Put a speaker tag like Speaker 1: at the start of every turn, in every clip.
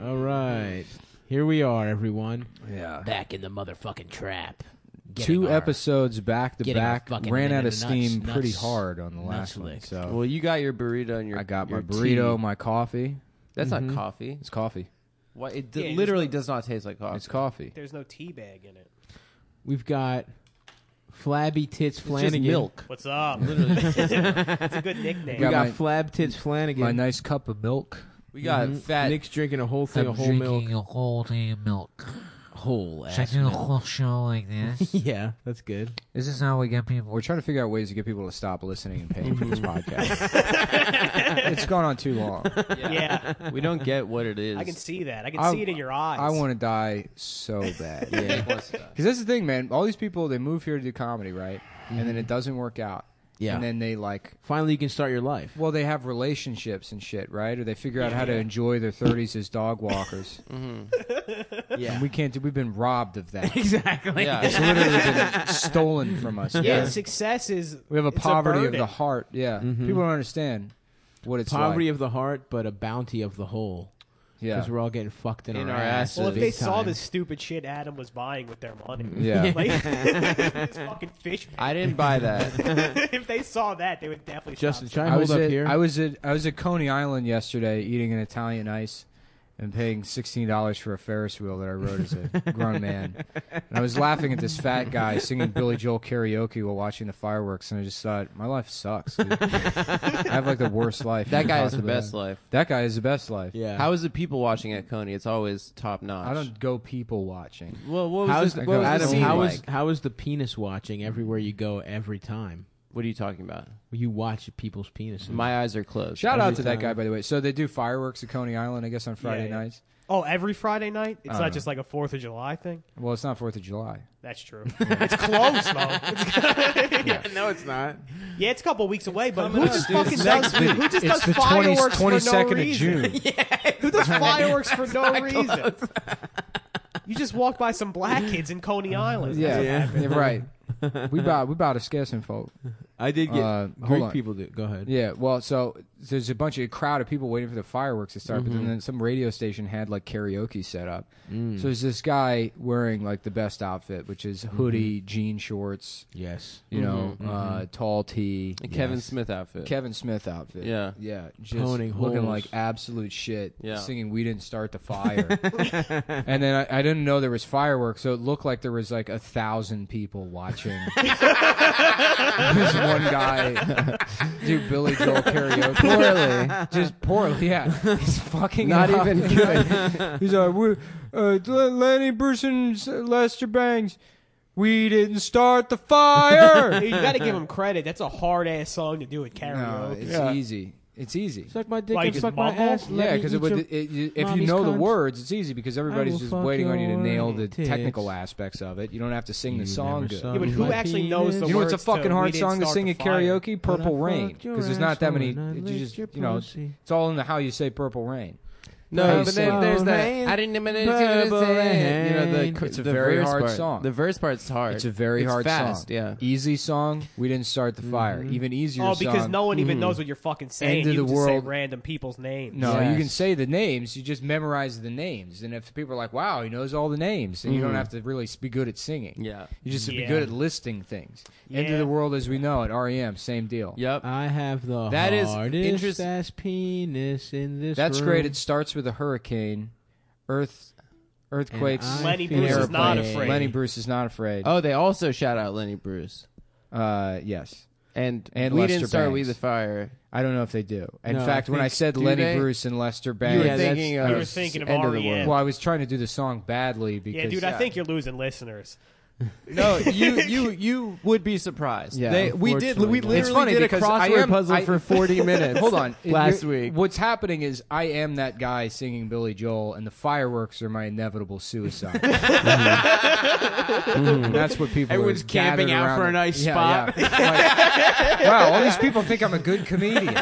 Speaker 1: All right. Here we are, everyone.
Speaker 2: Yeah.
Speaker 3: back in the motherfucking trap. Getting
Speaker 1: Two
Speaker 3: our-
Speaker 1: episodes back to
Speaker 3: getting our
Speaker 1: back.
Speaker 3: fucking
Speaker 1: Ran
Speaker 3: men
Speaker 1: out
Speaker 3: in
Speaker 1: of
Speaker 3: the
Speaker 1: steam
Speaker 3: nuts,
Speaker 1: pretty
Speaker 3: nuts,
Speaker 1: hard on the
Speaker 3: nuts
Speaker 1: last one.
Speaker 3: lick.
Speaker 1: So
Speaker 4: Well, you got your burrito and your.
Speaker 1: I got my
Speaker 4: your
Speaker 1: burrito,
Speaker 4: tea.
Speaker 1: my coffee.
Speaker 4: That's not coffee.
Speaker 1: It's coffee.
Speaker 4: Why, it
Speaker 5: Yeah,
Speaker 4: d-
Speaker 5: you
Speaker 4: literally
Speaker 5: just-
Speaker 4: does not taste like coffee.
Speaker 1: It's coffee.
Speaker 5: There's no tea bag in it.
Speaker 1: We've got Flabby Tits
Speaker 4: It's
Speaker 1: Flanagan.
Speaker 4: just milk.
Speaker 5: What's up? Literally, it's a good nickname.
Speaker 1: We got, got my- Flab Tits Flanagan.
Speaker 6: My nice cup of milk.
Speaker 4: We got
Speaker 3: Mm-hmm.
Speaker 4: fat.
Speaker 1: Mm-hmm. Nick's drinking a whole thing
Speaker 6: I'm
Speaker 1: of whole milk.
Speaker 6: drinking a whole thing of milk.
Speaker 1: Whole
Speaker 6: Should I
Speaker 1: ass
Speaker 6: do a
Speaker 1: milk.
Speaker 6: whole show like this?
Speaker 1: Yeah, that's good.
Speaker 6: Is this how we get people?
Speaker 1: We're trying to figure out ways to get people to stop listening and paying for this podcast. it's gone on too long.
Speaker 5: yeah,
Speaker 4: we don't get what it is.
Speaker 5: I can see that. I can
Speaker 1: I-
Speaker 5: see it in your eyes.
Speaker 1: I want to die so bad.
Speaker 4: Yeah, it was that.
Speaker 1: Because that's the thing, man. All these people they move here to do comedy, right? And then it doesn't work out.
Speaker 3: Yeah.
Speaker 1: And then they like,
Speaker 3: Finally, you can start your life.
Speaker 1: well, they have relationships and shit, right? Or they figure out how to enjoy their thirties as dog walkers.
Speaker 4: Yeah.
Speaker 1: And we can't do. We've been robbed of that. it's
Speaker 3: Exactly.
Speaker 4: yeah.
Speaker 1: literally been stolen from us.
Speaker 5: Yeah,
Speaker 1: man.
Speaker 5: success is.
Speaker 1: We have a
Speaker 5: it's
Speaker 1: poverty of
Speaker 5: burden.
Speaker 1: the heart. Yeah. People don't understand what it's
Speaker 3: Poverty
Speaker 1: like.
Speaker 3: of the heart, but a bounty of the whole.
Speaker 1: yeah.
Speaker 3: Because we're all getting fucked in,
Speaker 4: In
Speaker 3: our,
Speaker 4: our
Speaker 3: asses.
Speaker 5: Well, if
Speaker 3: big
Speaker 5: they saw
Speaker 3: time.
Speaker 5: the stupid shit Adam was buying with their money,
Speaker 1: Yeah.
Speaker 5: like this fucking fish.
Speaker 4: I didn't buy that.
Speaker 5: if they saw that, they would definitely.
Speaker 3: Justin,
Speaker 5: stop.
Speaker 3: try and
Speaker 1: I
Speaker 3: hold
Speaker 1: was
Speaker 3: up
Speaker 1: at,
Speaker 3: here.
Speaker 1: I was at I was at Coney Island yesterday eating an Italian ice and paying sixteen dollars for a Ferris wheel that I rode as a grown man. And I was laughing at this fat guy singing Billy Joel karaoke while watching the fireworks, and I just thought my life sucks. dude. I have like the worst life.
Speaker 4: That
Speaker 1: you
Speaker 4: guy
Speaker 1: could
Speaker 4: is the
Speaker 1: possibly
Speaker 4: best
Speaker 1: have.
Speaker 4: life.
Speaker 1: That guy is the best life.
Speaker 3: yeah.
Speaker 4: How is the people watching at Coney? It's always top notch.
Speaker 1: I don't go people watching.
Speaker 4: Well, what was
Speaker 3: How's
Speaker 4: this-
Speaker 1: I
Speaker 4: what
Speaker 1: got
Speaker 4: was the
Speaker 3: Adam?
Speaker 4: scene
Speaker 3: How
Speaker 4: like?
Speaker 3: is how is the penis watching everywhere you go every time?
Speaker 4: What are you talking about?
Speaker 3: You watch people's penises.
Speaker 4: My eyes are closed.
Speaker 1: Shout out to that
Speaker 3: time.
Speaker 1: guy, by the way. So they do fireworks at Coney Island, I guess, on Friday
Speaker 5: yeah.
Speaker 1: nights.
Speaker 5: Oh, every Friday night. It's
Speaker 1: I
Speaker 5: not
Speaker 1: don't
Speaker 5: just like a Fourth of July thing.
Speaker 1: Well, it's not Fourth of July.
Speaker 5: That's true. it's close though. It's- yeah.
Speaker 3: no, it's not.
Speaker 5: it's a couple weeks away, but who
Speaker 4: coming
Speaker 5: just
Speaker 4: up, dude.
Speaker 5: fucking
Speaker 4: It's
Speaker 5: does?
Speaker 4: next week.
Speaker 5: Who just
Speaker 1: It's
Speaker 5: does
Speaker 1: the 20,
Speaker 5: fireworks for no
Speaker 1: 22nd of
Speaker 5: reason?
Speaker 1: June.
Speaker 5: Who does fireworks for no reason? You just walk by some black kids in Coney Island.
Speaker 1: Mm, Yeah,
Speaker 3: Yeah.
Speaker 1: yeah, right. We about we about to scare some folk.
Speaker 3: I did get
Speaker 1: Uh, hold
Speaker 3: Greek
Speaker 1: on.
Speaker 3: people do. Go ahead.
Speaker 1: Yeah, well, so there's a bunch of a crowd of people waiting for the fireworks to start, but then, then some radio station had like karaoke set up. So there's this guy wearing like the best outfit, which is hoodie, jean shorts,
Speaker 3: Yes.
Speaker 1: you know, uh, tall tee,
Speaker 4: A Kevin Smith outfit.
Speaker 1: Kevin Smith outfit.
Speaker 4: Yeah.
Speaker 1: yeah, just
Speaker 3: Poning
Speaker 1: looking
Speaker 3: holes.
Speaker 1: like absolute shit.
Speaker 4: Yeah.
Speaker 1: singing "We Didn't Start the Fire," and then I, I didn't know there was fireworks, so it looked like there was like a thousand people watching. this one guy do Billy Joel karaoke poorly, just poorly. Yeah, he's fucking
Speaker 4: Not
Speaker 1: it up.
Speaker 4: even good.
Speaker 1: He's like, we, uh, L- Lenny Bruce and S- Lester Bangs. We didn't start the fire.
Speaker 5: You gotta give him credit. That's a hard ass song to do at
Speaker 1: no,
Speaker 5: karaoke.
Speaker 1: it's
Speaker 5: Yeah.
Speaker 1: easy. It's easy.
Speaker 3: Suck my dick
Speaker 5: Like,
Speaker 3: and
Speaker 5: just
Speaker 3: suck my
Speaker 5: mumble?
Speaker 3: ass. Let
Speaker 1: Yeah,
Speaker 3: me
Speaker 1: because
Speaker 3: eat your-
Speaker 1: if you
Speaker 3: mommy's
Speaker 1: know the
Speaker 3: cunt.
Speaker 1: words, it's easy because everybody's
Speaker 3: will
Speaker 1: just
Speaker 3: fuck
Speaker 1: waiting on you to
Speaker 3: your
Speaker 1: nail the
Speaker 3: tits.
Speaker 1: technical aspects of it. You don't have to sing the
Speaker 3: You
Speaker 1: song
Speaker 3: never
Speaker 1: good.
Speaker 3: saw
Speaker 5: Yeah, but who
Speaker 3: My
Speaker 5: actually knows the
Speaker 1: you know
Speaker 5: words
Speaker 1: it's a
Speaker 5: to
Speaker 1: fucking
Speaker 5: We
Speaker 1: hard
Speaker 5: Didn't
Speaker 1: song to
Speaker 5: Start
Speaker 1: sing
Speaker 5: the
Speaker 1: at
Speaker 5: Fire?
Speaker 1: karaoke? Purple
Speaker 3: I
Speaker 1: Rain,
Speaker 3: fucked your
Speaker 1: because there's not that
Speaker 3: asshole
Speaker 1: many.
Speaker 3: and I
Speaker 1: You
Speaker 3: licked
Speaker 1: just
Speaker 3: your
Speaker 1: you know,
Speaker 3: pussy.
Speaker 1: it's all in the how you say Purple Rain.
Speaker 4: No,
Speaker 1: Nice.
Speaker 4: but then there's
Speaker 3: Rain,
Speaker 4: that. I didn't even know
Speaker 3: purple
Speaker 4: You know the.
Speaker 3: rain.
Speaker 4: cr-
Speaker 1: It's a
Speaker 4: the
Speaker 1: very
Speaker 4: verse
Speaker 1: hard
Speaker 4: part.
Speaker 1: song.
Speaker 4: The verse part's hard.
Speaker 1: It's a very
Speaker 4: It's
Speaker 1: hard
Speaker 4: fast,
Speaker 1: song.
Speaker 4: Yeah.
Speaker 1: easy song. We didn't start the fire.
Speaker 3: Mm-hmm.
Speaker 1: Even easier.
Speaker 5: Oh, because
Speaker 1: song. Hmm.
Speaker 5: no one even knows what you're fucking saying.
Speaker 1: End of
Speaker 5: you
Speaker 1: the
Speaker 5: just say
Speaker 1: world.
Speaker 5: random people's names.
Speaker 1: No, you can
Speaker 3: Yes.
Speaker 1: say the names. You just memorize the names, and if people are like, "Wow, he knows all the names," then you don't have to really be good at singing.
Speaker 4: Yeah.
Speaker 1: you just be
Speaker 5: Yeah.
Speaker 1: good at listing things. End of
Speaker 5: Yeah.
Speaker 1: the world as we know it. REM, same deal.
Speaker 4: Yep.
Speaker 3: I have the
Speaker 4: That is
Speaker 3: hardest
Speaker 4: interest-
Speaker 3: ass penis in this.
Speaker 1: That's
Speaker 3: room.
Speaker 1: great. It starts with a hurricane, earth, earthquakes.
Speaker 3: I
Speaker 5: Lenny
Speaker 3: feel
Speaker 5: Bruce is
Speaker 1: airplanes.
Speaker 5: not afraid.
Speaker 1: Lenny Bruce is not afraid.
Speaker 4: oh, they also shout out Lenny Bruce.
Speaker 1: Uh, yes.
Speaker 4: And
Speaker 1: And
Speaker 4: we
Speaker 1: Lester
Speaker 4: didn't start
Speaker 1: Bangs.
Speaker 4: We the Fire.
Speaker 1: I don't know if they do. In
Speaker 3: No, I
Speaker 1: fact, when I
Speaker 3: think-
Speaker 1: said
Speaker 4: do
Speaker 1: Lenny
Speaker 4: they?
Speaker 1: Bruce and Lester
Speaker 4: You
Speaker 1: Bangs,
Speaker 4: were
Speaker 3: Yeah, that's-
Speaker 4: thinking
Speaker 5: You
Speaker 4: of
Speaker 5: were thinking of
Speaker 4: end of the
Speaker 5: R.E.M..
Speaker 4: world.
Speaker 1: well, I was trying to do the song badly because
Speaker 5: Yeah, dude, I
Speaker 4: yeah.
Speaker 5: think you're losing listeners.
Speaker 4: No, you you you would be surprised.
Speaker 3: Yeah,
Speaker 4: They- we did.
Speaker 3: unfortunately,
Speaker 4: We
Speaker 3: yeah.
Speaker 4: literally
Speaker 3: It's
Speaker 1: funny
Speaker 4: did a
Speaker 1: because I
Speaker 4: crossword
Speaker 1: am-
Speaker 4: puzzle
Speaker 1: I-
Speaker 4: for forty minutes.
Speaker 1: Hold on.
Speaker 4: last
Speaker 1: You're-
Speaker 4: week.
Speaker 1: What's happening is I am that guy singing Billy Joel, and the fireworks are my inevitable suicide. And that's what people.
Speaker 3: Mm. Everyone's
Speaker 1: are gathered
Speaker 3: camping out
Speaker 1: around
Speaker 3: for a
Speaker 1: it.
Speaker 3: nice
Speaker 1: Yeah,
Speaker 3: spot.
Speaker 1: yeah. Like, wow, all these people think I'm a good comedian.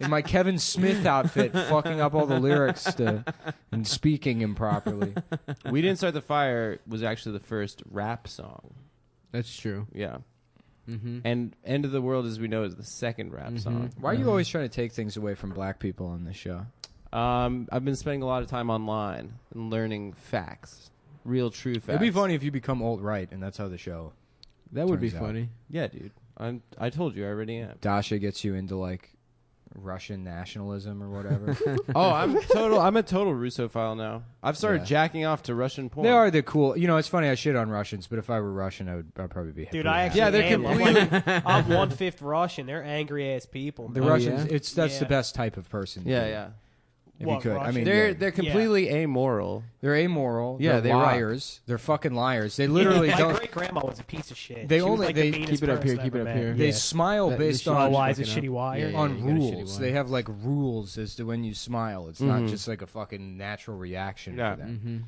Speaker 1: In my Kevin Smith outfit, fucking up all the lyrics to, and speaking improperly.
Speaker 4: We didn't start the fire was actually the first rap song.
Speaker 3: That's true.
Speaker 4: Yeah,
Speaker 3: Mm-hmm.
Speaker 4: and end of the world as we know is the second rap
Speaker 1: Mm-hmm.
Speaker 4: song.
Speaker 1: Why are
Speaker 3: Mm-hmm.
Speaker 1: you always trying to take things away from black people on the show?
Speaker 4: Um, I've been spending a lot of time online and learning facts, real true facts.
Speaker 1: It'd be funny if you become alt right, and that's how the show.
Speaker 3: That would be
Speaker 1: Turns out.
Speaker 3: funny.
Speaker 4: Yeah, dude. I'm. I told you I already am.
Speaker 1: Dasha gets you into like Russian nationalism or whatever.
Speaker 4: oh, I'm total. I'm a total Russophile now. I've started
Speaker 1: Yeah.
Speaker 4: jacking off to Russian porn.
Speaker 1: they are the cool. You know, it's funny. I shit on Russians, but if I were Russian, I would. I'd probably be.
Speaker 5: Dude,
Speaker 1: pretty
Speaker 5: I
Speaker 1: happy.
Speaker 5: actually
Speaker 4: Yeah, they're
Speaker 5: am. I'm
Speaker 4: completely-
Speaker 5: one- I'm one fifth Russian. They're angry ass people.
Speaker 1: The
Speaker 3: Oh,
Speaker 1: Russians.
Speaker 3: yeah?
Speaker 1: It's that's the
Speaker 5: Yeah.
Speaker 1: best type of person. to
Speaker 4: Yeah,
Speaker 1: be,
Speaker 4: yeah.
Speaker 1: If you
Speaker 5: What,
Speaker 1: could, I
Speaker 5: Russians?
Speaker 1: mean,
Speaker 4: They're
Speaker 1: yeah.
Speaker 4: they're completely amoral.
Speaker 1: They're amoral.
Speaker 4: Yeah,
Speaker 1: they're
Speaker 4: they rock.
Speaker 1: liars. They're fucking liars. They literally
Speaker 5: My
Speaker 1: don't.
Speaker 5: great grandma was a piece of shit.
Speaker 1: They
Speaker 5: She was
Speaker 1: only-
Speaker 5: like
Speaker 1: they-
Speaker 5: the meanest
Speaker 3: Keep it up here.
Speaker 5: person I
Speaker 3: Keep it
Speaker 5: ever
Speaker 3: up
Speaker 5: met.
Speaker 3: here.
Speaker 1: They
Speaker 3: Yeah.
Speaker 1: smile
Speaker 3: That-
Speaker 1: based
Speaker 3: this
Speaker 1: on
Speaker 3: shitty
Speaker 5: why is it
Speaker 3: fucking
Speaker 5: shitty
Speaker 3: up.
Speaker 5: wire?
Speaker 3: Yeah, yeah,
Speaker 1: on
Speaker 3: you got a shitty
Speaker 1: rules.
Speaker 3: wire.
Speaker 1: They have like rules as to when you smile. It's not just like a fucking natural reaction
Speaker 4: Yeah.
Speaker 1: for them.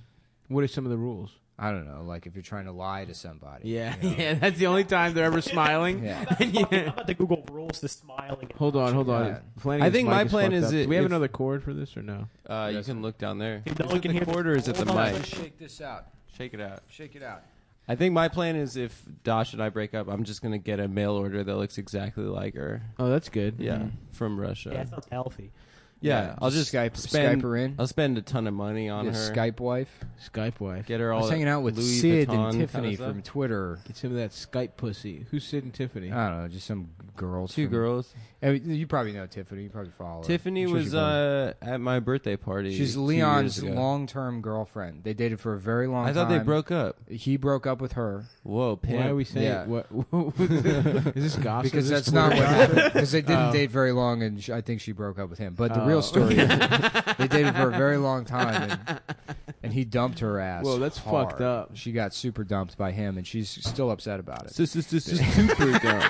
Speaker 3: What are some of the rules?
Speaker 1: I don't know. Like if you're trying to lie to somebody.
Speaker 3: Yeah,
Speaker 1: you know?
Speaker 3: yeah. That's the only time they're ever smiling.
Speaker 1: Yeah.
Speaker 5: I'm about to Google rules to smiling. and
Speaker 3: Hold on, hold on.
Speaker 1: Yeah.
Speaker 3: Flanagan's
Speaker 4: I think
Speaker 3: mic
Speaker 4: my plan
Speaker 3: fucked
Speaker 4: is
Speaker 3: up.
Speaker 4: it-
Speaker 3: Do we have
Speaker 4: if-
Speaker 3: another cord for this or no?
Speaker 4: Uh, you can look down there.
Speaker 5: no
Speaker 4: Is
Speaker 5: one
Speaker 4: it
Speaker 5: can
Speaker 4: the
Speaker 5: hear the-
Speaker 4: cord or is it the
Speaker 5: Hold on.
Speaker 4: mic?
Speaker 1: Shake this out.
Speaker 4: Shake it out.
Speaker 1: Shake it out.
Speaker 4: I think my plan is if Dash and I break up, I'm just gonna get a mail order that looks exactly like her.
Speaker 3: Oh, that's good.
Speaker 4: Yeah, from Russia.
Speaker 5: Yeah, that sounds healthy.
Speaker 4: Yeah,
Speaker 1: Mm-hmm. Yeah,
Speaker 4: I'll
Speaker 1: just
Speaker 4: just
Speaker 1: Skype-
Speaker 4: spend,
Speaker 1: Skype her in.
Speaker 4: I'll spend a ton of money on
Speaker 1: Yeah,
Speaker 4: her.
Speaker 1: Skype wife.
Speaker 3: Skype wife.
Speaker 4: Get her
Speaker 1: I
Speaker 4: all.
Speaker 1: was hanging out with
Speaker 4: Louis
Speaker 1: Sid
Speaker 4: Vuitton
Speaker 1: and
Speaker 4: kinda
Speaker 1: Tiffany
Speaker 4: stuff.
Speaker 1: from Twitter.
Speaker 3: Get some of that Skype pussy. Who's Sid and Tiffany?
Speaker 1: I don't know, just some girls.
Speaker 4: Two
Speaker 1: from-
Speaker 4: girls.
Speaker 1: I mean, you probably know Tiffany. You probably follow. her.
Speaker 4: Tiffany
Speaker 1: I'm sure she
Speaker 4: was
Speaker 1: follows.
Speaker 4: uh, at my birthday party.
Speaker 1: She's
Speaker 4: two
Speaker 1: Leon's
Speaker 4: years ago.
Speaker 1: long-term girlfriend. They dated for a very long.
Speaker 4: I thought they
Speaker 1: time.
Speaker 4: broke up.
Speaker 1: He broke up with her
Speaker 4: Whoa, pimp.
Speaker 3: Why are we saying
Speaker 1: Yeah.
Speaker 3: what? what is this gossip?
Speaker 1: because
Speaker 3: Is this
Speaker 1: that's not what
Speaker 3: political?
Speaker 1: happened. Because they
Speaker 4: Oh.
Speaker 1: didn't date very long, and sh I think she broke up with him. But the
Speaker 3: Oh.
Speaker 1: real story is they dated for a very long time, and, and he dumped her ass.
Speaker 3: Whoa, that's
Speaker 1: hard.
Speaker 3: fucked up.
Speaker 1: She got super dumped by him, and she's still upset about it.
Speaker 4: This is this is super dumb.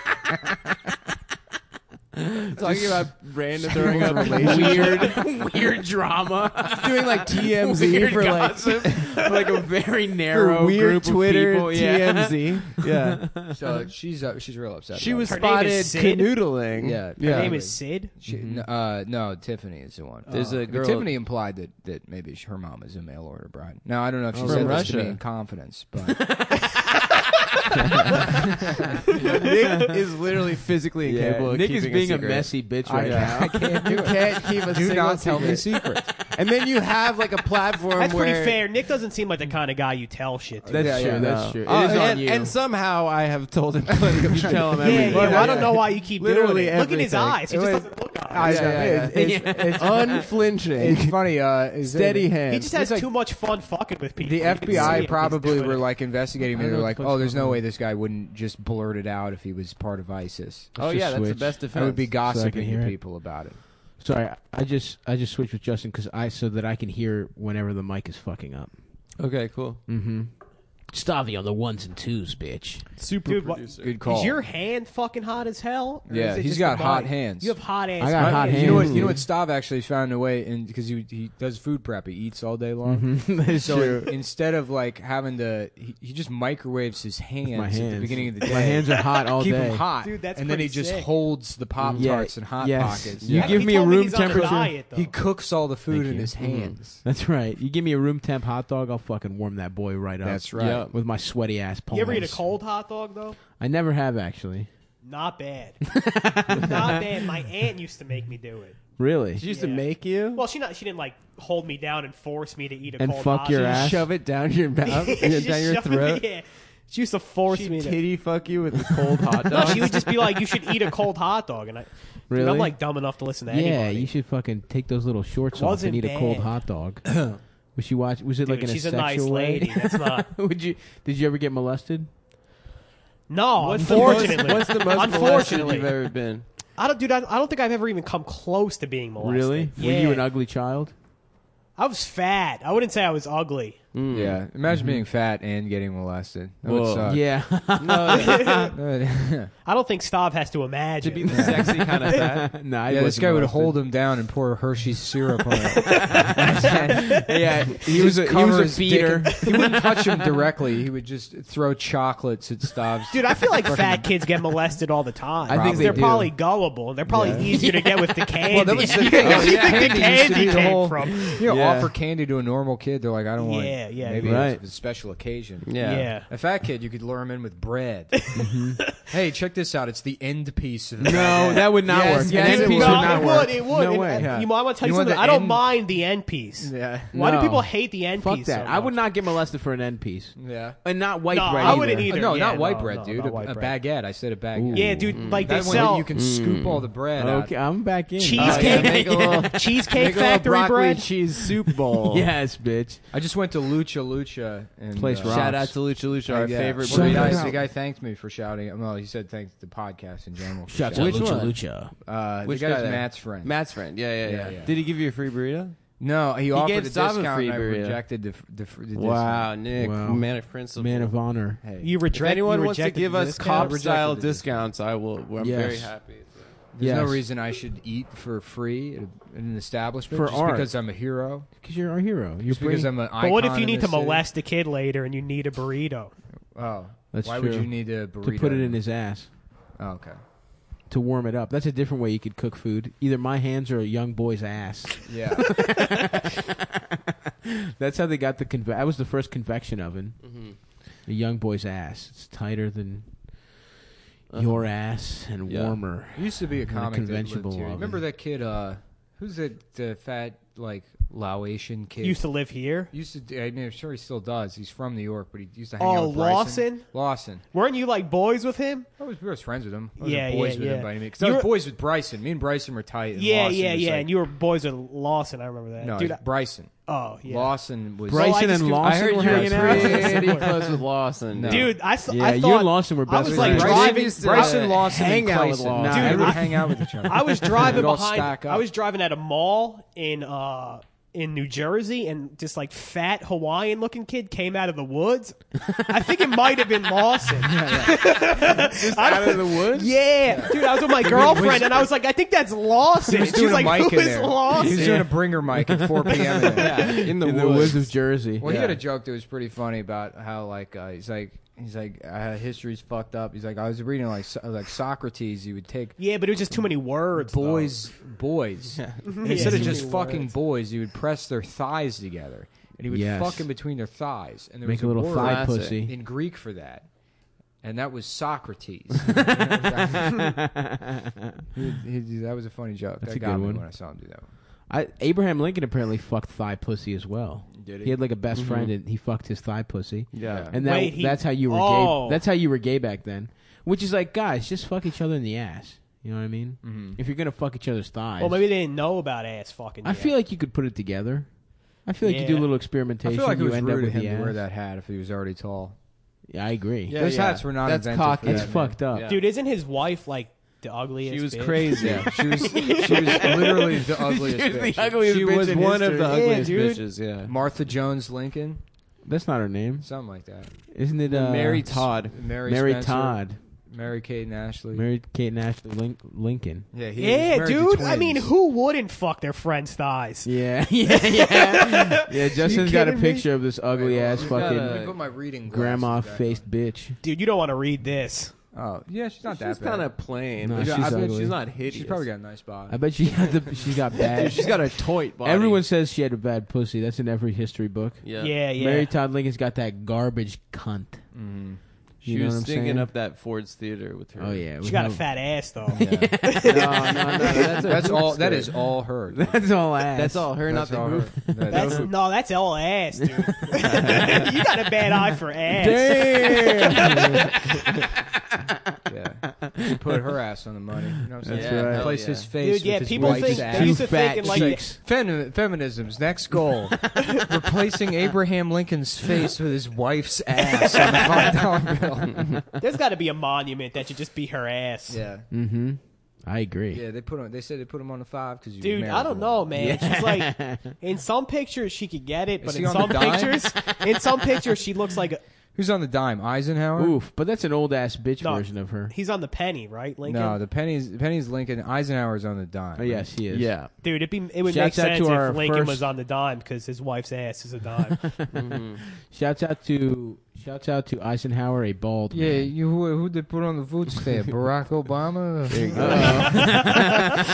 Speaker 3: talking about random
Speaker 4: Stirring up
Speaker 3: weird, weird drama,
Speaker 4: Doing like TMZ
Speaker 3: weird
Speaker 4: for like
Speaker 3: gossip, like a very narrow
Speaker 4: for weird
Speaker 3: group of
Speaker 4: Twitter
Speaker 3: people. Yeah.
Speaker 4: TMZ. Yeah,
Speaker 1: So she's uh, she's real upset.
Speaker 4: she
Speaker 1: about
Speaker 4: was
Speaker 5: Her name
Speaker 4: spotted
Speaker 5: is Sid?
Speaker 4: canoodling.
Speaker 1: Yeah. Her
Speaker 5: Her
Speaker 4: yeah.
Speaker 5: name is Sid. Mm-hmm.
Speaker 1: She, n- uh, no, Tiffany is the one.
Speaker 4: Oh. There's
Speaker 1: Uh,
Speaker 4: a girl-
Speaker 1: Tiffany implied that, that maybe sh- her mom is a mail order bride. Now I don't know if she
Speaker 4: Oh,
Speaker 1: said
Speaker 4: from
Speaker 1: this to me
Speaker 4: Russia.
Speaker 1: in confidence, but
Speaker 4: Nick is literally physically
Speaker 3: Yeah,
Speaker 4: incapable. of
Speaker 3: Nick is
Speaker 4: keeping
Speaker 3: being a,
Speaker 4: secret.
Speaker 3: messy bitch
Speaker 1: I,
Speaker 3: right
Speaker 1: I can't do
Speaker 4: You
Speaker 1: it.
Speaker 4: can't keep a
Speaker 1: do
Speaker 4: single
Speaker 1: not tell me
Speaker 4: secret.
Speaker 1: secrets.
Speaker 4: And then you have like a platform
Speaker 5: That's
Speaker 4: where
Speaker 5: pretty fair. Nick doesn't seem like the kind of guy you tell shit to.
Speaker 3: now. That's
Speaker 1: Yeah,
Speaker 3: true.
Speaker 1: yeah.
Speaker 3: That's true. It is
Speaker 4: Oh,
Speaker 3: on
Speaker 4: and,
Speaker 3: you.
Speaker 4: and somehow I have told him plenty of tell him
Speaker 5: yeah, yeah,
Speaker 4: everything.
Speaker 5: I don't know why you keep
Speaker 4: Literally
Speaker 5: doing it. Look at his
Speaker 4: everything.
Speaker 5: eyes. He
Speaker 4: It
Speaker 5: just
Speaker 4: was-
Speaker 5: doesn't look
Speaker 1: I-
Speaker 5: honest.
Speaker 1: Yeah, yeah, yeah.
Speaker 4: It's, it's unflinching.
Speaker 1: It's funny. Uh, is
Speaker 4: Steady
Speaker 1: it,
Speaker 4: hand.
Speaker 5: He just has too much fun fucking with people.
Speaker 1: The
Speaker 5: You can see it.
Speaker 1: FBI
Speaker 5: He's
Speaker 1: probably
Speaker 5: doing
Speaker 1: were
Speaker 5: it.
Speaker 1: like investigating
Speaker 3: I
Speaker 1: me.
Speaker 3: know
Speaker 1: They're
Speaker 3: what
Speaker 1: like,
Speaker 3: the
Speaker 1: "Oh,
Speaker 3: fuck's
Speaker 1: there's
Speaker 3: going
Speaker 1: no
Speaker 3: on."
Speaker 1: way this guy wouldn't just blurt it out if he was part of ISIS."
Speaker 4: oh yeah, that's the
Speaker 3: switch.
Speaker 4: best defense.
Speaker 1: I would be gossiping
Speaker 3: hear
Speaker 1: to
Speaker 3: it.
Speaker 1: people about it.
Speaker 3: Sorry, I just I just switched with Justin because I so that I can hear whenever the mic is fucking up.
Speaker 4: okay, cool.
Speaker 3: Stavi on the ones and twos, bitch.
Speaker 4: Super
Speaker 5: Dude, what-
Speaker 4: producer.
Speaker 1: Good call.
Speaker 5: Is your hand fucking hot as hell? Or
Speaker 1: Yeah,
Speaker 5: is it
Speaker 1: he's
Speaker 5: just
Speaker 1: got
Speaker 5: the
Speaker 1: hot
Speaker 5: mic?
Speaker 1: hands.
Speaker 5: You have hot ass.
Speaker 3: I got hot
Speaker 1: You know what?
Speaker 3: hands.
Speaker 1: You know what? Stav actually found a way, and because he he does food prep, he eats all day long.
Speaker 3: Mm-hmm.
Speaker 1: so instead of like having to, he, he just microwaves his hands,
Speaker 3: My
Speaker 1: at the
Speaker 3: hands.
Speaker 1: beginning of the day.
Speaker 3: My hands are hot all
Speaker 1: keep
Speaker 3: day.
Speaker 1: them hot,
Speaker 5: Dude, that's
Speaker 1: and then he
Speaker 5: pretty
Speaker 1: just
Speaker 5: sick.
Speaker 1: holds the pop
Speaker 3: Yeah,
Speaker 1: tarts and hot
Speaker 3: yes.
Speaker 1: pockets.
Speaker 3: You
Speaker 1: Yeah.
Speaker 3: give
Speaker 5: he
Speaker 3: me a
Speaker 5: told
Speaker 3: room
Speaker 5: he's on a
Speaker 3: temperature.
Speaker 5: diet, though.
Speaker 1: he cooks all the
Speaker 3: Thank
Speaker 1: food in
Speaker 3: you. Mm-hmm.
Speaker 1: his hands.
Speaker 3: That's right. You give me a room temp hot dog, I'll fucking warm that boy right up.
Speaker 1: That's right.
Speaker 4: Yeah.
Speaker 3: With my sweaty ass palms.
Speaker 5: You ever eat a cold hot dog though?
Speaker 3: I never have actually.
Speaker 5: Not bad. not bad. My aunt used to make me do it.
Speaker 3: Really?
Speaker 4: She used
Speaker 5: Yeah.
Speaker 4: to make you
Speaker 5: Well, she not she didn't like hold me down and force me to eat a
Speaker 3: And
Speaker 5: cold
Speaker 3: fuck
Speaker 5: hot
Speaker 3: your
Speaker 5: dog.
Speaker 3: ass?
Speaker 4: shove it down your mouth,
Speaker 5: She
Speaker 4: and down your
Speaker 5: shoved me-
Speaker 4: throat.
Speaker 5: yeah. She used to force
Speaker 4: She
Speaker 5: me to.
Speaker 4: titty fuck you with a cold hot
Speaker 5: No,
Speaker 4: dog.
Speaker 5: she would just be like, "You should eat a cold hot dog," and I, dude,
Speaker 3: Really?
Speaker 5: I'm like dumb enough to listen to
Speaker 3: yeah,
Speaker 5: anybody.
Speaker 3: you should fucking take those little shorts off
Speaker 5: Wasn't
Speaker 3: and eat a cold
Speaker 5: bad.
Speaker 3: hot dog. was she watch? Was it
Speaker 5: Dude,
Speaker 3: like in
Speaker 5: she's
Speaker 3: a
Speaker 5: a
Speaker 3: sexual
Speaker 5: nice
Speaker 3: way?
Speaker 5: lady. That's not.
Speaker 3: Would you? Did you ever get molested?
Speaker 5: No,
Speaker 4: What's the most-
Speaker 5: unfortunately,
Speaker 4: what's the most molested
Speaker 5: unfortunately,
Speaker 4: you've ever been?
Speaker 5: I don't, dude. I, I don't think I've ever even come close to being molested.
Speaker 3: Really?
Speaker 5: Yeah.
Speaker 3: Were you an ugly child?
Speaker 5: I was fat. I wouldn't say I was ugly.
Speaker 1: Yeah. Imagine being fat and getting molested. That
Speaker 4: Whoa.
Speaker 1: would suck.
Speaker 3: yeah.
Speaker 1: yeah,
Speaker 5: I don't think Stav has to imagine.
Speaker 4: to be the sexy kind of fat.
Speaker 3: no, I
Speaker 1: this
Speaker 3: wasn't
Speaker 1: guy would
Speaker 3: molested.
Speaker 1: hold him down and pour Hershey's syrup on him.
Speaker 3: Yeah, he was a, he
Speaker 1: Cover
Speaker 3: was
Speaker 1: his
Speaker 3: a
Speaker 1: dick
Speaker 3: feeder.
Speaker 1: in- He wouldn't touch him directly. He would just throw chocolates at Stav's.
Speaker 5: Dude, I feel like fat kids get molested all the time.
Speaker 3: I think
Speaker 5: Because
Speaker 3: they
Speaker 5: they're
Speaker 3: do.
Speaker 5: probably gullible. They're probably easier to get with the candy.
Speaker 1: Well, that was the thing.
Speaker 5: Where do you
Speaker 1: Yeah,
Speaker 5: think the
Speaker 1: candy used to
Speaker 5: candy
Speaker 1: be the
Speaker 5: came
Speaker 1: whole-
Speaker 5: from?
Speaker 1: you know,
Speaker 3: Yeah.
Speaker 1: offer candy to a normal kid. They're like, I don't want.
Speaker 5: Yeah, yeah,
Speaker 1: Maybe
Speaker 3: Right.
Speaker 1: it's a special occasion.
Speaker 4: Yeah.
Speaker 5: Yeah.
Speaker 1: A fat kid, you could lure him in with bread. Hey, check this out. It's the end piece. Of the
Speaker 3: No, that would not
Speaker 1: Yes,
Speaker 3: work.
Speaker 1: yes,
Speaker 3: An
Speaker 1: it
Speaker 3: end piece
Speaker 1: would.
Speaker 3: would
Speaker 5: No,
Speaker 3: not
Speaker 5: it
Speaker 3: work.
Speaker 5: would. It would.
Speaker 3: No
Speaker 5: And,
Speaker 3: way.
Speaker 5: and
Speaker 3: Yeah.
Speaker 5: You know, I want to tell you,
Speaker 1: You want
Speaker 5: something.
Speaker 1: the
Speaker 5: I don't
Speaker 1: end-
Speaker 5: mind the end piece.
Speaker 1: Yeah.
Speaker 5: Why
Speaker 3: No.
Speaker 5: do people hate the end
Speaker 3: Fuck
Speaker 5: piece?
Speaker 3: that.
Speaker 5: So
Speaker 3: I would
Speaker 5: much?
Speaker 3: not get molested for an end piece,
Speaker 1: Yeah.
Speaker 3: and not white
Speaker 5: No,
Speaker 3: bread.
Speaker 5: I wouldn't
Speaker 3: either.
Speaker 5: either.
Speaker 1: Uh, no,
Speaker 5: Yeah,
Speaker 1: not white
Speaker 5: no,
Speaker 1: bread,
Speaker 5: no,
Speaker 1: dude.
Speaker 5: not
Speaker 1: A-
Speaker 5: white
Speaker 1: a,
Speaker 5: bread.
Speaker 1: baguette. I said a baguette.
Speaker 5: Yeah, dude. Like they
Speaker 1: That one
Speaker 5: sell
Speaker 1: you can scoop all the bread
Speaker 3: Okay,
Speaker 1: out.
Speaker 3: I'm back in.
Speaker 5: cheesecake,
Speaker 1: make a little-
Speaker 5: cheesecake
Speaker 4: Make a little
Speaker 5: factory
Speaker 4: broccoli
Speaker 5: bread.
Speaker 4: cheese soup bowl.
Speaker 3: Oh, Yes, bitch.
Speaker 1: I just went to Lucha Lucha and
Speaker 3: Place
Speaker 1: uh,
Speaker 3: rock.
Speaker 4: Shout out to Lucha Lucha, our
Speaker 1: yeah.
Speaker 4: favorite
Speaker 1: Shout
Speaker 3: burrito.
Speaker 1: out.
Speaker 4: burritos.
Speaker 1: The guy thanked me for shouting. Well, he said thanks to the podcast in general. for
Speaker 3: Shout out
Speaker 1: shouting.
Speaker 3: Lucha
Speaker 4: one?
Speaker 3: Lucha.
Speaker 1: Uh,
Speaker 4: Which
Speaker 1: the guy's
Speaker 4: guy there?
Speaker 1: Matt's friend.
Speaker 4: Matt's friend. Yeah yeah, yeah,
Speaker 1: Yeah, yeah.
Speaker 4: Did he give you a free burrito?
Speaker 1: No, he, offered
Speaker 4: gave
Speaker 1: a
Speaker 4: Simon
Speaker 1: discount.
Speaker 4: free
Speaker 1: and I
Speaker 4: burrito.
Speaker 1: rejected the, f- the, fr- the discount.
Speaker 4: Wow, Nick,
Speaker 3: Wow.
Speaker 4: man of principle.
Speaker 3: Man of honor.
Speaker 1: Hey.
Speaker 5: You
Speaker 4: if
Speaker 5: reject.
Speaker 4: anyone
Speaker 5: you
Speaker 4: wants to
Speaker 5: rejected
Speaker 4: give
Speaker 5: the
Speaker 4: us
Speaker 5: discount?
Speaker 4: cop style
Speaker 1: Rejected the
Speaker 4: discounts, I will. I'm
Speaker 3: Yes.
Speaker 4: very happy.
Speaker 1: There's
Speaker 3: Yes.
Speaker 1: no reason I should eat for free at a- in an establishment
Speaker 3: For
Speaker 1: just
Speaker 3: art.
Speaker 1: because I'm a hero.
Speaker 3: Because you're our hero. You're
Speaker 1: Just because
Speaker 3: bringing-
Speaker 1: I'm an icon.
Speaker 5: But what if you
Speaker 1: in
Speaker 5: need to
Speaker 1: this city?
Speaker 5: molest a kid later and you need a burrito?
Speaker 1: Oh,
Speaker 3: That's
Speaker 1: why would
Speaker 3: true.
Speaker 1: you need a burrito
Speaker 3: to put it in his ass
Speaker 1: Oh, okay.
Speaker 3: to warm it up. That's a different way you could cook food. Either my hands or a young boy's ass.
Speaker 1: Yeah.
Speaker 3: That's how they got the conve- that was the first convection oven.
Speaker 1: Mm-hmm.
Speaker 3: A young boy's ass. It's tighter than
Speaker 1: Uh-huh.
Speaker 3: your ass and
Speaker 4: Yeah.
Speaker 3: warmer.
Speaker 1: used to be a
Speaker 3: And a
Speaker 1: comic that
Speaker 3: conventional
Speaker 1: lived here.
Speaker 3: oven.
Speaker 1: Remember that kid? Uh, who's that the fat like Laotian kid?
Speaker 5: Used to live here.
Speaker 1: Used to do- I mean, I'm sure he still does. He's from New York, but he used to hang out
Speaker 5: Oh,
Speaker 1: with Bryson.
Speaker 5: Lawson?
Speaker 1: Lawson.
Speaker 5: Weren't you like boys with him?
Speaker 1: I was, we were friends with him. I was
Speaker 5: Yeah,
Speaker 1: boys
Speaker 5: yeah,
Speaker 1: with him
Speaker 5: yeah.
Speaker 1: by any means. 'Cause
Speaker 5: You
Speaker 1: I was
Speaker 5: were-
Speaker 1: boys with Bryson. Me and Bryson were tight. and
Speaker 5: Yeah,
Speaker 1: Lawson
Speaker 5: yeah,
Speaker 1: was
Speaker 5: yeah.
Speaker 1: like-
Speaker 5: and you were boys with Lawson. I remember that.
Speaker 1: no,
Speaker 5: Dude,
Speaker 1: it was Bryson.
Speaker 5: I- oh yeah.
Speaker 1: Lawson was.
Speaker 5: Bryson
Speaker 3: Bryson
Speaker 5: I just
Speaker 3: and
Speaker 5: do- I
Speaker 3: Lawson
Speaker 4: I heard
Speaker 3: were
Speaker 4: you were
Speaker 3: hanging out.
Speaker 4: pretty close with Lawson.
Speaker 1: No.
Speaker 5: Dude, I, s- I
Speaker 3: Yeah,
Speaker 5: thought
Speaker 3: you and Lawson were
Speaker 5: I
Speaker 3: best
Speaker 5: was like
Speaker 3: friends.
Speaker 5: driving.
Speaker 4: used to-
Speaker 1: Bryson
Speaker 4: uh,
Speaker 1: Lawson
Speaker 3: hang
Speaker 1: and
Speaker 3: out with
Speaker 1: Clayson.
Speaker 3: Lawson.
Speaker 1: Nah,
Speaker 5: Dude,
Speaker 1: they would
Speaker 5: I-
Speaker 1: hang out with each other.
Speaker 5: I was driving
Speaker 1: We'd all
Speaker 5: behind.
Speaker 1: stack up.
Speaker 5: I was driving at a mall in uh in New Jersey, and just like fat Hawaiian looking kid came out of the woods. I think it might have been Lawson. I don't-
Speaker 3: Out of the woods?
Speaker 5: yeah, dude, I was with my girlfriend, and I was like, I think that's Lawson.
Speaker 1: He's
Speaker 5: And she's
Speaker 1: doing a
Speaker 5: like,
Speaker 1: mic
Speaker 5: who
Speaker 1: in
Speaker 5: is
Speaker 1: there.
Speaker 5: Lawson?
Speaker 1: He's doing a bringer mic at 4 p.m. in there.
Speaker 4: in the
Speaker 3: In the
Speaker 4: woods.
Speaker 3: woods of Jersey.
Speaker 1: Well,
Speaker 3: Yeah.
Speaker 1: he had a joke that was pretty funny about how like uh, he's like he's like uh, history's fucked up. He's like I was reading like so- like Socrates, he would take
Speaker 5: Yeah, but it was just too many words. though.
Speaker 3: Oh.
Speaker 1: boys boys And instead of just fucking boys, he would press their thighs together and he would
Speaker 3: Yes.
Speaker 1: fuck in between their thighs and there
Speaker 3: Make
Speaker 1: was
Speaker 3: a little
Speaker 1: word
Speaker 3: thigh
Speaker 4: Classic.
Speaker 3: pussy.
Speaker 1: in Greek for that. And that was Socrates. He- he- that was a funny joke.
Speaker 3: That's
Speaker 1: that
Speaker 3: a
Speaker 1: got
Speaker 3: good
Speaker 1: me
Speaker 3: one.
Speaker 1: when I saw him do that. One.
Speaker 3: I, Abraham Lincoln apparently fucked thigh pussy as well.
Speaker 1: Did he?
Speaker 3: He had like a best friend and he fucked his thigh pussy.
Speaker 4: Yeah.
Speaker 3: And that,
Speaker 5: Wait, he-
Speaker 3: that's how you were
Speaker 5: Oh.
Speaker 3: gay. That's how you were gay back then. Which is like, guys, just fuck each other in the ass. You know what I mean? If you're gonna fuck each other's thighs,
Speaker 5: Well, maybe they didn't know about ass fucking.
Speaker 3: I
Speaker 5: yet.
Speaker 3: feel like you could put it together. I feel like you do a
Speaker 5: Yeah.
Speaker 3: little
Speaker 1: I
Speaker 3: experimentation.
Speaker 1: feel like it
Speaker 3: you
Speaker 1: was
Speaker 3: end
Speaker 1: rude
Speaker 3: up
Speaker 1: of
Speaker 3: with
Speaker 1: him
Speaker 3: the
Speaker 1: to
Speaker 3: ass.
Speaker 1: wear that hat if he was already tall.
Speaker 3: Yeah, I agree.
Speaker 4: Yeah,
Speaker 1: Those
Speaker 4: yeah.
Speaker 1: hats were not
Speaker 4: That's
Speaker 1: invented for
Speaker 4: cocky.
Speaker 1: that,
Speaker 3: It's
Speaker 1: man.
Speaker 3: fucked up.
Speaker 4: Yeah.
Speaker 5: dude, isn't his wife like the ugliest?
Speaker 4: She was
Speaker 5: bitch?
Speaker 4: crazy.
Speaker 1: Yeah, she was. She was literally the ugliest bitch.
Speaker 3: ugliest
Speaker 4: She
Speaker 3: bitch
Speaker 4: was
Speaker 3: in
Speaker 4: one of
Speaker 3: history.
Speaker 4: the
Speaker 3: Yeah,
Speaker 4: ugliest
Speaker 3: dude.
Speaker 4: bitches. Yeah.
Speaker 1: Martha Jones Lincoln,
Speaker 3: That's not her name,
Speaker 1: something like that.
Speaker 3: isn't it? Uh,
Speaker 4: Mary Todd.
Speaker 1: Mary,
Speaker 3: Mary
Speaker 1: Spencer,
Speaker 3: Todd.
Speaker 1: Mary Kate and Ashley.
Speaker 3: Mary Kate and Ashley Link- Lincoln.
Speaker 1: yeah, he was
Speaker 5: Yeah,
Speaker 1: married to
Speaker 5: dude. I
Speaker 1: twins.
Speaker 5: mean, who wouldn't fuck their friend's thighs?
Speaker 3: Yeah, yeah, yeah. yeah, Justin's got a
Speaker 5: kidding me?
Speaker 3: picture of this ugly ass
Speaker 1: We've
Speaker 3: fucking
Speaker 1: gotta- let me put my reading glasses
Speaker 3: grandma
Speaker 1: back
Speaker 3: faced bitch.
Speaker 5: Dude, you don't want to read this.
Speaker 1: on. Oh, yeah, she's not
Speaker 4: She's
Speaker 1: that bad.
Speaker 4: kind of plain.
Speaker 3: No,
Speaker 4: but
Speaker 3: she's
Speaker 4: I bet
Speaker 3: ugly.
Speaker 4: she's not hideous.
Speaker 1: she's probably got a nice body.
Speaker 3: I bet she got the, she's got
Speaker 4: Dude,
Speaker 3: bad.
Speaker 4: she's got a toit body.
Speaker 3: Everyone says she had a bad pussy. That's in every history book.
Speaker 4: Yeah. Mm-hmm.
Speaker 5: Yeah, yeah.
Speaker 3: Mary Todd Lincoln's got that garbage cunt.
Speaker 4: She
Speaker 3: You know
Speaker 4: was
Speaker 3: what I'm
Speaker 4: stinking
Speaker 3: saying?
Speaker 4: up that Ford's theater with her.
Speaker 3: Oh yeah,
Speaker 5: she
Speaker 3: we
Speaker 5: got a
Speaker 1: Mm-hmm.
Speaker 3: know-
Speaker 5: fat ass though.
Speaker 3: No, no, no, that's,
Speaker 1: that's all. That is all her. dude.
Speaker 3: that's all ass.
Speaker 4: That's all her,
Speaker 1: That's
Speaker 4: not the
Speaker 1: all her.
Speaker 4: group.
Speaker 1: That-
Speaker 5: That's no, that's all ass, dude. you got a bad eye for ass.
Speaker 1: yeah. She put her ass on the money. You know what I'm saying?
Speaker 4: That's Yeah, right. hell
Speaker 1: Place
Speaker 4: yeah.
Speaker 1: his face.
Speaker 5: Dude, yeah,
Speaker 1: with his
Speaker 5: people
Speaker 1: wife's
Speaker 5: think
Speaker 1: ass.
Speaker 5: people used to
Speaker 3: fat
Speaker 5: think in like
Speaker 3: cheeks.
Speaker 1: Fem- feminism's next goal: replacing Abraham Lincoln's face with his wife's ass on the five dollar bill.
Speaker 5: there's got to be a monument that should just be her ass.
Speaker 1: Yeah,
Speaker 3: Mm-hmm. I agree.
Speaker 1: Yeah, they put on. They said they put him on the five because you.
Speaker 5: Dude, I don't know, man. She's like, in some pictures she could get it, but
Speaker 1: Is
Speaker 5: in
Speaker 1: he on
Speaker 5: some
Speaker 1: the dime?
Speaker 5: pictures, in some pictures she looks like a,
Speaker 1: Who's on the dime? Eisenhower.
Speaker 3: Oof, but that's an old ass bitch
Speaker 5: No.
Speaker 3: version of her.
Speaker 5: he's on the penny, right, Lincoln?
Speaker 1: No, the penny's penny's Lincoln. Eisenhower's on the dime.
Speaker 3: Oh, yes, he is.
Speaker 4: Yeah.
Speaker 5: Dude, it'd be it would
Speaker 3: Shouts
Speaker 5: make
Speaker 3: out to
Speaker 5: sense
Speaker 3: our
Speaker 5: if Lincoln
Speaker 3: first-
Speaker 5: was on the dime because his wife's ass is a dime.
Speaker 3: Shouts out to shouts out to Eisenhower, a bald
Speaker 1: Yeah,
Speaker 3: man.
Speaker 1: you who, who they put on the food stamp? Barack Obama. There you
Speaker 3: go.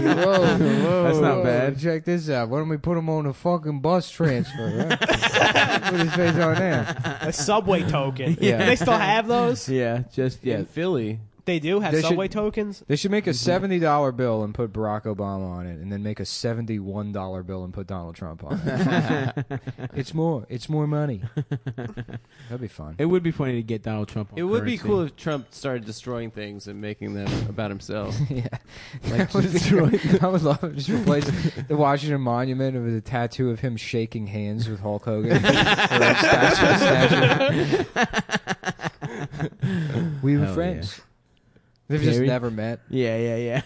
Speaker 1: hey, whoa, whoa,
Speaker 4: That's not
Speaker 1: whoa.
Speaker 4: bad.
Speaker 1: Check this out. Why don't we put him on a fucking bus transfer? huh? put his face on there.
Speaker 5: a subway token.
Speaker 3: Yeah.
Speaker 5: Do they still have those?
Speaker 3: Yeah, just yeah.
Speaker 4: In Philly.
Speaker 5: They do have
Speaker 1: They should-
Speaker 5: subway tokens.
Speaker 1: They should make a seventy dollar bill and put Barack Obama on it, and then make a seventy one dollar bill and put Donald Trump on it. it's more. It's more money. That'd be fun.
Speaker 3: It would be funny to get Donald Trump. On
Speaker 4: It would be
Speaker 3: currency.
Speaker 4: cool if Trump started destroying things and making them about himself.
Speaker 1: Yeah,
Speaker 4: Like,
Speaker 1: That would
Speaker 4: just
Speaker 1: be- I would love it. Just replace the Washington Monument with a tattoo of him shaking hands with Hulk Hogan. Or a statue- statue. we were
Speaker 3: Hell
Speaker 1: friends. They've just
Speaker 3: Terry?
Speaker 1: never met.
Speaker 3: Yeah, yeah, yeah.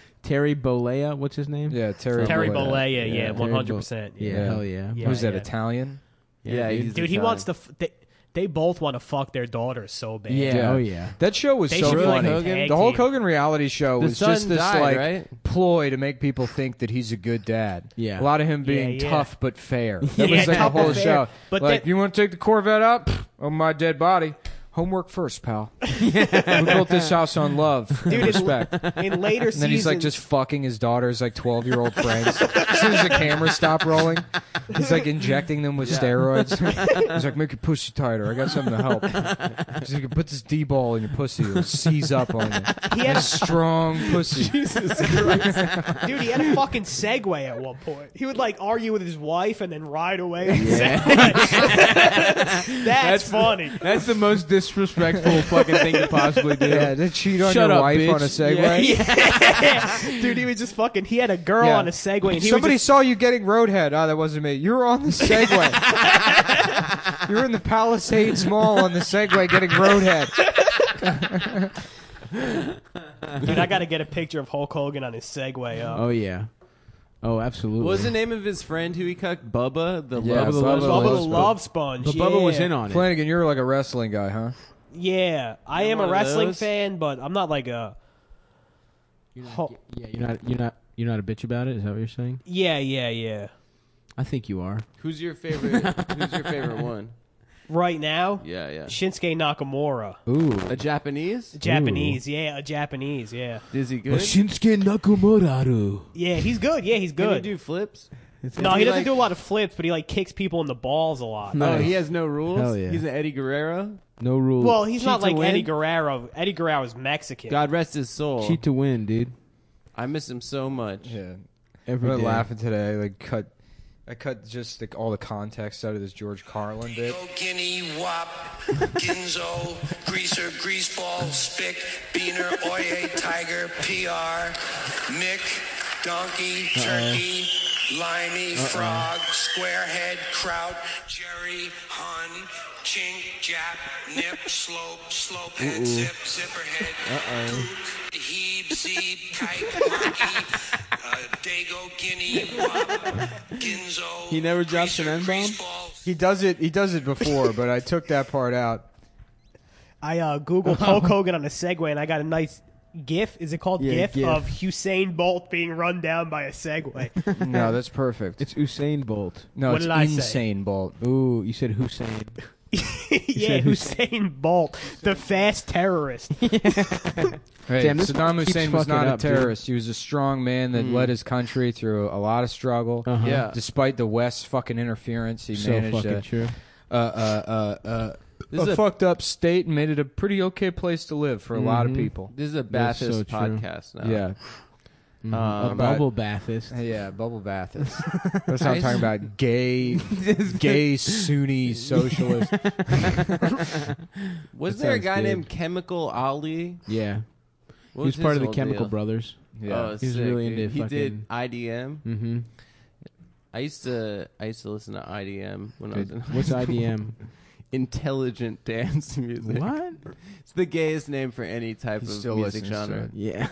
Speaker 3: Terry Bollea, what's his name?
Speaker 1: Yeah, Terry.
Speaker 5: Terry
Speaker 1: Bollea.
Speaker 5: Bollea, yeah,
Speaker 3: Yeah,
Speaker 5: one hundred percent.
Speaker 3: Yeah,
Speaker 1: Yeah.
Speaker 3: hell yeah.
Speaker 5: Yeah.
Speaker 1: Who's that Italian?
Speaker 4: Yeah, he's
Speaker 5: Dude, he
Speaker 4: Italian.
Speaker 5: wants to. F- they, they both want to fuck their daughters so bad.
Speaker 3: Yeah,
Speaker 1: Yeah.
Speaker 3: Oh yeah.
Speaker 1: That show was
Speaker 5: They
Speaker 1: so
Speaker 5: should be like
Speaker 1: funny.
Speaker 5: a tag
Speaker 1: the Hulk
Speaker 5: team.
Speaker 1: Hogan reality show
Speaker 4: The
Speaker 1: was
Speaker 4: son
Speaker 1: just this
Speaker 4: died,
Speaker 1: like
Speaker 4: right?
Speaker 1: ploy to make people think that he's a good dad.
Speaker 3: Yeah.
Speaker 1: a lot of him
Speaker 5: Yeah,
Speaker 1: being
Speaker 5: yeah.
Speaker 1: tough but fair. That
Speaker 5: Yeah,
Speaker 1: was like the
Speaker 5: tough but
Speaker 1: whole
Speaker 5: fair.
Speaker 1: show.
Speaker 5: But
Speaker 1: like,
Speaker 5: that-
Speaker 1: you want to take the Corvette out Pfft, on my dead body? Homework first, pal. we built this house on love,
Speaker 5: Dude,
Speaker 1: and
Speaker 5: in-
Speaker 1: respect. And
Speaker 5: In later seasons,
Speaker 1: then he's like just fucking his daughter's like twelve year old friends. as soon as the camera stopped rolling, he's like injecting them with steroids. he's like, make your pussy tighter. I got something to help. He's like, put this D ball in your pussy. It'll seize up on you.
Speaker 5: he had,
Speaker 1: Strong pussy.
Speaker 5: dude, he had a fucking Segway at one point. He would like argue with his wife and then ride away. on the
Speaker 3: Yeah.
Speaker 5: Segway. That's, funny.
Speaker 3: That's the most disrespectful fucking thing to possibly do.
Speaker 1: Yeah, to cheat on
Speaker 3: Shut
Speaker 1: your
Speaker 3: up,
Speaker 1: wife
Speaker 3: bitch.
Speaker 1: on a Segway.
Speaker 3: Yeah.
Speaker 5: Dude, he was just fucking. He had a girl
Speaker 1: Yeah.
Speaker 5: on a Segway. And he
Speaker 1: Somebody
Speaker 5: was
Speaker 1: saw you getting roadhead. Ah, that wasn't me. You were on the Segway. you were in the Palisades Mall on the Segway getting roadhead.
Speaker 5: just, dude, I got to get a picture of Hulk Hogan on his Segway. uh, Up.
Speaker 3: Oh yeah. Oh, absolutely.
Speaker 4: What was the name of his friend who he cucked? Bubba the
Speaker 1: Yeah,
Speaker 4: Love
Speaker 1: Bubba the
Speaker 5: Bubba the
Speaker 1: Sponge.
Speaker 5: Love Sponge.
Speaker 3: Oh, But Bubba was
Speaker 5: yeah.
Speaker 3: in on it.
Speaker 1: Flanagan, you're like a wrestling guy, huh?
Speaker 5: Yeah, I am
Speaker 4: one
Speaker 5: a
Speaker 4: of
Speaker 5: wrestling
Speaker 4: those?
Speaker 5: fan, but I'm not like a. Ho-
Speaker 3: Yeah, you're not. You're not. You're not a bitch about it. Is that what you're saying?
Speaker 5: yeah, yeah, yeah.
Speaker 3: I think you are.
Speaker 4: Who's your favorite? Who's your favorite one?
Speaker 5: Right now,
Speaker 4: Yeah, yeah.
Speaker 5: Shinsuke Nakamura,
Speaker 3: Ooh.
Speaker 4: A Japanese?
Speaker 5: Japanese. Yeah, a Japanese. Yeah,
Speaker 4: Is he good?
Speaker 3: Shinsuke Nakamuraru.
Speaker 5: yeah. He's good. Yeah, he's
Speaker 4: Can he
Speaker 5: good.
Speaker 4: do flips?
Speaker 5: no,
Speaker 4: Is
Speaker 5: he, doesn't
Speaker 4: like-
Speaker 5: do a lot of flips, but he like kicks people in the balls a lot.
Speaker 3: No.
Speaker 4: Oh, he has no rules.
Speaker 3: Hell yeah.
Speaker 4: He's an Eddie Guerrero.
Speaker 3: No rules.
Speaker 5: Well, he's not
Speaker 4: Cheat to
Speaker 5: like
Speaker 4: win?
Speaker 5: Eddie Guerrero. Eddie Guerrero is Mexican.
Speaker 4: God rest his soul.
Speaker 3: cheat to win, dude.
Speaker 4: I miss him so much.
Speaker 1: Yeah.
Speaker 3: Every
Speaker 1: I've been
Speaker 3: day.
Speaker 1: laughing today. Like cut, I cut just like all the context out of this George Carlin bit.
Speaker 2: Yo, Guinea, Wop, Ginzo, Greaser, Greaseball, Spick, Beaner, Oye, Tiger, PR, Mick, Donkey, Turkey, Limey, Frog, Squarehead, Kraut, Jerry, Hun, Chink, Jap, Nip, Slope, Slopehead, Zip, Zipperhead,
Speaker 1: Uh-uh.
Speaker 2: Kook, Heeb, Zeeb, Kike, Monkey, uh, Dago, Guinea, Wop, Ginzo.
Speaker 4: He never drops an
Speaker 2: Greaser,
Speaker 4: N-bomb?
Speaker 2: Greaseball,
Speaker 1: He does it. He does it before, but I took that part out.
Speaker 5: I uh, googled Hulk Hogan on a Segway, and I got a nice GIF. Is it called
Speaker 3: Yeah,
Speaker 5: GIF,
Speaker 3: GIF.
Speaker 5: of Usain Bolt being run down by a Segway?
Speaker 1: No, that's perfect.
Speaker 3: It's Usain Bolt.
Speaker 1: no,
Speaker 5: What
Speaker 1: it's
Speaker 5: did I say?
Speaker 1: insane Bolt.
Speaker 3: Ooh, you said Hussein.
Speaker 5: yeah, Usain Bolt, the fast terrorist.
Speaker 1: Hey,
Speaker 3: Damn, this
Speaker 1: Saddam
Speaker 3: keeps
Speaker 1: Hussein was
Speaker 3: fucking
Speaker 1: not
Speaker 3: up,
Speaker 1: a
Speaker 3: dude.
Speaker 1: terrorist. He was a strong man that led his country through a lot of struggle.
Speaker 4: Yeah.
Speaker 1: Despite the West's fucking interference, he
Speaker 3: So
Speaker 1: managed uh,
Speaker 3: fucking
Speaker 1: a,
Speaker 3: true.
Speaker 1: a, a, a, a,
Speaker 4: This is
Speaker 1: uh, a
Speaker 4: a-
Speaker 1: fucked up state and made it a pretty okay place to live for a lot of people.
Speaker 4: This is a
Speaker 3: That's
Speaker 4: Bathist
Speaker 3: so true.
Speaker 4: podcast now.
Speaker 1: Mm-hmm. Yeah,
Speaker 3: a
Speaker 4: Um,
Speaker 1: but-
Speaker 3: bubble bathist.
Speaker 1: yeah, bubble bath. is- That's not talking about gay, gay Sunni socialist.
Speaker 4: Oh, was
Speaker 3: That
Speaker 4: there a
Speaker 3: sounds
Speaker 4: guy
Speaker 3: good.
Speaker 4: named Chemical Ali?
Speaker 3: Yeah,
Speaker 4: What
Speaker 3: he was part
Speaker 4: his
Speaker 3: of the
Speaker 4: whole
Speaker 3: Chemical
Speaker 4: deal?
Speaker 3: Brothers.
Speaker 1: Yeah.
Speaker 4: Oh,
Speaker 3: He was
Speaker 4: sick,
Speaker 3: really
Speaker 4: dude.
Speaker 3: into
Speaker 4: He
Speaker 3: fucking-
Speaker 4: did IDM.
Speaker 3: Mm-hmm.
Speaker 4: I used to I used to listen to IDM when I was in
Speaker 3: What's IDM?
Speaker 4: intelligent dance music.
Speaker 3: What?
Speaker 4: It's the gayest name for any type
Speaker 1: He
Speaker 4: of
Speaker 1: still
Speaker 4: music
Speaker 1: listens to
Speaker 4: genre.
Speaker 1: it.
Speaker 3: Yeah.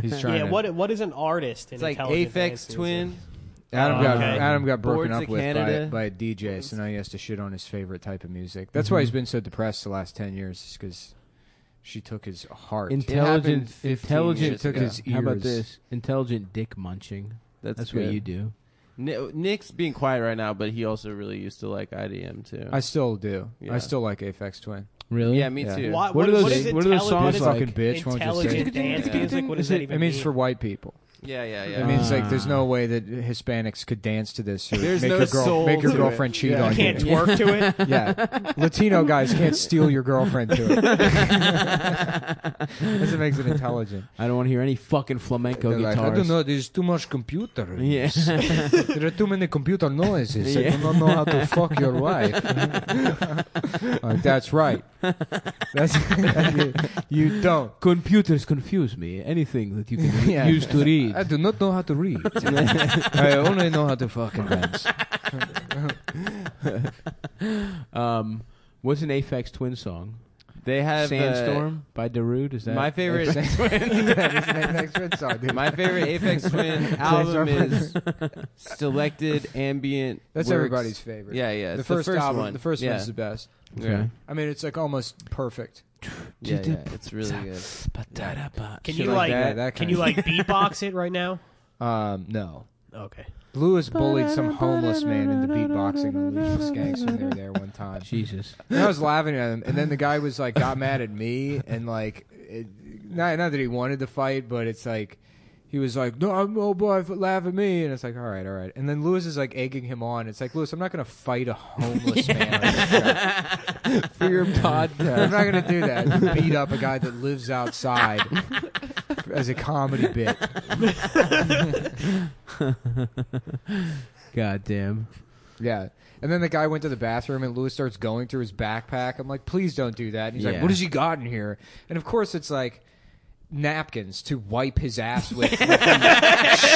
Speaker 1: He's trying.
Speaker 5: Yeah,
Speaker 1: to,
Speaker 5: what what is an artist? In
Speaker 4: It's like
Speaker 5: intelligent
Speaker 4: Aphex
Speaker 5: dance
Speaker 4: Twin.
Speaker 5: music?
Speaker 1: Adam
Speaker 5: Oh,
Speaker 1: got
Speaker 5: okay.
Speaker 1: Adam got broken
Speaker 4: Boards
Speaker 1: up
Speaker 4: of
Speaker 1: with by,
Speaker 4: Canada.
Speaker 1: by a DJ, so now he has to shit on his favorite type of music. That's why he's
Speaker 4: Mm-hmm.
Speaker 1: been so depressed the last ten years, because she took his heart.
Speaker 3: Intelligent,
Speaker 4: 15
Speaker 3: intelligent.
Speaker 4: years
Speaker 1: took
Speaker 4: ago.
Speaker 1: his
Speaker 3: How about
Speaker 1: ears.
Speaker 3: this? Intelligent dick munching.
Speaker 4: That's,
Speaker 3: That's, what
Speaker 4: good.
Speaker 3: you do.
Speaker 4: Ni- Nick's being quiet right now, but he also really used to like IDM too.
Speaker 1: I still do.
Speaker 4: Yeah.
Speaker 1: I still like Aphex Twin.
Speaker 3: Really?
Speaker 4: yeah, me
Speaker 1: Yeah.
Speaker 4: too.
Speaker 5: Why-
Speaker 3: What are those-
Speaker 5: is
Speaker 3: what are those songs
Speaker 5: intelligent- what is
Speaker 3: like?
Speaker 1: Fucking bitch, why don't you say
Speaker 5: Intelligent
Speaker 1: it?
Speaker 5: dance
Speaker 4: Yeah.
Speaker 5: music. What does
Speaker 1: Is it-
Speaker 5: that even
Speaker 1: it means
Speaker 5: mean?
Speaker 1: for white people.
Speaker 4: Yeah, yeah, yeah.
Speaker 1: It means like there's no way that Hispanics could dance to this. Or
Speaker 4: There's
Speaker 1: make
Speaker 4: no
Speaker 1: your girl,
Speaker 4: soul
Speaker 1: make your
Speaker 4: to
Speaker 1: girlfriend
Speaker 4: it.
Speaker 1: cheat
Speaker 4: Yeah.
Speaker 1: on
Speaker 4: You
Speaker 5: can't
Speaker 1: you.
Speaker 5: twerk to it.
Speaker 1: Yeah, Latino guys can't steal your girlfriend to it. That's what makes it intelligent.
Speaker 3: I don't want to hear any fucking flamenco
Speaker 1: They're
Speaker 3: guitars.
Speaker 1: like, I don't
Speaker 4: Oh,
Speaker 1: know. There's too much computer. in
Speaker 3: Yeah.
Speaker 1: this. there are too many computer noises. I
Speaker 3: Yeah.
Speaker 1: do not know how to fuck your wife. Like, that's right. That's you don't.
Speaker 3: Computers confuse me. Anything that you can
Speaker 1: Yeah.
Speaker 3: use to read.
Speaker 1: I do not know how to read. I only know how to fucking dance.
Speaker 3: Um, what's an Aphex Twin song?
Speaker 4: they have uh,
Speaker 3: Sandstorm by Darude. Is that
Speaker 4: my favorite. My favorite Apex Twin album is Selected Ambient.
Speaker 1: That's
Speaker 4: Works.
Speaker 1: everybody's favorite.
Speaker 4: Yeah, yeah.
Speaker 1: The
Speaker 4: it's
Speaker 1: first, album,
Speaker 4: one.
Speaker 1: the first
Speaker 4: yeah.
Speaker 1: one's the best.
Speaker 3: Okay.
Speaker 1: I mean, it's like almost perfect.
Speaker 4: Yeah, yeah, it's really good.
Speaker 5: Can
Speaker 1: Shit
Speaker 5: you
Speaker 1: like
Speaker 5: like,
Speaker 1: that, that
Speaker 5: can
Speaker 1: kind
Speaker 5: you
Speaker 1: of-
Speaker 5: like beatbox it right now?
Speaker 1: Um, no,
Speaker 5: Okay.
Speaker 1: Lewis bullied some homeless man into beatboxing the Legion Skanks when they were there one time.
Speaker 3: Jesus.
Speaker 1: And I was laughing at him, and then the guy was like, got mad at me, and like, it, not, not that he wanted to fight, but it's like, he was like, no, I'm, oh boy, f- laugh at me, and it's like, all right, all right. And then Lewis is like egging him on. It's like, Lewis, I'm not gonna fight a homeless man. on this show.
Speaker 3: For your pod.
Speaker 1: I'm not gonna do that. Beat up a guy that lives outside as a comedy bit.
Speaker 3: God damn.
Speaker 1: Yeah. And then the guy went to the bathroom and Lewis starts going through his backpack. I'm like, please don't do that. And he's like,
Speaker 3: Yeah.
Speaker 1: what has he got in here? And of course, it's like napkins to wipe his ass with. when he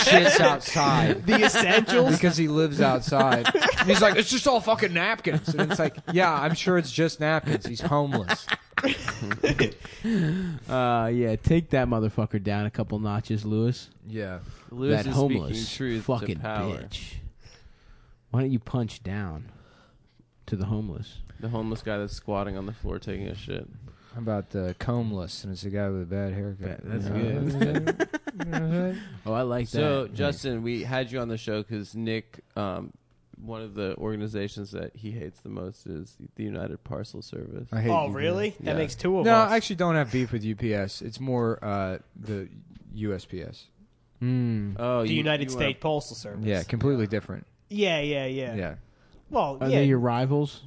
Speaker 1: shits outside.
Speaker 5: The essentials.
Speaker 1: Because he lives outside. And he's like, it's just all fucking napkins. And it's like, yeah, I'm sure it's just napkins. He's homeless.
Speaker 3: Uh, yeah, take that motherfucker down a couple notches, Lewis.
Speaker 1: Yeah.
Speaker 4: Lewis
Speaker 3: that
Speaker 4: is
Speaker 3: homeless
Speaker 4: speaking truth
Speaker 3: fucking
Speaker 4: to power.
Speaker 3: bitch. Why don't you punch down to the homeless?
Speaker 4: The homeless guy that's squatting on the floor taking a shit.
Speaker 1: How about uh, combless? And it's a guy with a bad haircut.
Speaker 3: That's
Speaker 1: good.
Speaker 3: Oh, I like
Speaker 4: So,
Speaker 3: that.
Speaker 4: Justin, we had you on the show because Nick, um, one of the organizations that he hates the most is the United Parcel Service.
Speaker 1: I hate
Speaker 5: oh,
Speaker 1: you.
Speaker 5: really?
Speaker 4: Yeah.
Speaker 5: That makes two of
Speaker 1: No,
Speaker 5: us.
Speaker 1: I actually don't have beef with UPS. It's more uh, the USPS.
Speaker 3: Mm.
Speaker 4: Oh,
Speaker 5: the
Speaker 4: you-
Speaker 5: United
Speaker 4: you wanna-
Speaker 5: States Postal Service.
Speaker 1: Yeah, completely different.
Speaker 5: Yeah, yeah, yeah.
Speaker 1: Yeah.
Speaker 5: Well,
Speaker 3: Are
Speaker 5: yeah,
Speaker 3: they your rivals?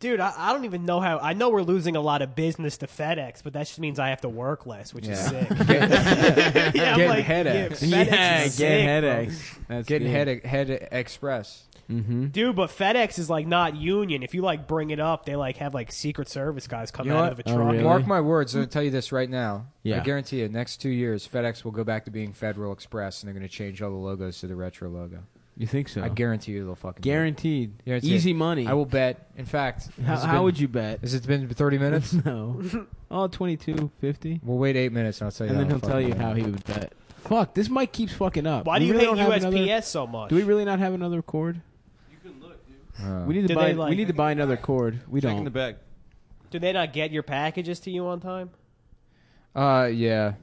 Speaker 5: dude. I, I don't even know how. I know we're losing a lot of business to FedEx, but that just means I have to work less, which is
Speaker 1: Yeah.
Speaker 5: sick. yeah, I'm
Speaker 1: Getting
Speaker 5: like,
Speaker 1: headaches.
Speaker 5: Yeah, FedEx is sick, bro.
Speaker 3: That's
Speaker 1: Getting
Speaker 3: good.
Speaker 1: head head express.
Speaker 5: Dude, but FedEx is like not union. If you like bring it up, they like have like Secret Service guys come
Speaker 1: You know what?
Speaker 5: out of a
Speaker 3: Oh,
Speaker 5: truck.
Speaker 3: really?
Speaker 1: Mark my words. I'm gonna tell you this right now.
Speaker 3: Yeah.
Speaker 1: I guarantee you, next two years, FedEx will go back to being Federal Express, and they're gonna change all the logos to the retro logo.
Speaker 3: You think so?
Speaker 1: I guarantee you, they'll fucking do it.
Speaker 3: Guaranteed.
Speaker 1: Yeah, it's
Speaker 3: Oh. Easy
Speaker 1: it.
Speaker 3: money.
Speaker 1: I will bet. In fact,
Speaker 3: How, how would you bet?
Speaker 1: Has it been 30 minutes?
Speaker 3: No. Oh, 22.50.
Speaker 1: we'll wait eight minutes, and I'll tell you.
Speaker 3: And then
Speaker 1: how
Speaker 3: he'll
Speaker 1: the
Speaker 3: tell
Speaker 1: fuck
Speaker 3: you
Speaker 1: I
Speaker 3: how
Speaker 1: bet.
Speaker 3: he would bet. Fuck, this mic keeps fucking up.
Speaker 5: Why do
Speaker 3: We
Speaker 5: you
Speaker 3: really don't
Speaker 5: hate
Speaker 3: have
Speaker 5: USPS
Speaker 3: another-
Speaker 5: so much?
Speaker 3: Do we really not have another cord?
Speaker 1: Uh,
Speaker 3: We need to
Speaker 5: Do
Speaker 3: buy.
Speaker 5: they, like-
Speaker 3: we need to buy another cord. We
Speaker 4: Check in the
Speaker 3: don't.
Speaker 4: back.
Speaker 5: Do they not get your packages to you on time?
Speaker 1: Uh, yeah.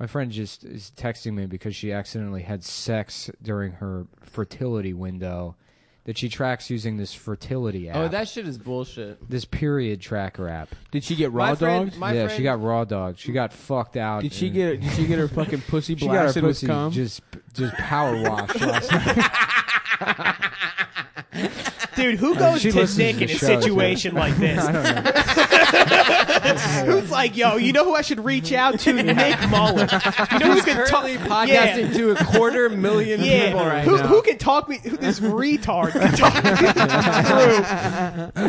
Speaker 1: My friend just is texting me because she accidentally had sex during her fertility window that she tracks using this fertility app.
Speaker 4: Oh, that shit is bullshit.
Speaker 1: this period tracker app.
Speaker 3: Did she get raw
Speaker 4: My friend-
Speaker 3: dogs?
Speaker 4: my
Speaker 1: yeah,
Speaker 4: friend-
Speaker 1: she got raw dog. She got fucked out.
Speaker 3: Did she
Speaker 1: and-
Speaker 3: get? Did she get her fucking pussy
Speaker 1: She got her
Speaker 3: blasted with
Speaker 1: pussy
Speaker 3: cum?
Speaker 1: just just power washed. last night.
Speaker 5: Dude, who goes
Speaker 1: she
Speaker 5: to
Speaker 1: listens
Speaker 5: Nick
Speaker 1: to
Speaker 5: in a
Speaker 1: shows, yeah.
Speaker 5: situation like this?
Speaker 1: I don't know.
Speaker 5: who's like, yo, you know who I should reach out to? Nick Mullen. You know who's gonna talk?
Speaker 4: Currently podcasting to a quarter million
Speaker 5: Yeah,
Speaker 4: people right
Speaker 5: who,
Speaker 4: now.
Speaker 5: who can talk me? Who, this retard can talk me through?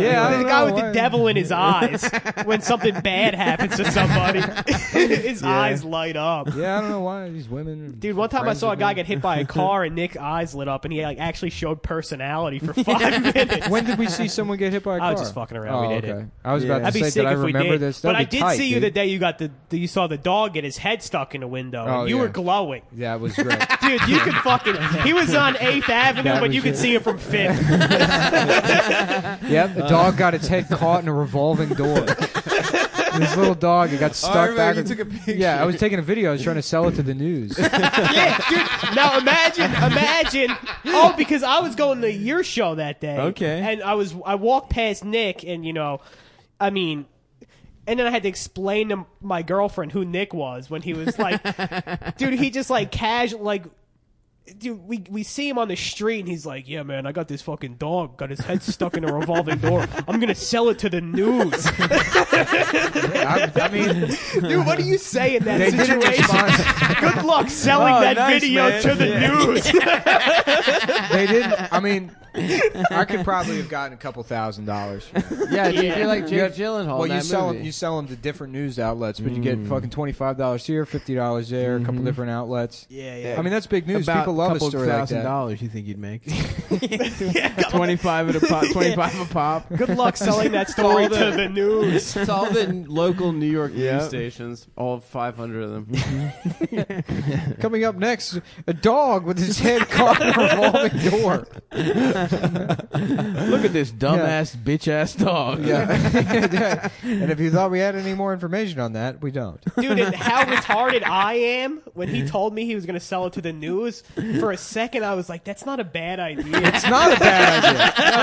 Speaker 1: yeah, I
Speaker 5: The
Speaker 1: don't
Speaker 5: guy
Speaker 1: know
Speaker 5: with
Speaker 1: why-
Speaker 5: the devil in his eyes when something bad happens to somebody, his eyes light up.
Speaker 1: Yeah, I don't know why these women. are
Speaker 5: Dude, one time I
Speaker 1: friends
Speaker 5: saw a
Speaker 1: with
Speaker 5: guy
Speaker 1: me.
Speaker 5: get hit by a car and Nick's eyes lit up, and he like actually showed personality for five minutes.
Speaker 1: When did we see someone get hit by a car?
Speaker 5: I was just fucking around.
Speaker 1: Oh,
Speaker 5: We did
Speaker 1: okay.
Speaker 5: it.
Speaker 1: I was about
Speaker 4: Yeah.
Speaker 1: to
Speaker 5: That'd be
Speaker 1: say
Speaker 5: sick
Speaker 1: that I
Speaker 5: if we
Speaker 1: remember
Speaker 5: did.
Speaker 1: this.
Speaker 5: but
Speaker 1: That'd
Speaker 5: I
Speaker 1: be
Speaker 5: did
Speaker 1: tight,
Speaker 5: see you the
Speaker 1: dude.
Speaker 5: day you got the, the- you saw the dog get his head stuck in the window.
Speaker 1: Oh,
Speaker 5: and you
Speaker 1: yeah.
Speaker 5: were glowing.
Speaker 1: That was great.
Speaker 5: Dude, you could fucking. He was on Eighth Avenue,
Speaker 1: That
Speaker 5: but
Speaker 1: was
Speaker 5: you could
Speaker 1: it.
Speaker 5: see him from Fifth.
Speaker 1: Yep, the dog got its head caught in a revolving door. this little dog,
Speaker 5: Oh,
Speaker 1: it got
Speaker 4: I
Speaker 1: stuck
Speaker 4: remember
Speaker 1: back.
Speaker 4: you took a picture.
Speaker 1: yeah, I was taking a video. I was trying to sell it to the news.
Speaker 5: yeah, dude. Now imagine, imagine. Oh, because I was going to your show that day.
Speaker 4: Okay.
Speaker 5: And I was, I walked past Nick, and you know, I mean. And then I had to explain to my girlfriend who Nick was when he was like, dude, he just like casual, like, dude, we, we see him on the street and he's like, yeah, man, I got this fucking dog, got his head stuck in a revolving door. I'm going to sell it to the news.
Speaker 1: I, I mean,
Speaker 5: Dude, what do you say in that
Speaker 1: they didn't
Speaker 5: situation?
Speaker 1: respond.
Speaker 5: Good luck selling
Speaker 4: Oh,
Speaker 5: that
Speaker 4: nice,
Speaker 5: video
Speaker 4: man.
Speaker 5: to the news.
Speaker 1: They didn't. I mean, I could probably have gotten a couple thousand dollars. From that.
Speaker 4: Yeah, dude,
Speaker 5: Yeah.
Speaker 4: you're like
Speaker 1: You
Speaker 4: Jake
Speaker 1: got-
Speaker 4: Gyllenhaal.
Speaker 1: Well,
Speaker 4: in
Speaker 1: you
Speaker 4: that
Speaker 1: sell
Speaker 4: movie.
Speaker 1: them. You sell them to different news outlets, but you get fucking twenty five dollars here, fifty dollars there, a couple different outlets.
Speaker 5: Yeah, yeah.
Speaker 1: I mean, that's big news.
Speaker 3: About
Speaker 1: People love a
Speaker 3: couple
Speaker 1: story like
Speaker 3: thousand
Speaker 1: that.
Speaker 3: dollars you think you'd make? twenty five at a pop. Twenty five a pop.
Speaker 5: Good luck selling that story
Speaker 4: Folder.
Speaker 5: to the news.
Speaker 4: It's all the local New York
Speaker 3: Yeah.
Speaker 4: news stations, all 500 of them.
Speaker 1: Coming up next, a dog with his head caught in a revolving door.
Speaker 3: Look at this dumbass bitch ass dog.
Speaker 1: Yeah. and if you thought we had any more information on that, we don't.
Speaker 5: Dude, and how retarded I am when he told me he was going to sell it to the news. For a second, I was like, that's not a bad idea.
Speaker 1: It's not a bad idea. it's not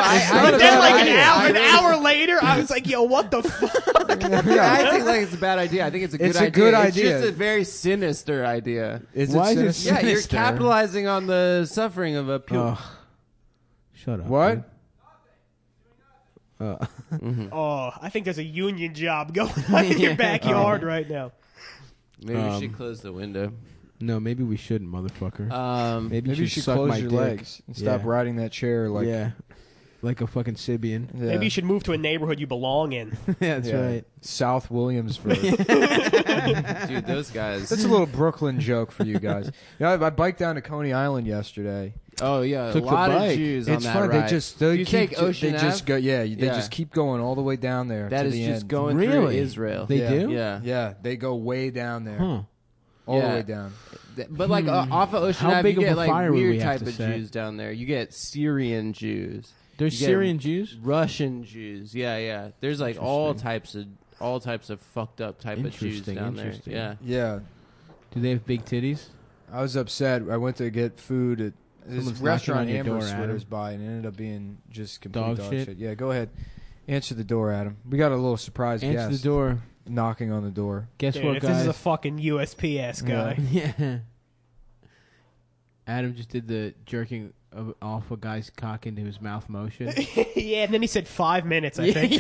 Speaker 1: a
Speaker 5: But then,
Speaker 1: bad
Speaker 5: like an
Speaker 1: idea.
Speaker 5: hour, an hour later, I was like, yo, what the fuck?
Speaker 4: I think like it's a bad idea. I think it's a good
Speaker 1: It's a
Speaker 4: idea.
Speaker 1: good idea.
Speaker 4: It's just a very sinister idea.
Speaker 1: Is
Speaker 3: Why is
Speaker 1: it
Speaker 3: it
Speaker 1: sinister?
Speaker 4: yeah, you're
Speaker 3: sinister?
Speaker 4: capitalizing on the suffering of a pure.
Speaker 3: Ugh. shut up.
Speaker 1: What?
Speaker 5: Oh, I think there's a union job going on in your backyard right now.
Speaker 4: Maybe we
Speaker 3: Um,
Speaker 4: should close the window.
Speaker 3: dude. No, maybe we shouldn't, motherfucker.
Speaker 4: Um,
Speaker 3: maybe,
Speaker 1: Maybe you should
Speaker 3: suck my
Speaker 1: close your
Speaker 3: dick.
Speaker 1: legs and stop
Speaker 3: Yeah.
Speaker 1: riding that chair like.
Speaker 3: yeah, like a fucking Sibian.
Speaker 1: Yeah.
Speaker 5: Maybe you should move to a neighborhood you belong in.
Speaker 3: yeah, that's
Speaker 1: Yeah.
Speaker 3: right.
Speaker 1: South Williamsburg.
Speaker 4: dude, those guys.
Speaker 1: That's a little Brooklyn joke for you guys. You know, I, I biked down to Coney Island yesterday.
Speaker 4: Oh yeah,
Speaker 3: Took the
Speaker 4: a lot of
Speaker 3: bike.
Speaker 4: Jews on
Speaker 1: It's
Speaker 4: that
Speaker 1: funny.
Speaker 4: ride.
Speaker 1: They just they
Speaker 4: you
Speaker 1: keep
Speaker 4: take
Speaker 1: ju-
Speaker 4: Ocean
Speaker 1: they just
Speaker 4: Ave?
Speaker 1: go yeah, you- they
Speaker 4: Yeah.
Speaker 1: just keep going all the way down there.
Speaker 4: That
Speaker 1: to
Speaker 4: is
Speaker 1: the
Speaker 4: just
Speaker 1: end.
Speaker 4: going through
Speaker 3: Really?
Speaker 4: Israel.
Speaker 3: They
Speaker 1: yeah.
Speaker 3: do.
Speaker 4: yeah.
Speaker 1: Yeah, they go way down there,
Speaker 3: Huh.
Speaker 1: all the
Speaker 4: Yeah.
Speaker 1: way down.
Speaker 4: Th- But like uh, off of Ocean
Speaker 3: How
Speaker 4: Ave,
Speaker 3: big
Speaker 4: you
Speaker 3: of a
Speaker 4: get like
Speaker 3: fire would we
Speaker 4: weird
Speaker 3: have
Speaker 4: type
Speaker 3: to
Speaker 4: of
Speaker 3: set?
Speaker 4: Jews down there. You get Syrian Jews.
Speaker 3: There's
Speaker 4: You get
Speaker 3: Syrian Jews.
Speaker 4: Russian Jews. Yeah, yeah. There's like all types of all types of fucked up type of Jews
Speaker 3: Interesting,
Speaker 4: down there.
Speaker 3: interesting.
Speaker 4: Yeah.
Speaker 1: Yeah,
Speaker 3: Do they have big titties?
Speaker 1: I was upset. I went to get food at this
Speaker 3: Someone's
Speaker 1: restaurant
Speaker 3: knocking on your
Speaker 1: Amber
Speaker 3: door,
Speaker 1: swears
Speaker 3: Adam.
Speaker 1: by, and it ended up being just complete
Speaker 3: Dog
Speaker 1: dog,
Speaker 3: shit.
Speaker 1: shit. Yeah, go ahead, answer the door, Adam. We got a little surprise
Speaker 3: Answer
Speaker 1: guest
Speaker 3: the door.
Speaker 1: knocking on the door.
Speaker 3: Guess
Speaker 5: Dude,
Speaker 3: what,
Speaker 5: if
Speaker 3: guys?
Speaker 5: this is a fucking USPS guy.
Speaker 3: Yeah. Adam just did the jerking of off a guy's cock into his mouth motion.
Speaker 5: Yeah. and then he said five minutes, I think.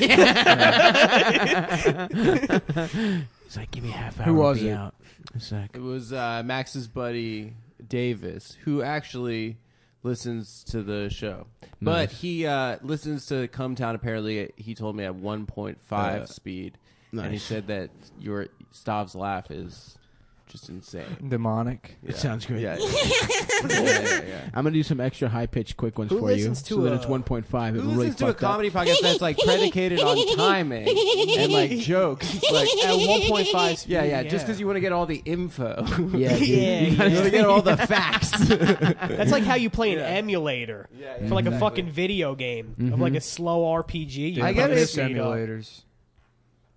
Speaker 3: He's like, "Give me a half hour."
Speaker 1: Who was
Speaker 3: I'll be
Speaker 1: it?
Speaker 3: Out. It's like,
Speaker 4: It was uh, Max's buddy Davis, who actually listens to the show, but
Speaker 3: Nice.
Speaker 4: he uh, listens to Come Town. Apparently, he told me at 1.5 speed, and he
Speaker 3: nice.
Speaker 4: said that your Stav's laugh is just insane.
Speaker 1: Demonic.
Speaker 3: It sounds great.
Speaker 4: Yeah, yeah, yeah, yeah.
Speaker 3: I'm gonna do some extra high pitched quick ones
Speaker 5: Who
Speaker 3: for you.
Speaker 5: listens to
Speaker 3: so that
Speaker 5: a-
Speaker 3: it's 1.5.
Speaker 4: Who
Speaker 3: it really
Speaker 4: listens to a
Speaker 3: fucked up.
Speaker 4: comedy podcast that's like predicated on timing and like jokes, like at 1.5 speed? Yeah, yeah. Just
Speaker 5: Yeah.
Speaker 4: because you want to get all the info.
Speaker 3: Yeah, dude.
Speaker 5: Yeah,
Speaker 3: You gotta
Speaker 4: You want to get all the facts.
Speaker 5: That's like how you play an emulator
Speaker 4: yeah,
Speaker 5: for like a fucking video game of like a slow RPG. You
Speaker 1: I
Speaker 5: can
Speaker 1: got
Speaker 5: fucking
Speaker 1: miss
Speaker 5: speed up.
Speaker 1: emulators.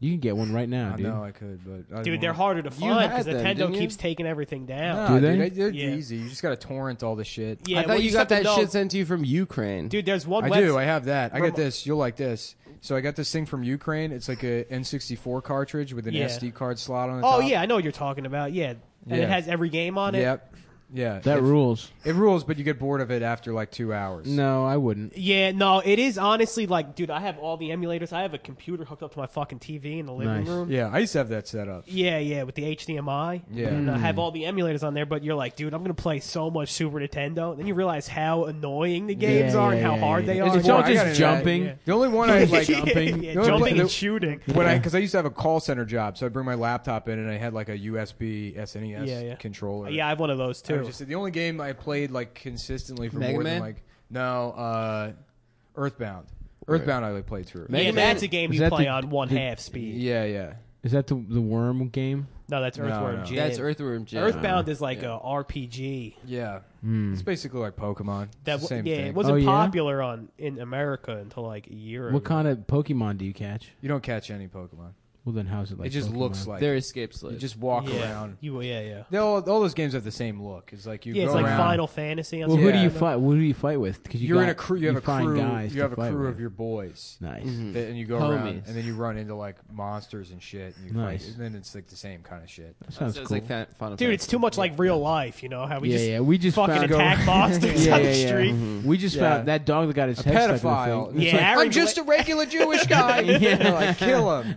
Speaker 3: You can get one right now,
Speaker 1: I
Speaker 3: dude.
Speaker 1: know I could, but I didn't
Speaker 5: Dude, they're
Speaker 1: wanna-
Speaker 5: harder to find
Speaker 4: had
Speaker 5: because
Speaker 4: them,
Speaker 5: Nintendo
Speaker 4: didn't you?
Speaker 5: keeps taking everything down.
Speaker 1: Nah,
Speaker 3: Do they?
Speaker 1: dude, I- they're
Speaker 5: Yeah.
Speaker 1: easy. You just gotta torrent all the shit.
Speaker 5: Yeah,
Speaker 4: I thought
Speaker 5: well,
Speaker 4: you
Speaker 5: just
Speaker 4: got
Speaker 5: have
Speaker 4: that
Speaker 5: to know-
Speaker 4: shit sent to you from Ukraine.
Speaker 5: Dude, there's one.
Speaker 1: I
Speaker 5: webs-
Speaker 1: do. I have that. I got
Speaker 5: Remo-
Speaker 1: this. You'll like this. So I got this thing from Ukraine. It's like a N64 cartridge with an
Speaker 5: Yeah.
Speaker 1: SD card slot on the
Speaker 5: oh
Speaker 1: top.
Speaker 5: yeah, I know what you're talking about. Yeah, and
Speaker 1: Yeah.
Speaker 5: it has every game on it.
Speaker 1: Yep. Yeah,
Speaker 3: That
Speaker 1: it,
Speaker 3: rules.
Speaker 1: It rules, but you get bored of it after like two hours.
Speaker 3: No, I wouldn't.
Speaker 5: Yeah, no, it is honestly like, dude, I have all the emulators. I have a computer hooked up to my fucking TV in the living
Speaker 3: Nice.
Speaker 5: room.
Speaker 1: Yeah, I used to have that set up.
Speaker 5: Yeah, yeah, with the HDMI.
Speaker 1: Yeah.
Speaker 5: And I have all the emulators on there, but you're like, dude, I'm going to play so much Super Nintendo. And then you realize how annoying the games
Speaker 3: Yeah,
Speaker 5: are and
Speaker 3: yeah,
Speaker 5: how
Speaker 3: yeah,
Speaker 5: hard
Speaker 3: yeah.
Speaker 5: they
Speaker 3: It's
Speaker 5: are.
Speaker 1: It's
Speaker 3: all
Speaker 1: I got
Speaker 3: just
Speaker 1: into that.
Speaker 3: jumping.
Speaker 1: The only one I like
Speaker 3: jumping.
Speaker 5: yeah,
Speaker 1: The only
Speaker 5: jumping
Speaker 1: thing-
Speaker 5: and shooting.
Speaker 1: when I because I used to have a call center job, so I'd bring my laptop in and I had like a USB SNES
Speaker 5: Yeah, yeah.
Speaker 1: E controller.
Speaker 5: Yeah, I have one of those
Speaker 1: I
Speaker 5: too.
Speaker 1: was just the only game I played like consistently for
Speaker 4: Mega
Speaker 1: more
Speaker 4: Man?
Speaker 1: than like no uh, Earthbound. Earthbound I like played through.
Speaker 4: Mega
Speaker 5: yeah,
Speaker 4: Man-
Speaker 5: that's a game
Speaker 3: Is
Speaker 5: you
Speaker 3: that
Speaker 5: play
Speaker 3: the-
Speaker 5: on one
Speaker 3: the-
Speaker 5: half speed.
Speaker 1: Yeah, yeah.
Speaker 3: Is that the the worm game?
Speaker 5: No, that's
Speaker 1: No,
Speaker 5: Earthworm
Speaker 1: no.
Speaker 5: Jim.
Speaker 4: That's Earthworm Jim.
Speaker 5: Earthbound is like a RPG.
Speaker 1: Yeah.
Speaker 3: Hmm.
Speaker 1: It's basically like Pokemon.
Speaker 5: That
Speaker 1: It's the same
Speaker 5: yeah,
Speaker 1: thing.
Speaker 5: it wasn't
Speaker 3: Oh, yeah?
Speaker 5: popular on in America until like a year
Speaker 3: What
Speaker 5: ago.
Speaker 3: kind of Pokemon do you catch?
Speaker 1: you don't catch any Pokemon.
Speaker 3: Well, then how's it like?
Speaker 1: it just
Speaker 3: Pokemon?
Speaker 1: looks like
Speaker 4: They're escape
Speaker 1: you
Speaker 4: slaves.
Speaker 1: just walk
Speaker 5: yeah.
Speaker 1: around.
Speaker 5: You, yeah, yeah.
Speaker 1: They all, all those games have the same look. It's like you
Speaker 5: Yeah,
Speaker 1: go
Speaker 5: it's like
Speaker 1: around.
Speaker 5: Final Fantasy. On
Speaker 3: Well, who do you
Speaker 1: Yeah.
Speaker 3: fight? Who do you fight with? Because you
Speaker 1: you're in
Speaker 3: got-
Speaker 1: a crew. You have a
Speaker 3: find
Speaker 1: crew.
Speaker 3: Guys
Speaker 1: you
Speaker 3: to
Speaker 1: have a
Speaker 3: fight
Speaker 1: crew
Speaker 3: with.
Speaker 1: of your boys.
Speaker 3: nice.
Speaker 4: Hmm.
Speaker 1: Th- and you Mm-hmm. go around,
Speaker 4: Homies.
Speaker 1: and then you run into like monsters and shit, and you
Speaker 3: Nice.
Speaker 1: fight, and then it's like the same kind of shit.
Speaker 3: That sounds
Speaker 4: so it's
Speaker 3: cool.
Speaker 4: like Fan- Final
Speaker 5: Dude, it's too much like real life, you know? How we
Speaker 3: yeah,
Speaker 5: just
Speaker 3: yeah. We just
Speaker 5: fucking
Speaker 3: found
Speaker 5: attack monsters
Speaker 3: yeah,
Speaker 5: on
Speaker 3: yeah,
Speaker 5: the
Speaker 3: yeah. Mm-hmm.
Speaker 5: street.
Speaker 3: We just found that dog that got his
Speaker 1: A
Speaker 3: head
Speaker 1: pedophile.
Speaker 3: stuck
Speaker 1: And it's
Speaker 5: Yeah,
Speaker 1: like,
Speaker 5: Harry
Speaker 1: I'm just a regular Jewish guy. yeah, like kill him.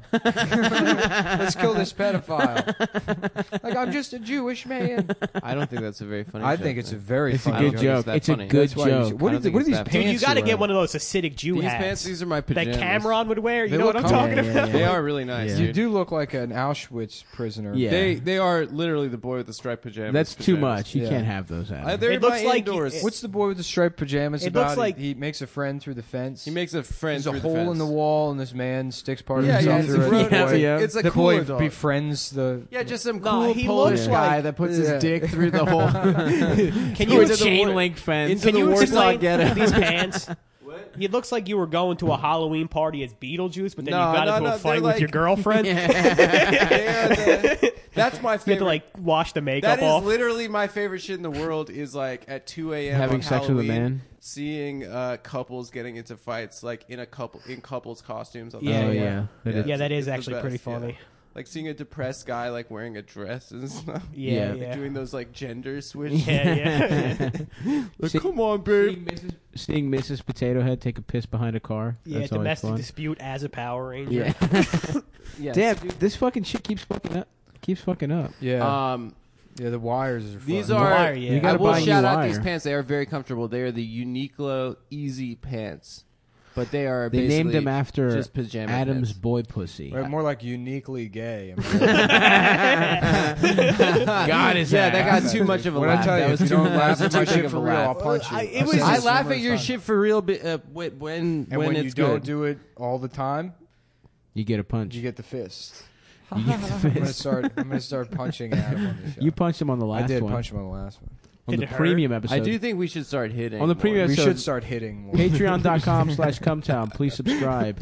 Speaker 1: Let's kill this pedophile. like I'm just a Jewish man.
Speaker 4: I don't think that's a very funny.
Speaker 1: I
Speaker 4: joke,
Speaker 1: think it's a
Speaker 4: man.
Speaker 1: very.
Speaker 3: It's a good
Speaker 1: funny
Speaker 4: I don't think
Speaker 3: joke.
Speaker 4: It's, that
Speaker 3: It's a
Speaker 4: funny.
Speaker 3: good
Speaker 4: That's why you
Speaker 3: joke.
Speaker 4: should-
Speaker 1: What
Speaker 4: I
Speaker 1: are
Speaker 4: don't
Speaker 1: the-
Speaker 4: think
Speaker 1: what are
Speaker 4: it's
Speaker 1: these
Speaker 4: that
Speaker 5: Dude,
Speaker 4: funny.
Speaker 5: you
Speaker 1: Pants
Speaker 5: got to
Speaker 1: were-
Speaker 5: get one of those acidic Jew
Speaker 4: These
Speaker 5: hats
Speaker 4: pants. These are my
Speaker 5: that
Speaker 4: pajamas.
Speaker 5: Cameron would wear. You
Speaker 1: They
Speaker 5: know
Speaker 1: look
Speaker 5: what I'm
Speaker 1: comfortable.
Speaker 5: talking
Speaker 3: Yeah,
Speaker 5: about?
Speaker 3: yeah,
Speaker 4: They are really nice.
Speaker 3: Yeah.
Speaker 1: You
Speaker 4: dude.
Speaker 1: do look like an Auschwitz prisoner.
Speaker 3: Yeah.
Speaker 4: They they are literally the boy with the striped pajamas.
Speaker 3: through. That's too
Speaker 4: pajamas.
Speaker 3: much. You
Speaker 1: Yeah.
Speaker 3: can't have those.
Speaker 4: I,
Speaker 3: Adam.
Speaker 4: they're
Speaker 5: It looks
Speaker 4: my
Speaker 5: like-
Speaker 4: indoors.
Speaker 5: it-
Speaker 1: What's the boy with the striped pajamas
Speaker 5: It
Speaker 1: about?
Speaker 5: looks like-
Speaker 1: he, he makes a friend through the fence.
Speaker 4: he makes a friend
Speaker 1: There's a
Speaker 4: through
Speaker 1: hole
Speaker 4: fence.
Speaker 1: in the wall, and this man sticks part
Speaker 4: Yeah,
Speaker 1: of
Speaker 4: yeah,
Speaker 1: himself
Speaker 4: it's a
Speaker 1: through it.
Speaker 4: road-
Speaker 1: The
Speaker 4: it's
Speaker 1: boy-
Speaker 4: a- it's a
Speaker 1: the
Speaker 4: cool
Speaker 1: boy
Speaker 4: adult.
Speaker 1: befriends the.
Speaker 4: Yeah, just some
Speaker 5: No,
Speaker 4: cool
Speaker 5: he
Speaker 4: Polish
Speaker 5: looks
Speaker 4: guy
Speaker 5: like-
Speaker 4: that puts
Speaker 1: Yeah.
Speaker 4: his dick through the hole.
Speaker 5: Can
Speaker 4: Into
Speaker 5: you
Speaker 4: the
Speaker 5: chain
Speaker 4: war-
Speaker 5: link?
Speaker 3: fence.
Speaker 5: Can
Speaker 4: the
Speaker 5: you
Speaker 4: Warsaw
Speaker 5: explain
Speaker 4: Ghetto.
Speaker 5: these pants? It looks like you were going to a Halloween party as Beetlejuice, but then
Speaker 4: No,
Speaker 5: you got
Speaker 4: no,
Speaker 5: into
Speaker 4: no,
Speaker 5: a
Speaker 4: they're
Speaker 5: fight with
Speaker 4: like-
Speaker 5: your girlfriend.
Speaker 4: They are the- that's my
Speaker 5: You had to
Speaker 4: favorite.
Speaker 5: like wash the
Speaker 4: that
Speaker 5: makeup
Speaker 4: is
Speaker 5: off.
Speaker 4: literally my favorite shit in the world. Is like at two a.m.
Speaker 3: Having
Speaker 4: on
Speaker 3: sex with a
Speaker 4: Halloween,
Speaker 3: man?
Speaker 4: seeing uh, couples getting into fights like in a couple in couples costumes. On the
Speaker 5: Yeah,
Speaker 3: oh
Speaker 4: sidewalk.
Speaker 5: yeah.
Speaker 3: yeah. That is-
Speaker 5: Yeah, that
Speaker 4: it's
Speaker 5: is
Speaker 4: the
Speaker 5: actually
Speaker 4: best,
Speaker 5: pretty
Speaker 4: yeah.
Speaker 5: funny.
Speaker 4: Like seeing a depressed guy like wearing a dress and stuff.
Speaker 3: Yeah.
Speaker 5: Yeah, yeah.
Speaker 4: Doing those like gender switch.
Speaker 5: Yeah, yeah.
Speaker 4: Like,
Speaker 3: See-
Speaker 4: come on,
Speaker 3: Seeing
Speaker 4: babe.
Speaker 3: Mrs. Seeing Mrs. Potato Head take a piss behind a car.
Speaker 5: Yeah,
Speaker 3: That's always
Speaker 5: domestic
Speaker 3: fun.
Speaker 5: dispute as a Power Ranger.
Speaker 3: Yeah.
Speaker 4: Yes.
Speaker 3: Damn, this fucking shit keeps fucking up. Keeps fucking up.
Speaker 1: Yeah,
Speaker 4: Um,
Speaker 1: yeah. The wires are.
Speaker 4: these
Speaker 1: fun.
Speaker 4: are.
Speaker 5: Wire, yeah. You
Speaker 3: gotta
Speaker 4: I will
Speaker 3: buy a new
Speaker 4: shout out
Speaker 3: wire.
Speaker 4: these pants. They are very comfortable. They are the Uniqlo Easy pants, but they are.
Speaker 3: They named
Speaker 4: basically
Speaker 3: him after
Speaker 4: just pajama
Speaker 3: Adam's
Speaker 4: pants.
Speaker 3: boy pussy.
Speaker 1: Right, more like uniquely gay.
Speaker 3: God is
Speaker 4: Yeah, that got too much of a
Speaker 1: When
Speaker 4: laugh.
Speaker 1: I tell you,
Speaker 4: that
Speaker 1: if
Speaker 4: was
Speaker 1: you
Speaker 4: too
Speaker 1: don't
Speaker 4: much
Speaker 1: laugh at
Speaker 4: of a
Speaker 1: my shit
Speaker 4: laugh.
Speaker 1: for real, I'll punch you.
Speaker 5: I- it was
Speaker 1: said
Speaker 5: just-
Speaker 4: I
Speaker 1: this
Speaker 4: laugh
Speaker 1: numerous
Speaker 4: at your
Speaker 1: times.
Speaker 4: shit for real bi- uh, when when,
Speaker 1: and
Speaker 4: when
Speaker 1: when, you
Speaker 4: it's
Speaker 1: don't
Speaker 4: good.
Speaker 1: do it all the time,
Speaker 3: You get a punch.
Speaker 1: you
Speaker 3: You,
Speaker 1: get the fist.
Speaker 3: get the
Speaker 1: I'm gonna
Speaker 3: fist.
Speaker 1: start. I'm gonna start punching Adam on the show.
Speaker 3: You punched him on the
Speaker 1: I
Speaker 3: last
Speaker 1: did
Speaker 3: one.
Speaker 1: punch him on the last one.
Speaker 3: on
Speaker 5: Did
Speaker 3: the
Speaker 5: it hurt?
Speaker 3: premium episode.
Speaker 4: I do think we should start hitting
Speaker 3: On the
Speaker 4: more.
Speaker 3: premium-
Speaker 1: We
Speaker 3: so-
Speaker 1: should start hitting more.
Speaker 3: Patreon.com slash Cumtown. Please subscribe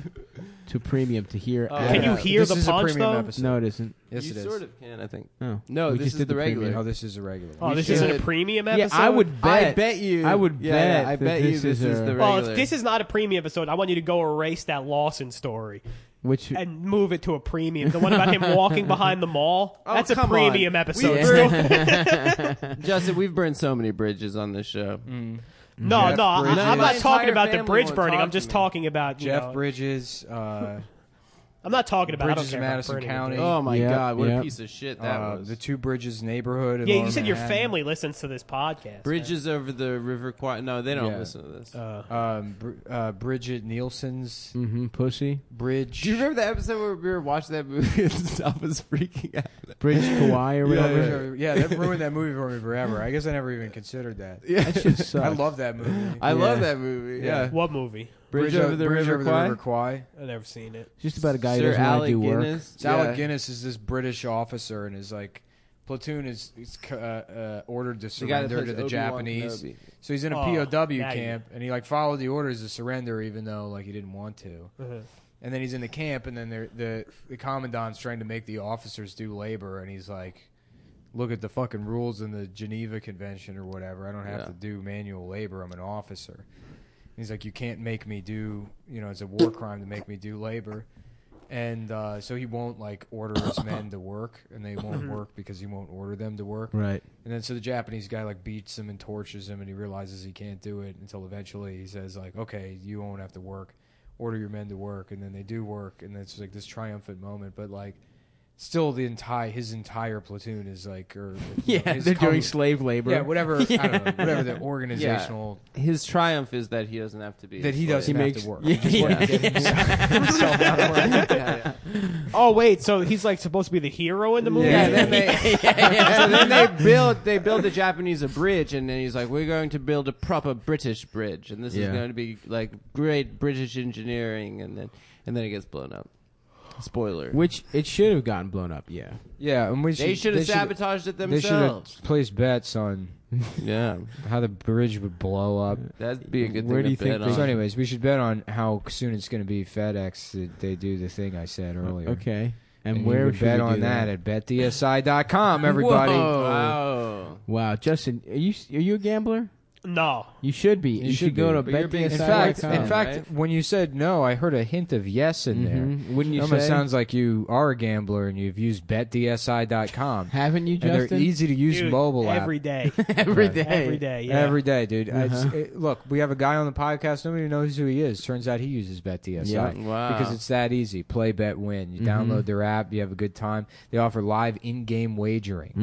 Speaker 3: to premium to hear.
Speaker 4: Oh,
Speaker 3: Adam.
Speaker 5: Can you hear
Speaker 1: this
Speaker 5: the
Speaker 1: is
Speaker 5: punch,
Speaker 1: a premium
Speaker 5: though?
Speaker 1: episode.
Speaker 3: No, it isn't.
Speaker 1: yes,
Speaker 4: you
Speaker 1: it is.
Speaker 4: sort of can, I think.
Speaker 3: No.
Speaker 4: No,
Speaker 3: We
Speaker 4: this
Speaker 3: just
Speaker 4: is
Speaker 3: did
Speaker 4: the
Speaker 3: premium.
Speaker 4: regular.
Speaker 1: Oh, this is a regular.
Speaker 5: Oh,
Speaker 1: One.
Speaker 4: We
Speaker 5: this isn't a
Speaker 4: should.
Speaker 5: premium
Speaker 3: Yeah,
Speaker 5: episode.
Speaker 3: I would bet.
Speaker 4: I bet you.
Speaker 3: I would
Speaker 4: yeah,
Speaker 3: bet
Speaker 4: I
Speaker 3: that
Speaker 4: bet you.
Speaker 3: this
Speaker 4: This
Speaker 3: is
Speaker 4: is
Speaker 3: a-
Speaker 4: the regular.
Speaker 5: Well, if this is not a premium episode, I want you to go erase that Lawson story
Speaker 3: Which
Speaker 5: and move it to a premium. The one about him walking behind the mall.
Speaker 4: Oh,
Speaker 5: That's a
Speaker 4: come
Speaker 5: premium
Speaker 4: on.
Speaker 5: episode.
Speaker 4: We
Speaker 5: too.
Speaker 4: Justin, we've burned so many bridges on this show.
Speaker 5: no,
Speaker 1: Jeff
Speaker 5: no, I,
Speaker 1: Bridges.
Speaker 5: I'm
Speaker 1: My
Speaker 5: not talking
Speaker 4: entire
Speaker 5: about the
Speaker 4: family
Speaker 5: bridge
Speaker 4: won't
Speaker 5: burning.
Speaker 4: talk
Speaker 5: I'm
Speaker 4: to
Speaker 5: just
Speaker 4: me.
Speaker 5: talking
Speaker 4: Oh,
Speaker 5: about you
Speaker 1: Jeff
Speaker 5: know,
Speaker 1: Bridges, uh,
Speaker 5: I'm not talking about I
Speaker 1: Bridges
Speaker 5: don't
Speaker 1: in
Speaker 5: care about
Speaker 1: Madison
Speaker 5: burning
Speaker 1: County.
Speaker 5: the
Speaker 4: Oh my
Speaker 3: Yeah,
Speaker 4: god, what
Speaker 3: yeah.
Speaker 4: a piece of shit that
Speaker 1: uh,
Speaker 4: was.
Speaker 1: the Two Bridges neighborhood. in
Speaker 5: bridge. Yeah,
Speaker 1: Lower
Speaker 5: you said your
Speaker 1: Manhattan.
Speaker 5: family listens to this podcast.
Speaker 4: Bridges over the River Kwai. No, they don't
Speaker 1: Yeah.
Speaker 4: listen to this.
Speaker 5: Uh,
Speaker 1: Um, Br- uh, Bridget Nielsen's
Speaker 3: hmm pussy
Speaker 1: bridge.
Speaker 4: Mm. do you remember the episode where we were watching that movie and stuff was freaking out?
Speaker 3: bridge Kauai or
Speaker 1: Yeah,
Speaker 3: whatever.
Speaker 1: yeah, that ruined that movie for me forever. I guess I never even considered that.
Speaker 3: That shit sucks.
Speaker 1: I love that movie.
Speaker 4: I love that movie. Yeah.
Speaker 5: what movie?
Speaker 4: Bridge, over the
Speaker 1: Bridge
Speaker 4: River
Speaker 1: over
Speaker 4: Kwai.
Speaker 1: the River Kwai.
Speaker 5: I've never seen it.
Speaker 3: It's just about a guy who
Speaker 4: Sir
Speaker 3: doesn't want
Speaker 4: Alec
Speaker 3: to do work.
Speaker 4: Guinness.
Speaker 1: So Alec
Speaker 4: Yeah.
Speaker 1: Guinness is this British officer, and his like platoon is, is uh, uh, ordered to
Speaker 4: The guy that
Speaker 1: surrender to
Speaker 4: plays
Speaker 1: the
Speaker 4: Obi-Wan
Speaker 1: Japanese.
Speaker 4: Kenobi.
Speaker 1: So he's in a
Speaker 5: Oh, now you-
Speaker 1: POW camp, and he like followed the orders to surrender, even though like he didn't want to.
Speaker 5: Mm-hmm.
Speaker 1: And then he's in the camp, and then they're- the the commandant's trying to make the officers do labor, and he's like, "Look at the fucking rules in the Geneva Convention or whatever. I don't have
Speaker 4: Yeah.
Speaker 1: to do manual labor. I'm an officer." And he's like, "You can't make me do. You know, it's a war crime to make me do labor." and uh, so he won't like order his men to work, and they
Speaker 5: Mm-hmm.
Speaker 1: won't work because he won't order them to work.
Speaker 3: Right.
Speaker 1: And then so the Japanese guy like beats him and tortures him, and he realizes he can't do it until eventually he says like, "Okay, you won't have to work. Order your men to work," and then they do work, and it's like this triumphant moment. But like, still the entire his entire platoon is like, or you know,
Speaker 3: Yeah,
Speaker 1: his
Speaker 3: they're
Speaker 1: com-
Speaker 3: doing slave labor.
Speaker 1: Yeah, whatever. I don't know, whatever the organizational
Speaker 4: His triumph is that he doesn't have to be. a
Speaker 1: that he
Speaker 4: slave.
Speaker 1: doesn't
Speaker 3: He
Speaker 1: have
Speaker 3: makes-
Speaker 1: to work.
Speaker 3: yeah,
Speaker 1: He just works to get himself out of work.
Speaker 5: Oh wait, so he's like supposed to be the hero in the movie?
Speaker 4: Yeah, then they, So then they build they build the Japanese a bridge, and then he's like, "We're going to build a proper British bridge, and this
Speaker 3: Yeah.
Speaker 4: is going to be like great British engineering." And then and then it gets blown up. Spoiler.
Speaker 3: Which it should have gotten blown up. Yeah.
Speaker 1: Yeah, and we should,
Speaker 4: they should have sabotaged it themselves.
Speaker 1: They should have placed bets on
Speaker 4: yeah,
Speaker 1: how the bridge would blow up.
Speaker 4: that'd be a good
Speaker 3: Where do
Speaker 4: thing to
Speaker 3: you think
Speaker 4: bet
Speaker 3: they-
Speaker 1: So,
Speaker 4: on.
Speaker 1: anyways, we should bet on how soon it's going to be FedEx that they do the thing I said earlier.
Speaker 3: Okay. And,
Speaker 1: And, you
Speaker 3: where
Speaker 1: would
Speaker 3: should
Speaker 1: bet
Speaker 3: we do
Speaker 1: on that, Oh. at betdsi.com, everybody. Uh,
Speaker 3: Whoa.
Speaker 4: Wow.
Speaker 3: Wow, Justin, are you are you a gambler?
Speaker 5: No.
Speaker 3: You should be. You, should,
Speaker 1: should
Speaker 3: go to
Speaker 1: be.
Speaker 4: But you're being
Speaker 3: betdsi.com.
Speaker 1: In fact, in
Speaker 4: Right.
Speaker 1: fact, when you said no, I heard a hint of yes in
Speaker 3: Mhm.
Speaker 1: there.
Speaker 3: Wouldn't you
Speaker 1: it almost
Speaker 3: say?
Speaker 1: sounds like you are a gambler and you've used betdsi.com.
Speaker 3: haven't you,
Speaker 1: and they're
Speaker 3: Justin?
Speaker 1: easy to use
Speaker 5: Dude,
Speaker 1: mobile app.
Speaker 5: every day.
Speaker 3: every day.
Speaker 5: every day. Yeah.
Speaker 1: Every day, dude. I just-
Speaker 3: Uh-huh.
Speaker 1: it- look, we have a guy on the podcast. Nobody knows who he is. Turns out he uses BetDSI.
Speaker 3: Yeah.
Speaker 4: Wow.
Speaker 3: Uh.
Speaker 1: Because it's that easy. Play, bet, win.
Speaker 3: Mm-hmm.
Speaker 1: You download their app. You have a good time. They offer live in-game wagering.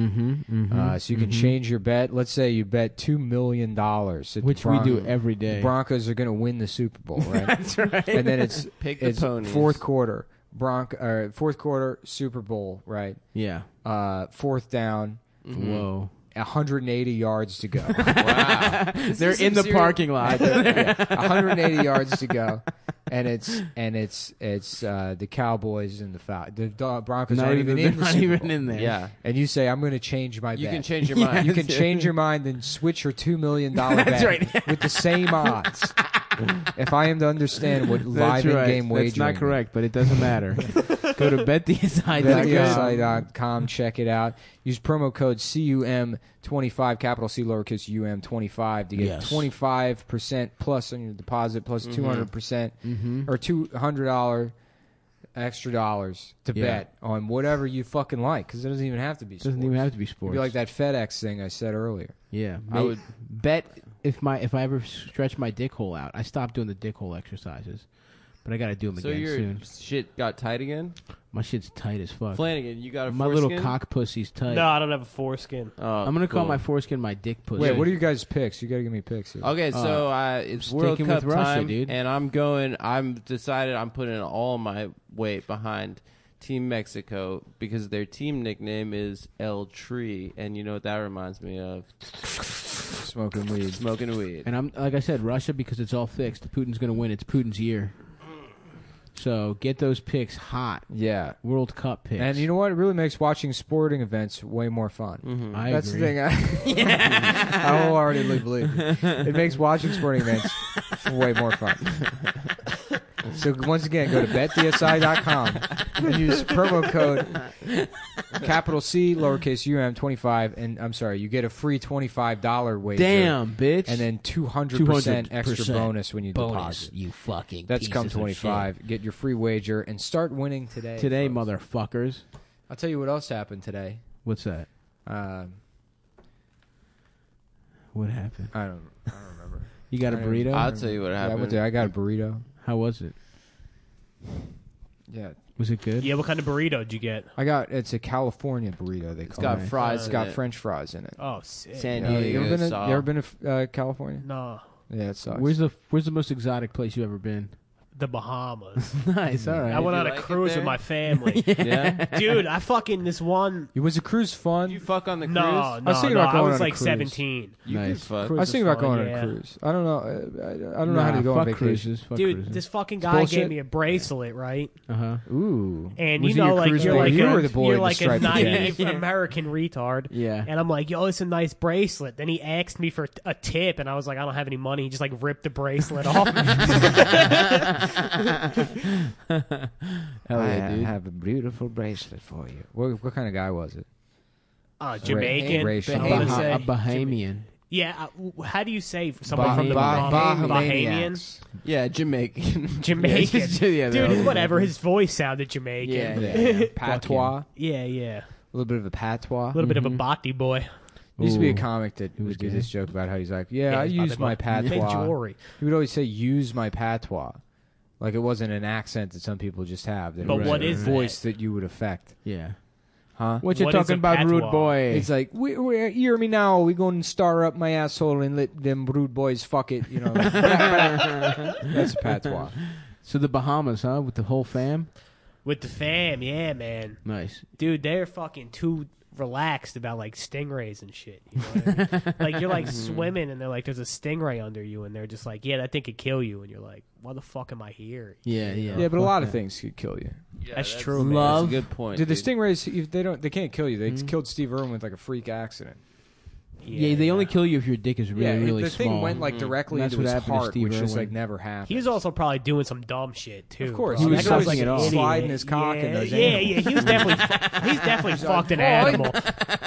Speaker 3: Mm-hmm, hmm
Speaker 1: Uh, so you can change your bet. Let's say you bet $2 million. that the
Speaker 3: Which we do
Speaker 1: Bron-
Speaker 3: every
Speaker 1: The
Speaker 3: day.
Speaker 1: Broncos are going to win the Super Bowl, right? That's right. And then it's,
Speaker 4: Pick the
Speaker 1: it's
Speaker 4: ponies.
Speaker 1: fourth quarter. Bronc- or fourth quarter, Super Bowl, right?
Speaker 3: yeah.
Speaker 1: Uh, fourth down,
Speaker 3: Whoa.
Speaker 1: 180 yards to go.
Speaker 3: They're in the parking lot.
Speaker 1: Yeah, 180 yards to go, and it's and it's it's uh, the Cowboys and the Fal- the Do- Broncos
Speaker 3: not
Speaker 1: aren't
Speaker 3: even,
Speaker 1: even in the
Speaker 3: not
Speaker 1: Super
Speaker 3: even
Speaker 1: Bowl.
Speaker 3: in there.
Speaker 4: Yeah.
Speaker 1: And you say I'm going to change my
Speaker 4: You
Speaker 1: bet.
Speaker 4: can change your mind.
Speaker 1: you can change your mind and switch your two million dollar bet
Speaker 3: That's right.
Speaker 1: with the same odds. if I am to understand what
Speaker 3: That's
Speaker 1: live
Speaker 3: right.
Speaker 1: in game wagering,
Speaker 3: That's not correct, but it doesn't matter. Go to betdsi.com.
Speaker 1: BetDSI.com. uh, Check it out. Use promo code CUM25, capital C, lowercase UM25 to get
Speaker 3: Yes.
Speaker 1: 25% plus on your deposit, plus 200% percent
Speaker 3: Mm-hmm.
Speaker 1: or $200 extra dollars to
Speaker 3: Yeah.
Speaker 1: bet on whatever you fucking like because it doesn't even have to be
Speaker 3: It doesn't even have to be sports.
Speaker 1: be like that FedEx thing I said earlier.
Speaker 3: Yeah,
Speaker 4: I
Speaker 3: ma-
Speaker 4: would-
Speaker 3: bet if my if I ever stretch my dick hole out, I stop doing the dick hole exercises, but I got to do them
Speaker 4: So
Speaker 3: again
Speaker 4: your
Speaker 3: soon.
Speaker 4: shit got tight again,
Speaker 3: My shit's tight as fuck.
Speaker 4: Flanagan. You got a
Speaker 3: my
Speaker 4: foreskin?
Speaker 3: little cock pussy's tight.
Speaker 5: No, I don't have a foreskin.
Speaker 4: Oh,
Speaker 3: I'm gonna call
Speaker 4: cool.
Speaker 3: my foreskin my dick pussy.
Speaker 1: Wait, what are you guys' picks? You got to give me picks. Here.
Speaker 4: Okay, so uh, it's
Speaker 3: sticking
Speaker 4: World
Speaker 3: with
Speaker 4: Cup
Speaker 3: Russia,
Speaker 4: time,
Speaker 3: dude.
Speaker 4: and I'm going. I'm decided. I'm putting all my weight behind Team Mexico because their team nickname is El Tree, and you know what that reminds me of?
Speaker 1: Smoking weed.
Speaker 4: Smoking weed.
Speaker 3: And I'm like I said, Russia because it's all fixed. Putin's gonna win. It's Putin's year. So get those picks hot.
Speaker 1: Yeah.
Speaker 3: World Cup picks.
Speaker 1: And you know what? It really makes watching sporting events way more fun.
Speaker 3: I
Speaker 1: That's
Speaker 3: agree.
Speaker 1: the thing. I, I wholeheartedly believe you. it makes watching sporting events way more fun. So once again, go to betdsi.com and use promo code capital C lowercase U M twenty five, and I'm sorry, you get a free twenty five dollar wager.
Speaker 3: Damn, bitch.
Speaker 1: And then two hundred percent extra
Speaker 3: 200%
Speaker 1: bonus when you
Speaker 3: bonus,
Speaker 1: deposit.
Speaker 3: you fucking.
Speaker 1: That's come
Speaker 3: pieces of
Speaker 1: twenty
Speaker 3: shit.
Speaker 1: five. Get your free wager and start winning today.
Speaker 3: today,
Speaker 1: folks.
Speaker 3: motherfuckers.
Speaker 1: I'll tell you what else happened today.
Speaker 3: What's that?
Speaker 1: Um
Speaker 3: What happened?
Speaker 1: I don't. I don't remember.
Speaker 3: You got a
Speaker 1: I don't even-
Speaker 3: burrito?
Speaker 4: I'll tell you what
Speaker 1: Yeah, I went
Speaker 4: happened.
Speaker 1: there. I got a burrito.
Speaker 3: How was it?
Speaker 1: Yeah,
Speaker 3: Was it good?
Speaker 5: Yeah, what kind of burrito did you get?
Speaker 1: I got. It's a California burrito. They call
Speaker 4: it's got
Speaker 1: it.
Speaker 4: fries.
Speaker 1: It's
Speaker 4: in
Speaker 1: got
Speaker 4: it.
Speaker 1: French fries in it.
Speaker 5: Oh, sick.
Speaker 4: San
Speaker 1: Yeah, you
Speaker 4: Diego.
Speaker 1: ever been? To,
Speaker 4: style.
Speaker 1: you ever been to uh, California?
Speaker 5: no,
Speaker 1: Yeah, it sucks.
Speaker 3: Where's the Where's the most exotic place you've ever been?
Speaker 5: the Bahamas.
Speaker 3: nice. All
Speaker 5: I
Speaker 3: right.
Speaker 5: went
Speaker 4: you
Speaker 5: on a
Speaker 4: like it
Speaker 5: cruise
Speaker 4: there?
Speaker 5: with my family.
Speaker 4: yeah.
Speaker 5: Dude, I fucking this one.
Speaker 1: It was a cruise fun.
Speaker 4: You fuck on the cruise.
Speaker 5: No, no,
Speaker 1: I was thinking
Speaker 5: no,
Speaker 1: about
Speaker 5: I
Speaker 1: going
Speaker 5: was
Speaker 1: on a
Speaker 5: like
Speaker 1: cruise.
Speaker 5: 17.
Speaker 4: You can
Speaker 3: Nice.
Speaker 4: fuck.
Speaker 1: I was thinking
Speaker 5: is
Speaker 1: about
Speaker 5: fun,
Speaker 1: going on a
Speaker 5: yeah.
Speaker 1: cruise. I don't know. uh, I, I don't know how
Speaker 3: Nah,
Speaker 1: to go on
Speaker 3: fuck
Speaker 1: vacation.
Speaker 3: cruises. Fuck
Speaker 5: Dude,
Speaker 3: cruises.
Speaker 5: this fucking guy
Speaker 1: bullshit.
Speaker 5: gave me a bracelet, right?
Speaker 3: Uh huh.
Speaker 1: Ooh.
Speaker 5: And
Speaker 3: Was
Speaker 5: you
Speaker 3: he
Speaker 5: know,
Speaker 3: your
Speaker 5: like
Speaker 3: cruise
Speaker 5: you're
Speaker 3: boy?
Speaker 5: like
Speaker 1: You
Speaker 5: a,
Speaker 1: were the boy
Speaker 5: you're
Speaker 1: in the
Speaker 5: like a
Speaker 1: striped
Speaker 5: naive American retard.
Speaker 3: Yeah.
Speaker 5: And I'm like, yo, it's a nice bracelet. Then he asked me for a tip, and I was like, I don't have any money. He just like ripped the bracelet off.
Speaker 1: Uh,
Speaker 3: Hell yeah, dude.
Speaker 1: have a beautiful bracelet for you. What, what kind of guy was it?
Speaker 5: Uh, Jamaican.
Speaker 1: racial.
Speaker 5: I
Speaker 3: a,
Speaker 5: wanna
Speaker 3: Baha-
Speaker 5: say.
Speaker 3: a Bahamian.
Speaker 5: Yeah, uh, w- how do you say somebody
Speaker 1: Bah-
Speaker 5: from the
Speaker 1: Bah-
Speaker 5: Bahamian?
Speaker 1: Bahamaniacs.
Speaker 4: Yeah, Jamaican.
Speaker 5: Jamaican.
Speaker 4: Yeah, yeah, they're
Speaker 5: Dude,
Speaker 4: all-
Speaker 5: whatever. His voice sounded Jamaican.
Speaker 4: Yeah,
Speaker 1: Yeah.
Speaker 4: yeah.
Speaker 1: Patois. A
Speaker 5: yeah. yeah.
Speaker 1: little bit of a patois.
Speaker 5: A little bit of a bhakti boy.
Speaker 1: There used to be a
Speaker 3: Ooh.
Speaker 1: comic that would do
Speaker 3: gay?
Speaker 1: this joke about how he's like, yeah, I
Speaker 5: he's
Speaker 1: use my
Speaker 5: Bhakti boy. Hey,
Speaker 1: patois.
Speaker 5: Jory.
Speaker 1: He would always say, use my patois. Like it wasn't an accent that some people just have. That it
Speaker 5: But
Speaker 1: was
Speaker 5: what
Speaker 1: a
Speaker 5: is
Speaker 1: voice that? you would affect,
Speaker 3: Yeah.
Speaker 1: huh?
Speaker 3: What you
Speaker 5: What is
Speaker 3: talking
Speaker 5: a
Speaker 3: about, rude
Speaker 5: patois?
Speaker 3: boy?
Speaker 1: It's like, we, we, hear me now. We going to star up my asshole and let them rude boys fuck it. You know, that's patois.
Speaker 3: so the Bahamas, huh? With the whole fam.
Speaker 5: With the fam, yeah, man.
Speaker 3: Nice.
Speaker 5: Dude, they're fucking too relaxed about like stingrays and shit. You know what I mean? like you're like
Speaker 1: Mm-hmm.
Speaker 5: swimming and they're like, there's a stingray under you, and they're just like, yeah, that thing could kill you, and you're like, why the fuck am I here?
Speaker 3: Yeah, yeah.
Speaker 1: Yeah, but a
Speaker 3: fuck
Speaker 1: lot of
Speaker 3: that.
Speaker 1: things could kill you.
Speaker 4: Yeah,
Speaker 5: That's true, man.
Speaker 4: That's a
Speaker 3: Love.
Speaker 4: good point.
Speaker 1: Dude, the
Speaker 4: dude.
Speaker 1: stingrays, if they don't, they can't kill you. They
Speaker 3: Hmm?
Speaker 1: killed Steve Irwin with like a freak accident.
Speaker 3: Yeah, Mm. they only kill you if your dick is really,
Speaker 1: it-
Speaker 3: really
Speaker 1: the
Speaker 3: small.
Speaker 1: thing went like directly
Speaker 3: That's what
Speaker 1: into his
Speaker 3: happened to
Speaker 1: heart,
Speaker 3: Steve
Speaker 1: which just
Speaker 3: Irwin.
Speaker 1: like never happened.
Speaker 5: He was also probably doing some dumb shit too.
Speaker 1: Of course,
Speaker 5: bro.
Speaker 3: he was
Speaker 5: That guy
Speaker 3: sucking
Speaker 5: like
Speaker 3: it
Speaker 5: an
Speaker 3: off.
Speaker 5: idiot.
Speaker 1: Sliding his cock
Speaker 5: yeah,
Speaker 1: in those
Speaker 5: Yeah,
Speaker 1: animals.
Speaker 5: yeah, he was definitely fu- he's definitely fucked an animal.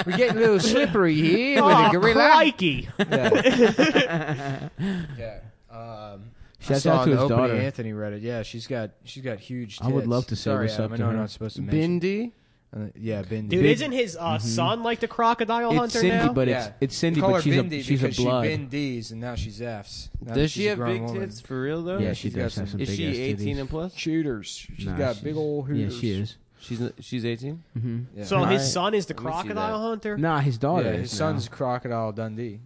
Speaker 1: We're getting a little slippery here
Speaker 5: oh, crikey!
Speaker 1: Yeah. yeah. Um, I
Speaker 3: Shout
Speaker 1: saw
Speaker 3: out
Speaker 1: on
Speaker 3: to
Speaker 1: the
Speaker 3: his
Speaker 1: opening,
Speaker 3: daughter.
Speaker 1: Anthony read it. Yeah, she's got she's got huge. Tits.
Speaker 3: I would love to say
Speaker 1: Sorry,
Speaker 3: what's
Speaker 1: Adam,
Speaker 3: up
Speaker 1: I
Speaker 3: to
Speaker 1: know I'm
Speaker 3: her.
Speaker 1: not supposed to mention.
Speaker 4: Bindi.
Speaker 1: Uh, yeah, Bindi.
Speaker 5: Dude, isn't his uh,
Speaker 1: Mm-hmm.
Speaker 5: son like the crocodile
Speaker 3: It's
Speaker 5: hunter
Speaker 3: Cindy,
Speaker 5: now?
Speaker 3: but it's it's Cindy, but she's a she's a blood.
Speaker 1: She Bindi's and now she's F's. Now
Speaker 4: Does
Speaker 1: she's
Speaker 4: she have
Speaker 1: grown
Speaker 4: big
Speaker 1: woman.
Speaker 4: tits for real though?
Speaker 3: yeah, she
Speaker 1: she's got
Speaker 3: does have
Speaker 1: some-
Speaker 3: some
Speaker 4: Is
Speaker 3: big
Speaker 4: she
Speaker 3: ass
Speaker 4: eighteen
Speaker 3: titties.
Speaker 4: and plus?
Speaker 1: Shooters. She's
Speaker 3: Nah,
Speaker 1: got
Speaker 3: she's-
Speaker 1: big old
Speaker 3: Yeah,
Speaker 1: hooters.
Speaker 3: she is.
Speaker 4: She's she's eighteen.
Speaker 1: Yeah.
Speaker 5: so
Speaker 4: Alright.
Speaker 5: his son is the
Speaker 4: Let me see
Speaker 5: crocodile
Speaker 4: that.
Speaker 5: hunter.
Speaker 3: Nah, his daughter.
Speaker 1: yeah,
Speaker 3: is
Speaker 1: his
Speaker 3: now.
Speaker 1: son's Crocodile Dundee.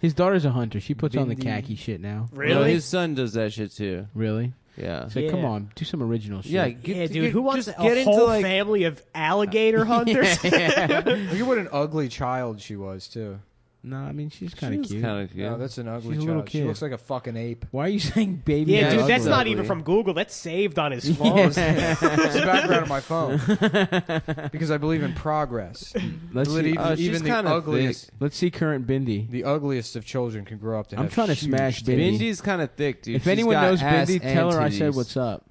Speaker 3: his daughter's a hunter. She puts on the
Speaker 1: Bindi.
Speaker 3: khaki shit now.
Speaker 5: Really?
Speaker 4: No, his son does that shit too.
Speaker 3: Really?
Speaker 4: Yeah.
Speaker 3: It's like, come
Speaker 5: Yeah.
Speaker 3: on, do some original shit.
Speaker 4: yeah,
Speaker 5: yeah,
Speaker 4: get-
Speaker 5: dude.
Speaker 4: get-
Speaker 5: who wants
Speaker 4: just
Speaker 5: a
Speaker 4: get into
Speaker 5: whole
Speaker 4: like
Speaker 5: family of alligator hunters?
Speaker 1: Look at what an ugly child she was too.
Speaker 3: no, I mean she's kind of cute.
Speaker 4: Kind of cute.
Speaker 1: No, that's an ugly
Speaker 3: She's a
Speaker 1: child.
Speaker 3: little
Speaker 1: She
Speaker 3: kid.
Speaker 1: looks like a fucking ape.
Speaker 3: Why are you saying baby?
Speaker 5: yeah,
Speaker 3: and
Speaker 5: dude.
Speaker 3: ugly?
Speaker 5: That's not even from Google. That's saved on his phone.
Speaker 1: It's the background of my phone because I believe in progress.
Speaker 3: Let's
Speaker 1: Even,
Speaker 3: see,
Speaker 4: Uh, she's
Speaker 1: even the
Speaker 4: kinda
Speaker 1: ugliest,
Speaker 3: let's see current Bindi.
Speaker 1: the ugliest of children can grow up to.
Speaker 3: I'm
Speaker 1: have
Speaker 3: trying to
Speaker 1: huge
Speaker 3: smash
Speaker 1: tits.
Speaker 3: Bindi.
Speaker 4: Bindi's kind of thick, dude.
Speaker 3: If
Speaker 4: She's
Speaker 3: anyone
Speaker 4: got
Speaker 3: knows
Speaker 4: ass
Speaker 3: Bindi,
Speaker 4: and
Speaker 3: tell her I said
Speaker 4: titties.
Speaker 3: what's up.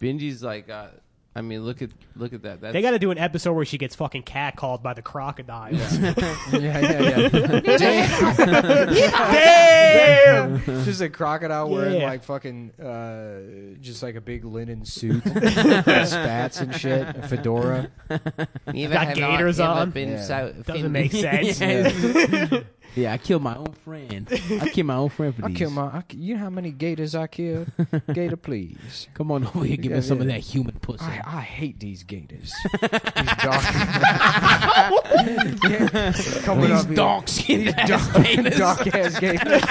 Speaker 4: Bindi's like, uh, I mean, look at look at that. That's,
Speaker 5: They got to do an episode where she gets fucking catcalled by the crocodile.
Speaker 1: Yeah, yeah, yeah.
Speaker 5: Damn!
Speaker 1: Damn. Just a crocodile wearing
Speaker 5: Yeah.
Speaker 1: like fucking, uh, just like a big linen suit, spats and shit, a fedora.
Speaker 5: Got gators on.
Speaker 1: Yeah.
Speaker 5: Doesn't make sense.
Speaker 3: Yeah, I killed my own friend. I killed my own friend for
Speaker 1: I
Speaker 3: these.
Speaker 1: kill my. I, you know how many gators I killed? Gator, please.
Speaker 3: Come on over here, give
Speaker 1: Yeah,
Speaker 3: me some of
Speaker 1: yeah.
Speaker 3: that human pussy.
Speaker 1: I, I hate these gators. these dogs. Coming
Speaker 3: These
Speaker 1: up here.
Speaker 3: dark skinned
Speaker 1: Dark ass gators.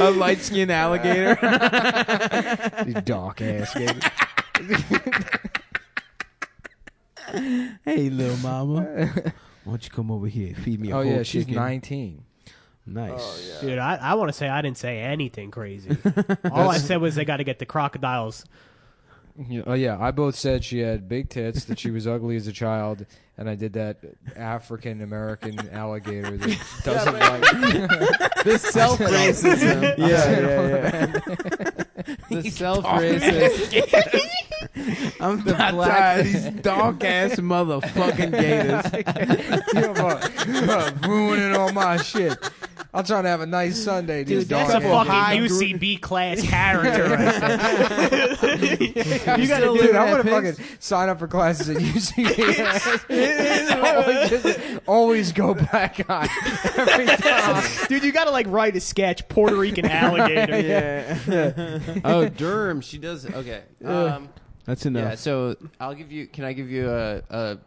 Speaker 3: a light skinned alligator.
Speaker 1: These dark ass gators.
Speaker 3: hey, little mama. Why don't you come over here? Feed me a
Speaker 1: Oh
Speaker 3: whole
Speaker 1: yeah, she's
Speaker 3: chicken.
Speaker 1: 19.
Speaker 3: Nice.
Speaker 5: Dude, I, I want to say I didn't say anything crazy. All I said was they got to get the crocodiles.
Speaker 1: Yeah, Oh yeah, I both said she had big tits, that she was ugly as a child, and I did that African American alligator that doesn't like.
Speaker 4: the self racism.
Speaker 3: Yeah, yeah,
Speaker 4: The self racism.
Speaker 3: I'm the not
Speaker 4: black-
Speaker 3: tired of these dark ass motherfucking gators.
Speaker 1: you know, but- but ruining all my shit. I'm trying to have a nice Sunday.
Speaker 5: Dude,
Speaker 1: these
Speaker 5: that's a
Speaker 1: dark ass-
Speaker 5: fucking UCB class character. right there. you got to
Speaker 1: Dude,
Speaker 5: do
Speaker 1: I
Speaker 5: that.
Speaker 1: want to fucking sign up for classes at UCB. always, just- always go black eye every time.
Speaker 5: Dude, you got to like write a sketch, Puerto Rican alligator.
Speaker 4: oh, Durham. She does. Okay. Um,
Speaker 3: That's
Speaker 4: yeah.
Speaker 3: enough.
Speaker 4: So I'll give you. Can I give you a a,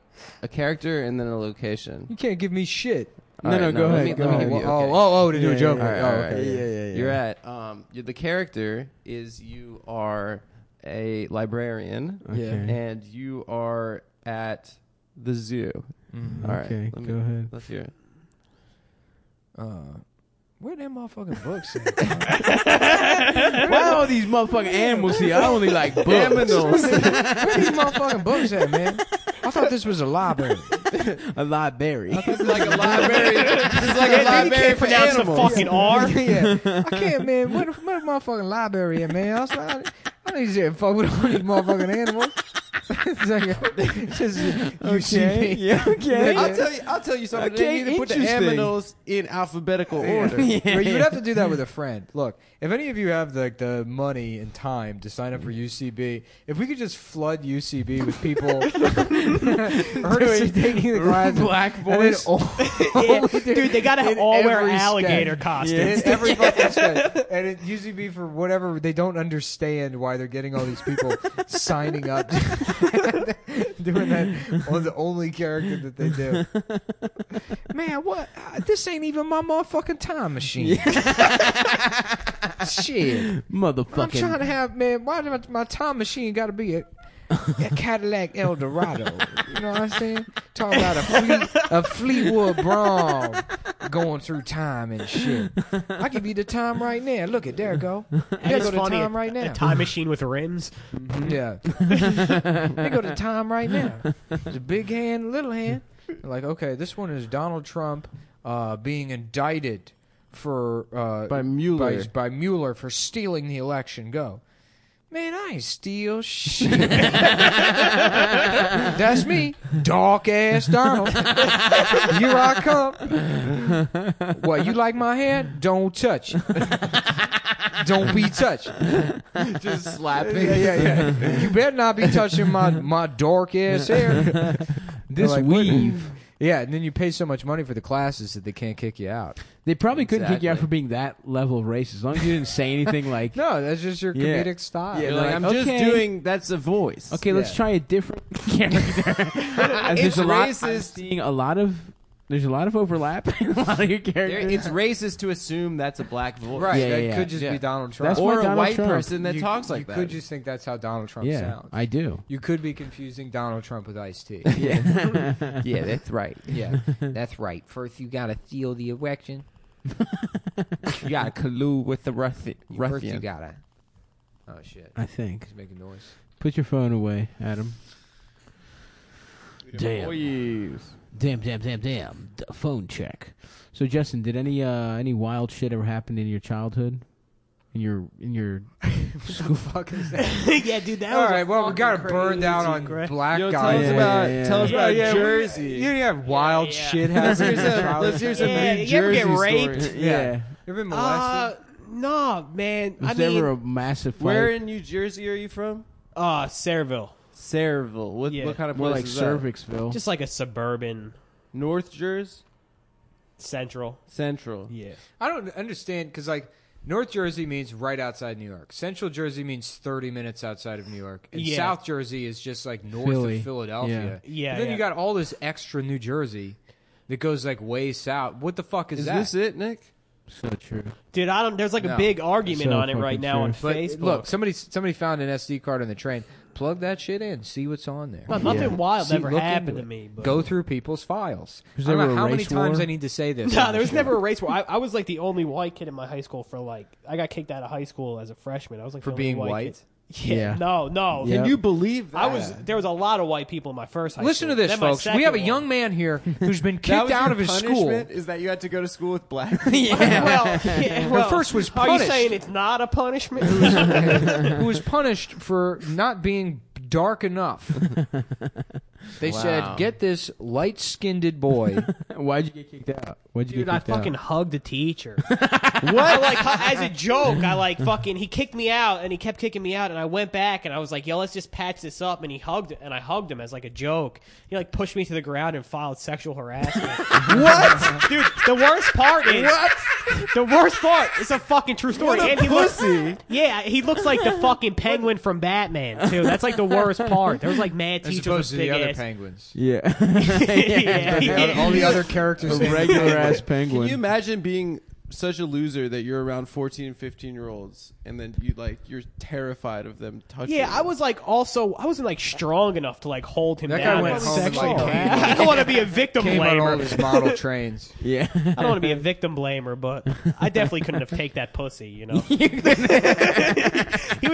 Speaker 4: a character and then a location?
Speaker 1: You can't give me shit.
Speaker 3: No, no, go
Speaker 4: let
Speaker 3: ahead,
Speaker 4: Me,
Speaker 3: go
Speaker 4: let me
Speaker 3: ahead.
Speaker 4: give you.
Speaker 1: oh,
Speaker 4: okay.
Speaker 1: oh, oh, to do a
Speaker 3: Yeah,
Speaker 1: joke.
Speaker 3: yeah,
Speaker 1: right.
Speaker 4: yeah,
Speaker 1: oh,
Speaker 4: yeah,
Speaker 1: okay.
Speaker 3: yeah, yeah, yeah.
Speaker 4: You're at. Um, you- the character is you are a librarian,
Speaker 3: Okay.
Speaker 4: and you are at the zoo. All right.
Speaker 3: Okay,
Speaker 4: let me-
Speaker 3: go ahead.
Speaker 4: Let's hear it.
Speaker 1: Uh, where them motherfucking books?
Speaker 3: Why all these motherfucking animals here? I only like books.
Speaker 1: Where these motherfucking books at, man? I thought this was a library.
Speaker 3: a library.
Speaker 4: It's like a library. It's like a
Speaker 5: Dude, you
Speaker 4: library
Speaker 5: can't
Speaker 4: for
Speaker 5: pronounce the
Speaker 4: animals.
Speaker 5: fucking R.
Speaker 1: yeah, I can't, man. Where the, where the motherfucking library at, man? I was like, I, I need to fuck with all these motherfucking animals. It's like, just UCP.
Speaker 3: Yeah.
Speaker 1: Okay.
Speaker 4: I'll tell you. I'll tell you something.
Speaker 3: Okay,
Speaker 4: they need to put the
Speaker 3: interesting.
Speaker 4: aminals in alphabetical order.
Speaker 1: Well, you would have to do that with a friend. Look, if any of you have like the money and time to sign up for UCB, if we could just flood UCB with people earnestly taking the class,
Speaker 3: Black
Speaker 1: and then
Speaker 3: voice.
Speaker 1: all-
Speaker 5: Yeah, dude, they gotta
Speaker 1: in
Speaker 5: all wear
Speaker 1: every
Speaker 5: alligator
Speaker 1: sketch.
Speaker 5: costumes.
Speaker 1: And every fucking sketch. And it usually be for whatever they don't understand why they're getting all these people signing up, doing that on the only character that they do. Man, what? Uh, this ain't even my motherfucking time machine. Shit, I'm
Speaker 3: Motherfucking.
Speaker 1: trying to have man. Why do my, my time machine got to be a, a Cadillac Eldorado? You know what I'm saying? Talking about a, Fleet, a Fleetwood Brom going through time and shit. I give you the time right now. Look at there, it go.
Speaker 5: And
Speaker 1: There
Speaker 5: it's
Speaker 1: go the
Speaker 5: funny.
Speaker 1: time right
Speaker 5: a
Speaker 1: now.
Speaker 5: time machine with rims.
Speaker 1: Yeah. they go to time right now. There's a big hand, little hand. They're like, okay, this one is Donald Trump uh, being indicted for uh,
Speaker 4: By Mueller.
Speaker 1: by, by Mueller for stealing the election. Go. Man, I ain't steal shit. That's me, dark ass Donald. Here I come. What you like my hand? Don't touch. it. Don't be touched.
Speaker 4: Just slapping.
Speaker 1: Yeah, yeah, yeah. you better not be touching my my dark ass hair.
Speaker 3: This
Speaker 1: Like, what-
Speaker 3: weave.
Speaker 1: Yeah, and then you pay so much money for the classes that they can't kick you out.
Speaker 3: They probably couldn't kick you out
Speaker 4: Exactly.
Speaker 3: for being that level of racist, as long as you didn't say anything like.
Speaker 1: No, that's just your
Speaker 3: Yeah.
Speaker 1: comedic style.
Speaker 4: You're
Speaker 3: Yeah.
Speaker 4: like,
Speaker 3: Like,
Speaker 4: I'm
Speaker 3: okay.
Speaker 4: just doing. That's a voice.
Speaker 3: Okay, let's
Speaker 1: Yeah.
Speaker 3: try a different character. And
Speaker 4: It's
Speaker 3: there's a lot. I'm
Speaker 4: racist.
Speaker 3: seeing a lot of. There's a lot of overlap in a lot of your
Speaker 4: There-
Speaker 3: characters.
Speaker 4: It's racist to assume that's a black voice.
Speaker 1: "Oh, Right,
Speaker 3: Yeah,
Speaker 1: that
Speaker 3: yeah, yeah.
Speaker 1: could just
Speaker 4: Yeah.
Speaker 1: be Donald Trump.
Speaker 3: That's
Speaker 4: Or
Speaker 3: why
Speaker 4: a
Speaker 3: Donald
Speaker 4: white
Speaker 3: Trump.
Speaker 4: person that
Speaker 1: you,
Speaker 4: talks like
Speaker 1: you
Speaker 4: that.
Speaker 1: could just think that's how Donald Trump
Speaker 3: yeah,
Speaker 1: sounds.
Speaker 3: I do.
Speaker 1: you could be confusing Donald Trump with Ice T.
Speaker 4: yeah. yeah, that's right.
Speaker 1: yeah, that's right. First, you gotta steal the election.
Speaker 4: You gotta collude with the ruffian. ruffian.
Speaker 1: gotta. Oh shit!
Speaker 3: I think.
Speaker 1: He's making noise.
Speaker 3: Put your phone away, Adam. Damn. Damn, damn, damn, damn. D- phone check. So Justin, did any uh any wild shit ever happen in your childhood? In your in your
Speaker 1: Who the fuck is that?
Speaker 5: yeah, dude, that
Speaker 1: All
Speaker 5: was a
Speaker 1: right, well, we
Speaker 5: fucking
Speaker 1: got to burn down
Speaker 5: crazy
Speaker 1: on
Speaker 5: gra-
Speaker 1: black
Speaker 4: Yo, tell
Speaker 1: guys.
Speaker 4: us about tell us
Speaker 5: Yeah,
Speaker 4: about
Speaker 5: yeah, we-
Speaker 4: Jersey.
Speaker 1: You didn't have wild
Speaker 5: Yeah, yeah.
Speaker 1: shit
Speaker 4: let's
Speaker 1: happening.
Speaker 4: hear
Speaker 1: in your
Speaker 4: some.
Speaker 1: childhood?
Speaker 4: Let's hear some
Speaker 5: Yeah,
Speaker 4: New
Speaker 5: you ever
Speaker 4: Jersey
Speaker 5: get raped?
Speaker 4: stories.
Speaker 1: Yeah. You ever been
Speaker 5: Uh,
Speaker 1: molested?
Speaker 5: no, man.
Speaker 3: Was
Speaker 5: I
Speaker 3: there
Speaker 5: mean,
Speaker 3: ever a massive fight?
Speaker 4: Where in New Jersey are you from?
Speaker 5: uh, Sayreville,
Speaker 4: Sayreville. What,
Speaker 5: Yeah.
Speaker 4: what kind of
Speaker 3: More
Speaker 4: place
Speaker 3: like
Speaker 4: is that?
Speaker 3: cervixville.
Speaker 5: just like a suburban
Speaker 4: North Jersey,
Speaker 5: central.
Speaker 4: Central.
Speaker 5: Yeah,
Speaker 1: I don't understand because like North Jersey means right outside New York. Central Jersey means thirty minutes outside of New York, and
Speaker 5: Yeah.
Speaker 1: South Jersey is just like north
Speaker 3: Philly.
Speaker 1: of Philadelphia.
Speaker 5: Yeah. Yeah,
Speaker 1: And then
Speaker 5: yeah.
Speaker 1: you got all this extra New Jersey that goes like way south. What the fuck is,
Speaker 4: Is
Speaker 1: that?
Speaker 4: this it, Nick?
Speaker 3: So true.
Speaker 5: dude, I don't. There's like
Speaker 1: No.
Speaker 5: a big argument
Speaker 3: So
Speaker 5: on it right
Speaker 3: fucking
Speaker 5: now on
Speaker 1: But
Speaker 5: Facebook.
Speaker 1: look, somebody somebody found an SD card on the train. Plug that shit in. See what's on there.
Speaker 5: No, nothing wild
Speaker 1: See,
Speaker 5: ever
Speaker 1: look
Speaker 5: happened
Speaker 1: into
Speaker 5: to
Speaker 1: it.
Speaker 5: me. But.
Speaker 1: Go through people's files. I
Speaker 3: Was
Speaker 1: don't
Speaker 3: there
Speaker 1: know
Speaker 3: a
Speaker 1: how many
Speaker 3: race
Speaker 1: times
Speaker 3: war?
Speaker 1: I need to say this.
Speaker 5: No,
Speaker 1: on
Speaker 5: there
Speaker 1: the
Speaker 5: was
Speaker 1: show.
Speaker 5: never a race where I, I was like the only white kid in my high school for like I got kicked out of high school as a freshman. I was like
Speaker 1: For
Speaker 5: the only
Speaker 1: being
Speaker 5: white.
Speaker 1: white?
Speaker 5: kid. Yeah,
Speaker 3: Yeah.
Speaker 5: No. No.
Speaker 3: Yeah. Yep.
Speaker 4: believe that?
Speaker 5: I was. There was a lot of white people in my first high
Speaker 1: Listen
Speaker 5: school.
Speaker 1: to this,
Speaker 5: Then my
Speaker 1: folks. We
Speaker 5: second
Speaker 1: have a
Speaker 5: one-
Speaker 1: young man here who's been
Speaker 4: That
Speaker 1: kicked
Speaker 4: was
Speaker 1: out
Speaker 4: your
Speaker 1: of his school.
Speaker 4: punishment, Is that you had to go to school with black? yeah.
Speaker 5: well, yeah, well,
Speaker 1: first was
Speaker 5: Are you
Speaker 1: punished.
Speaker 5: saying it's not a punishment?
Speaker 1: who was punished for not being dark enough. They
Speaker 4: Wow.
Speaker 1: said, "Get this light-skinned boy."
Speaker 3: Why'd you get kicked out? Why'd you
Speaker 5: Dude,
Speaker 3: get
Speaker 5: I
Speaker 3: kicked
Speaker 5: fucking
Speaker 3: out?
Speaker 5: hugged a teacher. what? I like hu- as a joke, I like fucking. He kicked me out, and he kept kicking me out, and I went back, and I was like, "Yo, let's just patch this up." And he hugged, and I hugged him as like a joke. He like pushed me to the ground and filed sexual harassment.
Speaker 4: What?
Speaker 5: Dude, the worst part is
Speaker 4: What?
Speaker 5: the worst part. It's a fucking true story.
Speaker 4: What a
Speaker 5: and he
Speaker 4: pussy.
Speaker 5: looks, yeah, he looks like the fucking penguin from Batman too. That's like the worst part. There was like mad
Speaker 1: As
Speaker 5: teachers
Speaker 1: opposed
Speaker 5: with
Speaker 1: to
Speaker 5: big
Speaker 1: the other
Speaker 5: ass.
Speaker 1: penguins,
Speaker 3: Yeah.
Speaker 5: yeah, yeah.
Speaker 1: all the other characters.
Speaker 3: a regular ass penguin.
Speaker 4: Can you imagine being such a loser that you're around 14 and 15 year olds and then you like you're terrified of them touching
Speaker 5: Yeah,
Speaker 4: you?
Speaker 5: I was like also I wasn't like strong enough to like hold him
Speaker 1: That guy
Speaker 5: down.
Speaker 1: went
Speaker 5: with
Speaker 1: home and,
Speaker 5: sexual
Speaker 1: like,
Speaker 5: harassment.
Speaker 1: came-
Speaker 5: I don't want to be a victim
Speaker 1: Came on all
Speaker 5: blamer.
Speaker 1: his model trains.
Speaker 3: yeah.
Speaker 5: I don't want to be a victim blamer, but I definitely couldn't have take that pussy. You know, he would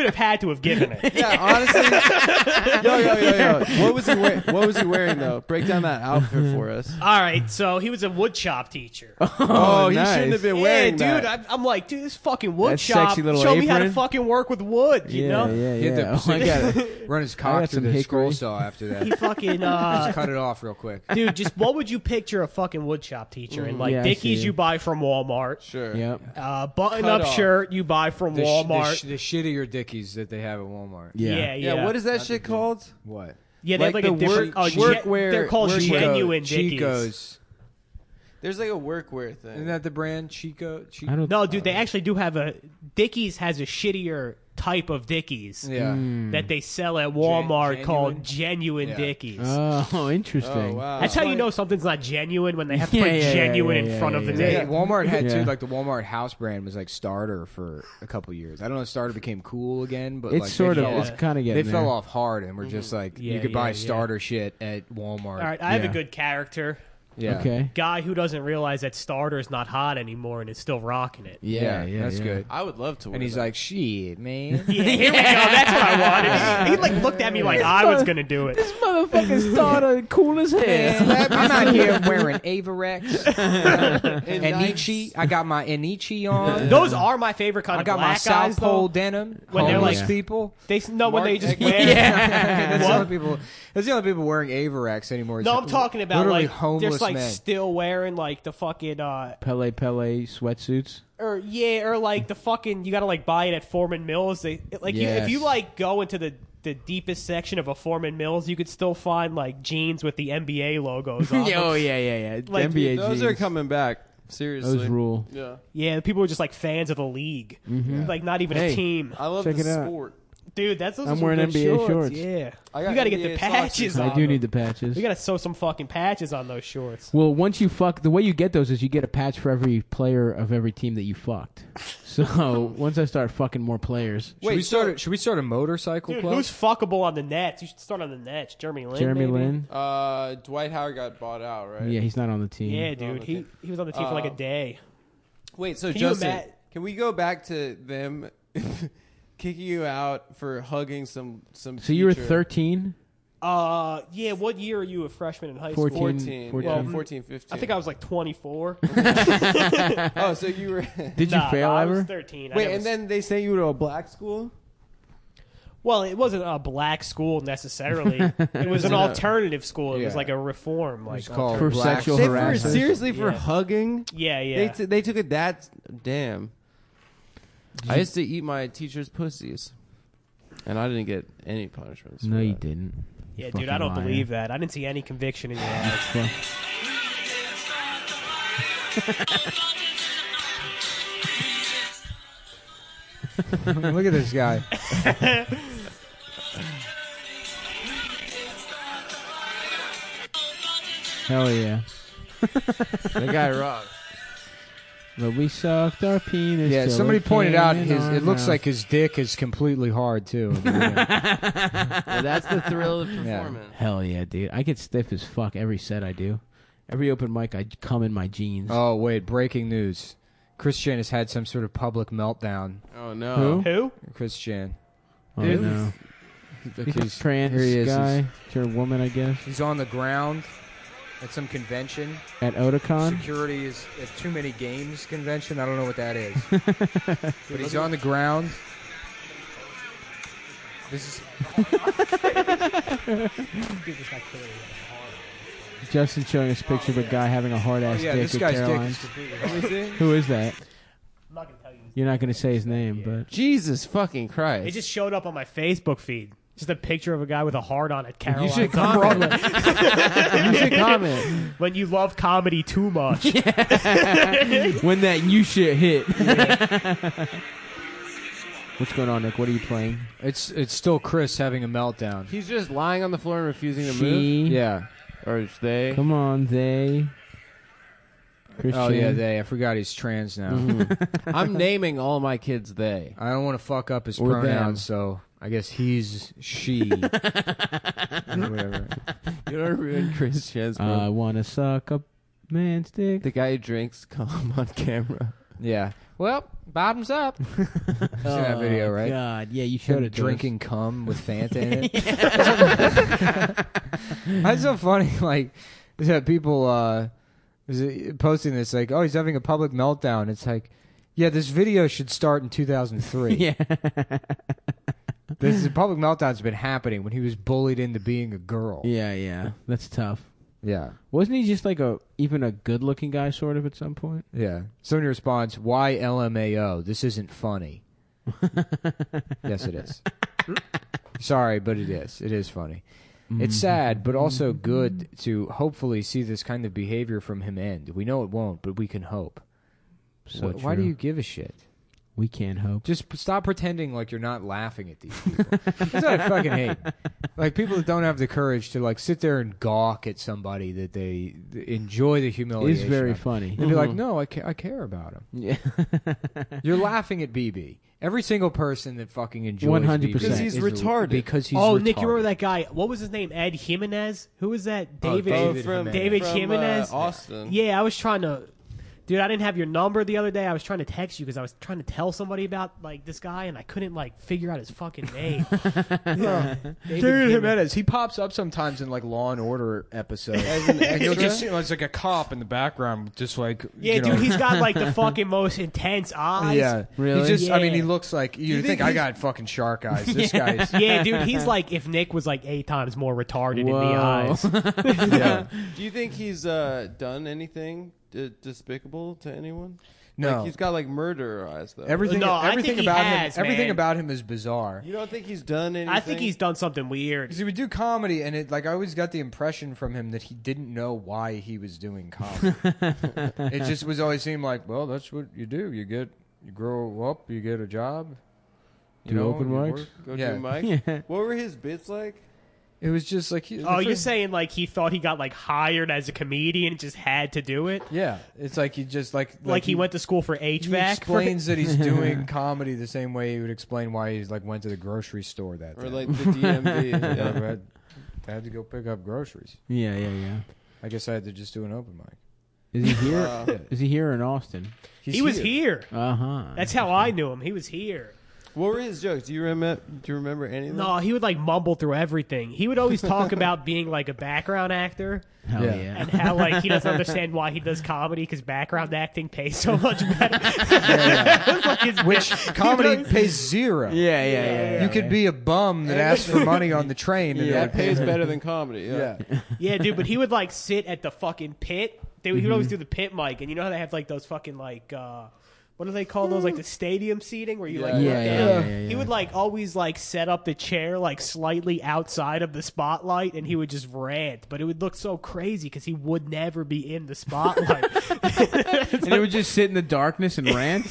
Speaker 5: have had to have given it.
Speaker 4: Yeah, honestly. yo, yo, yo, yo. What was he wearing? What was he wearing though? Break down that outfit for us.
Speaker 5: All right, so Oh, he was a wood shop teacher.
Speaker 4: Oh, he
Speaker 3: nice.
Speaker 4: shouldn't have been wearing
Speaker 5: dude.
Speaker 4: that.
Speaker 5: I'm, I'm like, dude, this fucking wood
Speaker 3: That
Speaker 5: shop.
Speaker 3: sexy little
Speaker 5: Show me how to
Speaker 3: apron.
Speaker 5: fucking work with wood. You
Speaker 3: yeah,
Speaker 5: know,
Speaker 3: yeah,
Speaker 1: He had
Speaker 3: yeah.
Speaker 1: to-
Speaker 3: Oh, I got it.
Speaker 1: Run his
Speaker 3: I
Speaker 1: cock
Speaker 3: got
Speaker 1: through
Speaker 3: some
Speaker 1: the scroll
Speaker 3: hickory.
Speaker 1: saw after
Speaker 5: he
Speaker 1: that.
Speaker 5: fucking uh,
Speaker 1: Cut it off real quick.
Speaker 5: dude. Just what would you picture a fucking wood shop teacher
Speaker 1: Mm,
Speaker 5: in? Like
Speaker 3: Yeah, I
Speaker 5: Dickies
Speaker 3: see.
Speaker 5: you buy from Walmart,
Speaker 4: Sure.
Speaker 3: Yep.
Speaker 5: uh, button
Speaker 4: Cut
Speaker 5: up
Speaker 4: off.
Speaker 5: shirt you buy from
Speaker 1: The, sh-
Speaker 5: Walmart.
Speaker 1: the, sh- the shittier dickies that they have at Walmart.
Speaker 3: Yeah.
Speaker 5: yeah, yeah,
Speaker 4: Yeah, what is that shit called?
Speaker 1: What?
Speaker 5: Yeah, they
Speaker 4: like
Speaker 5: have like
Speaker 4: the
Speaker 5: a different
Speaker 4: work-
Speaker 5: uh,
Speaker 4: work
Speaker 5: gen-
Speaker 4: wear-
Speaker 5: They're called
Speaker 4: work wear-
Speaker 5: genuine Dickies.
Speaker 1: Chico's.
Speaker 4: There's like a workwear thing.
Speaker 1: Isn't that the brand Chico? Chico?
Speaker 3: I don't.
Speaker 5: No, dude, they actually do have a Dickies has a shittier type of Dickies
Speaker 1: Yeah.
Speaker 5: that they sell at Walmart
Speaker 1: genuine?
Speaker 5: called genuine
Speaker 1: Yeah.
Speaker 5: Dickies.
Speaker 3: Oh, interesting.
Speaker 4: oh wow.
Speaker 5: That's how you know something's not genuine when they have to
Speaker 3: Yeah,
Speaker 5: put
Speaker 3: yeah, yeah,
Speaker 5: genuine
Speaker 3: yeah,
Speaker 5: in
Speaker 3: yeah,
Speaker 5: front of
Speaker 3: yeah,
Speaker 5: the
Speaker 3: yeah.
Speaker 1: They-
Speaker 5: name.
Speaker 1: Walmart had
Speaker 3: Yeah.
Speaker 1: too. Like the Walmart house brand was like Starter for a couple years. I don't know. if Starter became cool again, but
Speaker 3: It's
Speaker 1: like,
Speaker 3: sort
Speaker 1: they
Speaker 3: of.
Speaker 1: fell
Speaker 3: It's
Speaker 1: off-
Speaker 3: kind of
Speaker 1: They
Speaker 3: getting.
Speaker 1: fell
Speaker 3: there.
Speaker 1: off hard, and we're just like,
Speaker 5: Mm-hmm. Yeah,
Speaker 1: you could buy
Speaker 5: yeah, yeah.
Speaker 1: starter shit at Walmart.
Speaker 5: All right, I have
Speaker 3: Yeah.
Speaker 5: a good character
Speaker 1: Yeah.
Speaker 3: Okay.
Speaker 5: guy who doesn't realize that starter's not hot anymore and is still rocking it.
Speaker 1: Yeah,
Speaker 3: Yeah, yeah,
Speaker 1: that's
Speaker 3: yeah.
Speaker 1: good.
Speaker 4: I would love to. Wear
Speaker 1: And he's
Speaker 4: that.
Speaker 1: like, shit, man.
Speaker 5: Yeah, here we go. That's what I wanted. He like looked at me like I was gonna do it.
Speaker 3: Motherfucking starter, cool as hell.
Speaker 1: I'm out here wearing Avarex,
Speaker 4: And
Speaker 1: Anichi. I got my Anichi on.
Speaker 5: Those are my favorite kind
Speaker 1: I
Speaker 5: of
Speaker 1: got my
Speaker 5: black
Speaker 1: South
Speaker 5: guys. though.
Speaker 1: Pole denim.
Speaker 5: When they're
Speaker 1: homeless
Speaker 3: like-
Speaker 1: people.
Speaker 5: They no when they just
Speaker 4: Mark
Speaker 5: wear.
Speaker 1: that's the
Speaker 5: What?
Speaker 1: only people. That's the only people wearing Avarex anymore.
Speaker 5: No,
Speaker 1: It's
Speaker 5: I'm talking about
Speaker 1: literally
Speaker 5: like
Speaker 1: homeless
Speaker 5: just like
Speaker 1: men.
Speaker 5: still wearing like the fucking uh
Speaker 3: Pele Pele sweatsuits.
Speaker 5: or yeah or like the fucking you gotta like buy it at Foreman Mills. They like you if you
Speaker 3: Yes.
Speaker 5: like go into the the deepest section of a Foreman Mills, you could still find like jeans with the NBA logos on. them.
Speaker 3: yeah, yeah, yeah.
Speaker 5: Like,
Speaker 3: NBA
Speaker 4: those
Speaker 3: jeans.
Speaker 4: are coming back. Seriously.
Speaker 3: Those rule.
Speaker 4: Yeah.
Speaker 5: Yeah, people were just like fans of the league,
Speaker 1: Mm-hmm.
Speaker 5: like not even a
Speaker 3: Hey.
Speaker 5: team.
Speaker 4: I love
Speaker 3: Check
Speaker 4: the
Speaker 3: it out.
Speaker 4: sport.
Speaker 5: Dude, that's those
Speaker 3: I'm
Speaker 5: are some
Speaker 3: wearing
Speaker 5: good
Speaker 3: NBA
Speaker 5: shorts.
Speaker 3: shorts.
Speaker 5: Yeah,
Speaker 4: I got
Speaker 5: you gotta get
Speaker 4: NBA
Speaker 5: the patches.
Speaker 4: socks.
Speaker 5: On
Speaker 3: I do
Speaker 5: them.
Speaker 3: need the patches.
Speaker 5: We gotta sew some fucking patches on those shorts.
Speaker 3: Well, once you fuck, the way you get those is you get a patch for every player of every team that you fucked. So once I start fucking more players,
Speaker 1: Should we
Speaker 4: Wait,
Speaker 1: start?
Speaker 4: so-
Speaker 1: a, should we start a motorcycle
Speaker 5: Dude,
Speaker 1: club?
Speaker 5: who's fuckable on the Nets? You should start on the Nets. Jeremy Lin.
Speaker 3: Jeremy
Speaker 5: maybe?
Speaker 3: Lin,
Speaker 4: Uh, Dwight Howard got bought out, right?
Speaker 3: yeah, he's not on the team.
Speaker 5: Yeah, dude.
Speaker 4: okay.
Speaker 5: He he was on the team for like a day.
Speaker 4: Wait, so
Speaker 5: Can you
Speaker 4: Justin,
Speaker 5: ima-
Speaker 4: can we go back to them kicking you out for hugging some some?
Speaker 3: So you were
Speaker 4: teacher?
Speaker 3: 13,
Speaker 5: Uh, yeah. What year are you a freshman in high
Speaker 3: 14,
Speaker 5: school?
Speaker 4: 14,
Speaker 3: 14.
Speaker 4: yeah,
Speaker 5: Well,
Speaker 4: 14, 15.
Speaker 5: I think I was like 24.
Speaker 4: Oh, so you were.
Speaker 3: Did you
Speaker 5: Nah,
Speaker 3: fail
Speaker 5: I was
Speaker 3: ever?
Speaker 5: 13. I
Speaker 4: Wait,
Speaker 5: never
Speaker 4: and then they sent you to a black school.
Speaker 5: Well, it wasn't a black school necessarily. it was an alternative school. It was
Speaker 1: Yeah.
Speaker 5: like a reform, like
Speaker 1: It's called
Speaker 3: For
Speaker 1: Black-
Speaker 3: sexual
Speaker 4: They for,
Speaker 3: harassment.
Speaker 4: seriously for
Speaker 5: Yeah.
Speaker 4: hugging.
Speaker 5: yeah,
Speaker 4: They
Speaker 5: yeah.
Speaker 4: t- they took it that damn. I used to eat my teacher's pussies, and I didn't get any punishments.
Speaker 3: No,
Speaker 4: for
Speaker 3: you
Speaker 4: that.
Speaker 3: didn't.
Speaker 5: yeah, dude.
Speaker 3: Fucking
Speaker 5: I don't
Speaker 3: liar.
Speaker 5: believe that. I didn't see any conviction in your eyes.
Speaker 1: Look at this guy.
Speaker 3: Hell yeah!
Speaker 4: That guy rocked.
Speaker 3: But we sucked our penis.
Speaker 1: Yeah,
Speaker 3: till
Speaker 1: somebody
Speaker 3: it
Speaker 1: pointed
Speaker 3: came
Speaker 1: out
Speaker 3: in
Speaker 1: his.
Speaker 3: our
Speaker 1: It looks
Speaker 3: mouth.
Speaker 1: like his dick is completely hard too. yeah,
Speaker 4: Well, that's the thrill of performance.
Speaker 3: Hell yeah, dude! I get stiff as fuck every set I do. Every open mic, I come in my jeans.
Speaker 1: Oh wait, breaking news. Chris Chan has had some sort of public meltdown.
Speaker 4: Oh no!
Speaker 3: Who?
Speaker 5: Who?
Speaker 1: Chris Chan.
Speaker 3: Oh,
Speaker 1: dude.
Speaker 3: no!
Speaker 1: Look,
Speaker 3: He's
Speaker 1: He's,
Speaker 3: a trans
Speaker 1: here he is.
Speaker 3: guy, or woman, I guess.
Speaker 1: he's on the ground at some convention.
Speaker 3: At Otakon.
Speaker 1: Security is at too many games convention. I don't know what that is. but he's on the ground. This is
Speaker 3: Justin showing us a picture of a guy having a hard
Speaker 1: oh,
Speaker 3: ass
Speaker 1: yeah,
Speaker 3: dick
Speaker 1: this
Speaker 3: at
Speaker 1: guy's dick
Speaker 3: Caroline's.
Speaker 1: is completely
Speaker 3: Who is that?
Speaker 5: I'm not gonna tell you.
Speaker 3: You're not going to say his name, but
Speaker 4: Jesus fucking Christ!
Speaker 5: It just showed up on my Facebook feed. Just a picture of a guy with a hard on at
Speaker 4: you
Speaker 5: Caroline's.
Speaker 4: should
Speaker 5: on
Speaker 4: comment.
Speaker 5: Broadway.
Speaker 3: you should comment
Speaker 5: when you love comedy too much.
Speaker 3: when that you shit hit. What's going on, Nick? What are you playing?
Speaker 1: It's it's still Chris having a meltdown.
Speaker 4: He's just lying on the floor and refusing to move.
Speaker 3: She.
Speaker 1: Yeah.
Speaker 4: Or is they?
Speaker 3: Come on, they. Christian.
Speaker 1: Oh yeah, they. I forgot he's trans now.
Speaker 4: I'm naming all my kids they.
Speaker 1: I don't want to fuck up his
Speaker 3: Or them.
Speaker 1: pronouns, so I guess he's she. Or whatever.
Speaker 4: You don't ruin Chris Chesbro.
Speaker 3: I want to suck a man's dick.
Speaker 4: the guy who drinks cum on camera.
Speaker 1: Yeah. Well, bottoms up. You've seen that video, right?
Speaker 3: Oh, God, yeah, you showed
Speaker 1: Him
Speaker 3: it. to us.
Speaker 1: drinking cum with Fanta in it. That's so funny. Like is that people uh, was uh, posting this like, "Oh, he's having a public meltdown." It's like, yeah, this video should start in 2003.
Speaker 3: yeah.
Speaker 1: This the public meltdown's been happening when he was bullied into being a girl.
Speaker 3: yeah, yeah. That's tough.
Speaker 1: Yeah.
Speaker 3: Wasn't he just like a even a good-looking guy sort of at some point?
Speaker 1: Yeah. Somebody responds, "Why LMAO? This isn't funny." yes, it is. Sorry, but it is. It is funny. It's
Speaker 3: Mm-hmm.
Speaker 1: sad, but also good to hopefully see this kind of behavior from him end. We know it won't, but we can hope.
Speaker 3: So
Speaker 1: Wh- why do
Speaker 3: true.
Speaker 1: you give a shit?
Speaker 3: We can't hope.
Speaker 1: Just p- stop pretending like you're not laughing at these people. That's what I fucking hate. Like people that don't have the courage to like sit there and gawk at somebody that they th- enjoy the
Speaker 3: It's
Speaker 1: humiliation.
Speaker 3: very
Speaker 1: of.
Speaker 3: funny.
Speaker 1: They'd be
Speaker 5: Mm-hmm.
Speaker 1: like, "No, I, ca- I care about him."
Speaker 3: Yeah.
Speaker 1: You're laughing at BB. Every single person that fucking enjoys
Speaker 3: 100%.
Speaker 1: BB
Speaker 3: Because he's
Speaker 1: is-
Speaker 4: retarded.
Speaker 1: Because he's
Speaker 5: oh,
Speaker 1: retarded.
Speaker 5: Nick, you remember that guy? What was his name? Ed Jimenez? Who was that?
Speaker 1: Oh,
Speaker 5: David.
Speaker 1: David
Speaker 4: from
Speaker 1: Jimenez.
Speaker 5: David
Speaker 4: from, uh,
Speaker 5: Jimenez?
Speaker 4: Austin.
Speaker 5: Yeah, I was trying to. Dude, I didn't have your number the other day. I was trying to text you because I was trying to tell somebody about like this guy, and I couldn't like figure out his fucking name.
Speaker 1: Dude, Jimenez, he pops up sometimes in like Law and Order episodes, and you'll just see it's like a cop in the background, just like
Speaker 5: yeah,
Speaker 1: you know,
Speaker 5: dude, he's got like the fucking most intense eyes.
Speaker 1: yeah,
Speaker 3: Really?
Speaker 1: He just, I mean,
Speaker 5: Yeah.
Speaker 1: he looks like you, think, I got fucking shark eyes. This guy's
Speaker 5: yeah, dude, he's like if Nick was like eight times more retarded in
Speaker 3: Whoa.
Speaker 5: the eyes.
Speaker 1: yeah.
Speaker 4: Do you think he's uh, done anything d- despicable to anyone?
Speaker 1: No.
Speaker 4: like, he's got like murderer eyes though.
Speaker 1: everything.
Speaker 5: No, I
Speaker 1: everything
Speaker 5: think he
Speaker 1: about
Speaker 5: has,
Speaker 1: him. Everything
Speaker 5: man.
Speaker 1: about him is bizarre.
Speaker 4: you don't think he's done anything?
Speaker 5: I think he's done something weird.
Speaker 1: Because he would do comedy, and it like I always got the impression from him that he didn't know why he was doing comedy. it just was always seemed like, well, that's what you do. You get, you grow up, you get a job. you
Speaker 3: Do open
Speaker 1: you
Speaker 3: mics?
Speaker 1: work.
Speaker 4: Go
Speaker 1: yeah.
Speaker 4: do Mike.
Speaker 3: Yeah.
Speaker 4: What were his bits like?
Speaker 1: It was just like, he, the
Speaker 5: Oh, you're
Speaker 1: first-
Speaker 5: saying like he thought he got like hired as a comedian and just had to do it?
Speaker 1: yeah. It's like he just like
Speaker 5: Like, he, went to school for HVAC?
Speaker 1: He explains that he's doing comedy the same way he would explain why he's like went to the grocery store that
Speaker 4: Or
Speaker 1: day.
Speaker 4: like the DMV?
Speaker 1: Yeah,
Speaker 4: yeah.
Speaker 1: but I had to go pick up groceries.
Speaker 3: Yeah, yeah, yeah.
Speaker 1: I guess I had to just do an open mic.
Speaker 3: Is he here?
Speaker 4: Wow.
Speaker 3: Is he here in Austin?
Speaker 1: He's
Speaker 5: he was here.
Speaker 3: Uh huh.
Speaker 5: That's how I knew him. He was here.
Speaker 4: What were his jokes? Do you remember? Do you remember any of them?
Speaker 5: No, he would like mumble through everything. He would always talk about being like a background actor
Speaker 3: Hell
Speaker 1: Yeah.
Speaker 3: yeah.
Speaker 5: and how like he doesn't understand why he does comedy because background acting pays so much better. It's like his
Speaker 1: Which
Speaker 5: bit.
Speaker 1: comedy pays zero.
Speaker 3: Yeah, yeah, yeah.
Speaker 1: You could be a bum that asks for money on the train. And
Speaker 3: Yeah.
Speaker 4: that pays better than comedy.
Speaker 1: Yeah.
Speaker 4: Yeah.
Speaker 5: Yeah, dude, but he would like sit at the fucking pit. They he would
Speaker 1: Mm-hmm.
Speaker 5: always do the pit mic, and you know how they have like those fucking like uh what do they call those like
Speaker 1: Mm.
Speaker 5: the stadium seating where you like
Speaker 4: Yeah.
Speaker 5: look
Speaker 3: Yeah, yeah,
Speaker 5: down?
Speaker 3: yeah, yeah,
Speaker 5: he would like always like set up the chair like slightly outside of the spotlight, and he would just rant, but it would look so crazy because he would never be in the spotlight.
Speaker 3: and it would just sit in the darkness and rant.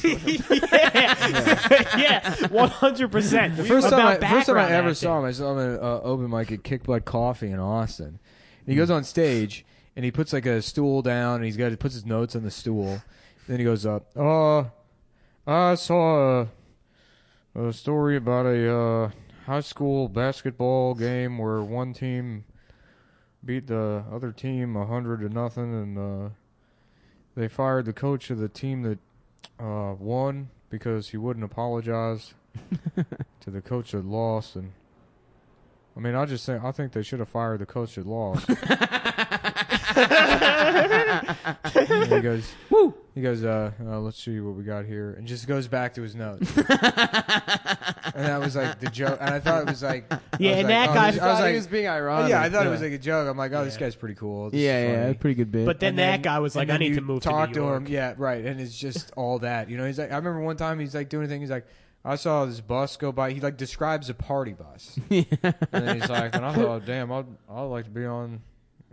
Speaker 5: yeah, one hundred percent. The
Speaker 1: First time, I, first time I ever saw him, I saw him at uh, open mic at Kick Butt Coffee in Austin. And he goes on stage and he puts like a stool down and he's got he puts his notes on the stool. Then he goes up. Uh, I saw a, a story about a uh, high school basketball game where one team beat the other team a hundred to nothing, and uh, they fired the coach of the team that uh, won because he wouldn't apologize to the coach that lost. And I mean, I just think I think they should have fired the coach that lost. and he goes, "Woo!" He goes, uh, uh, "Let's see what we got here," and just goes back to his notes. and that was like the joke, and I thought it was like,
Speaker 5: Yeah,
Speaker 1: I was like,
Speaker 5: and that
Speaker 1: oh,
Speaker 5: guy-
Speaker 1: this-
Speaker 4: I
Speaker 1: I was
Speaker 4: thought
Speaker 1: like,
Speaker 4: he was being ironic.
Speaker 1: yeah, I thought it was like a joke. I'm like, oh, this guy's pretty cool. This is
Speaker 3: yeah, yeah,
Speaker 1: funny.
Speaker 3: pretty good bit.
Speaker 5: But then
Speaker 1: And
Speaker 5: that guy was like,
Speaker 1: and
Speaker 5: "I
Speaker 1: then
Speaker 5: need
Speaker 1: you
Speaker 5: to move to
Speaker 1: Talk
Speaker 5: New
Speaker 1: to,
Speaker 5: York."
Speaker 1: him, yeah, right. And it's just all that, you know. He's like, I remember one time he's like doing a thing. He's like, I saw this bus go by. He like describes a party bus, and then he's like, and I thought, damn, I'd I'd like to be on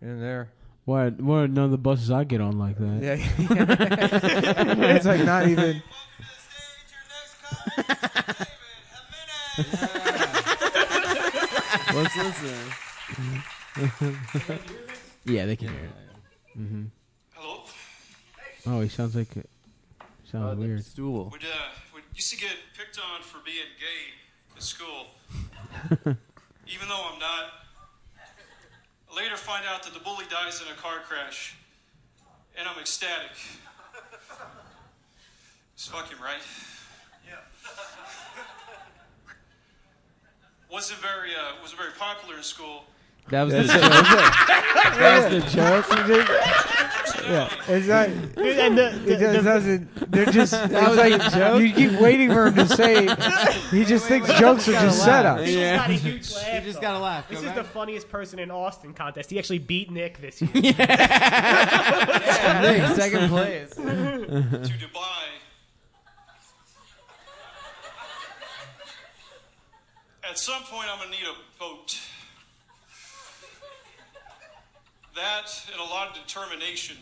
Speaker 1: in there.
Speaker 3: why? Why are none of the buses I get on like that?
Speaker 1: Yeah, it's like not even.
Speaker 4: Let's listen.
Speaker 3: Yeah, they can hear it.
Speaker 7: Hello.
Speaker 3: Oh, he sounds like it. Sounds weird.
Speaker 4: Stool.
Speaker 7: We'd, uh, we used to get picked on for being gay at school, even though I'm not. I later find out that the bully dies in a car crash, and I'm ecstatic. It's fucking right. Yeah. wasn't very uh, wasn't very popular in school.
Speaker 4: That was the joke.
Speaker 1: That's the joke. Yeah, it's not.
Speaker 5: Dude, and the, the,
Speaker 1: It just
Speaker 5: the-
Speaker 1: doesn't. They're just. It's like you keep waiting for him to say. He just thinks jokes are just set up.
Speaker 5: this is not a huge laugh.
Speaker 4: You just
Speaker 5: though.
Speaker 4: gotta laugh.
Speaker 5: This
Speaker 4: Go
Speaker 5: is
Speaker 4: back.
Speaker 5: the funniest person in Austin contest. He actually beat Nick this year.
Speaker 1: Second place.
Speaker 7: to Dubai. At some point, I'm going to need a boat. That and a lot of determination.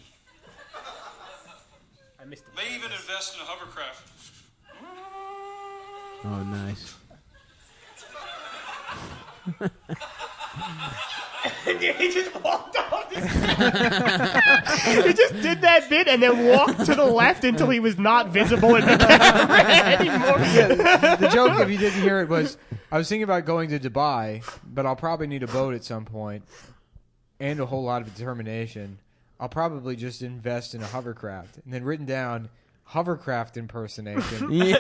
Speaker 5: I missed it.
Speaker 7: May even invest in a hovercraft.
Speaker 3: Oh, nice.
Speaker 5: he just walked off. This he just did that bit and then walked to the left until he was not visible in the camera anymore.
Speaker 1: Yeah, the joke, if you didn't hear it, was I was thinking about going to Dubai, but I'll probably need a boat at some point and a whole lot of determination. I'll probably just invest in a hovercraft. And then written down, hovercraft impersonation,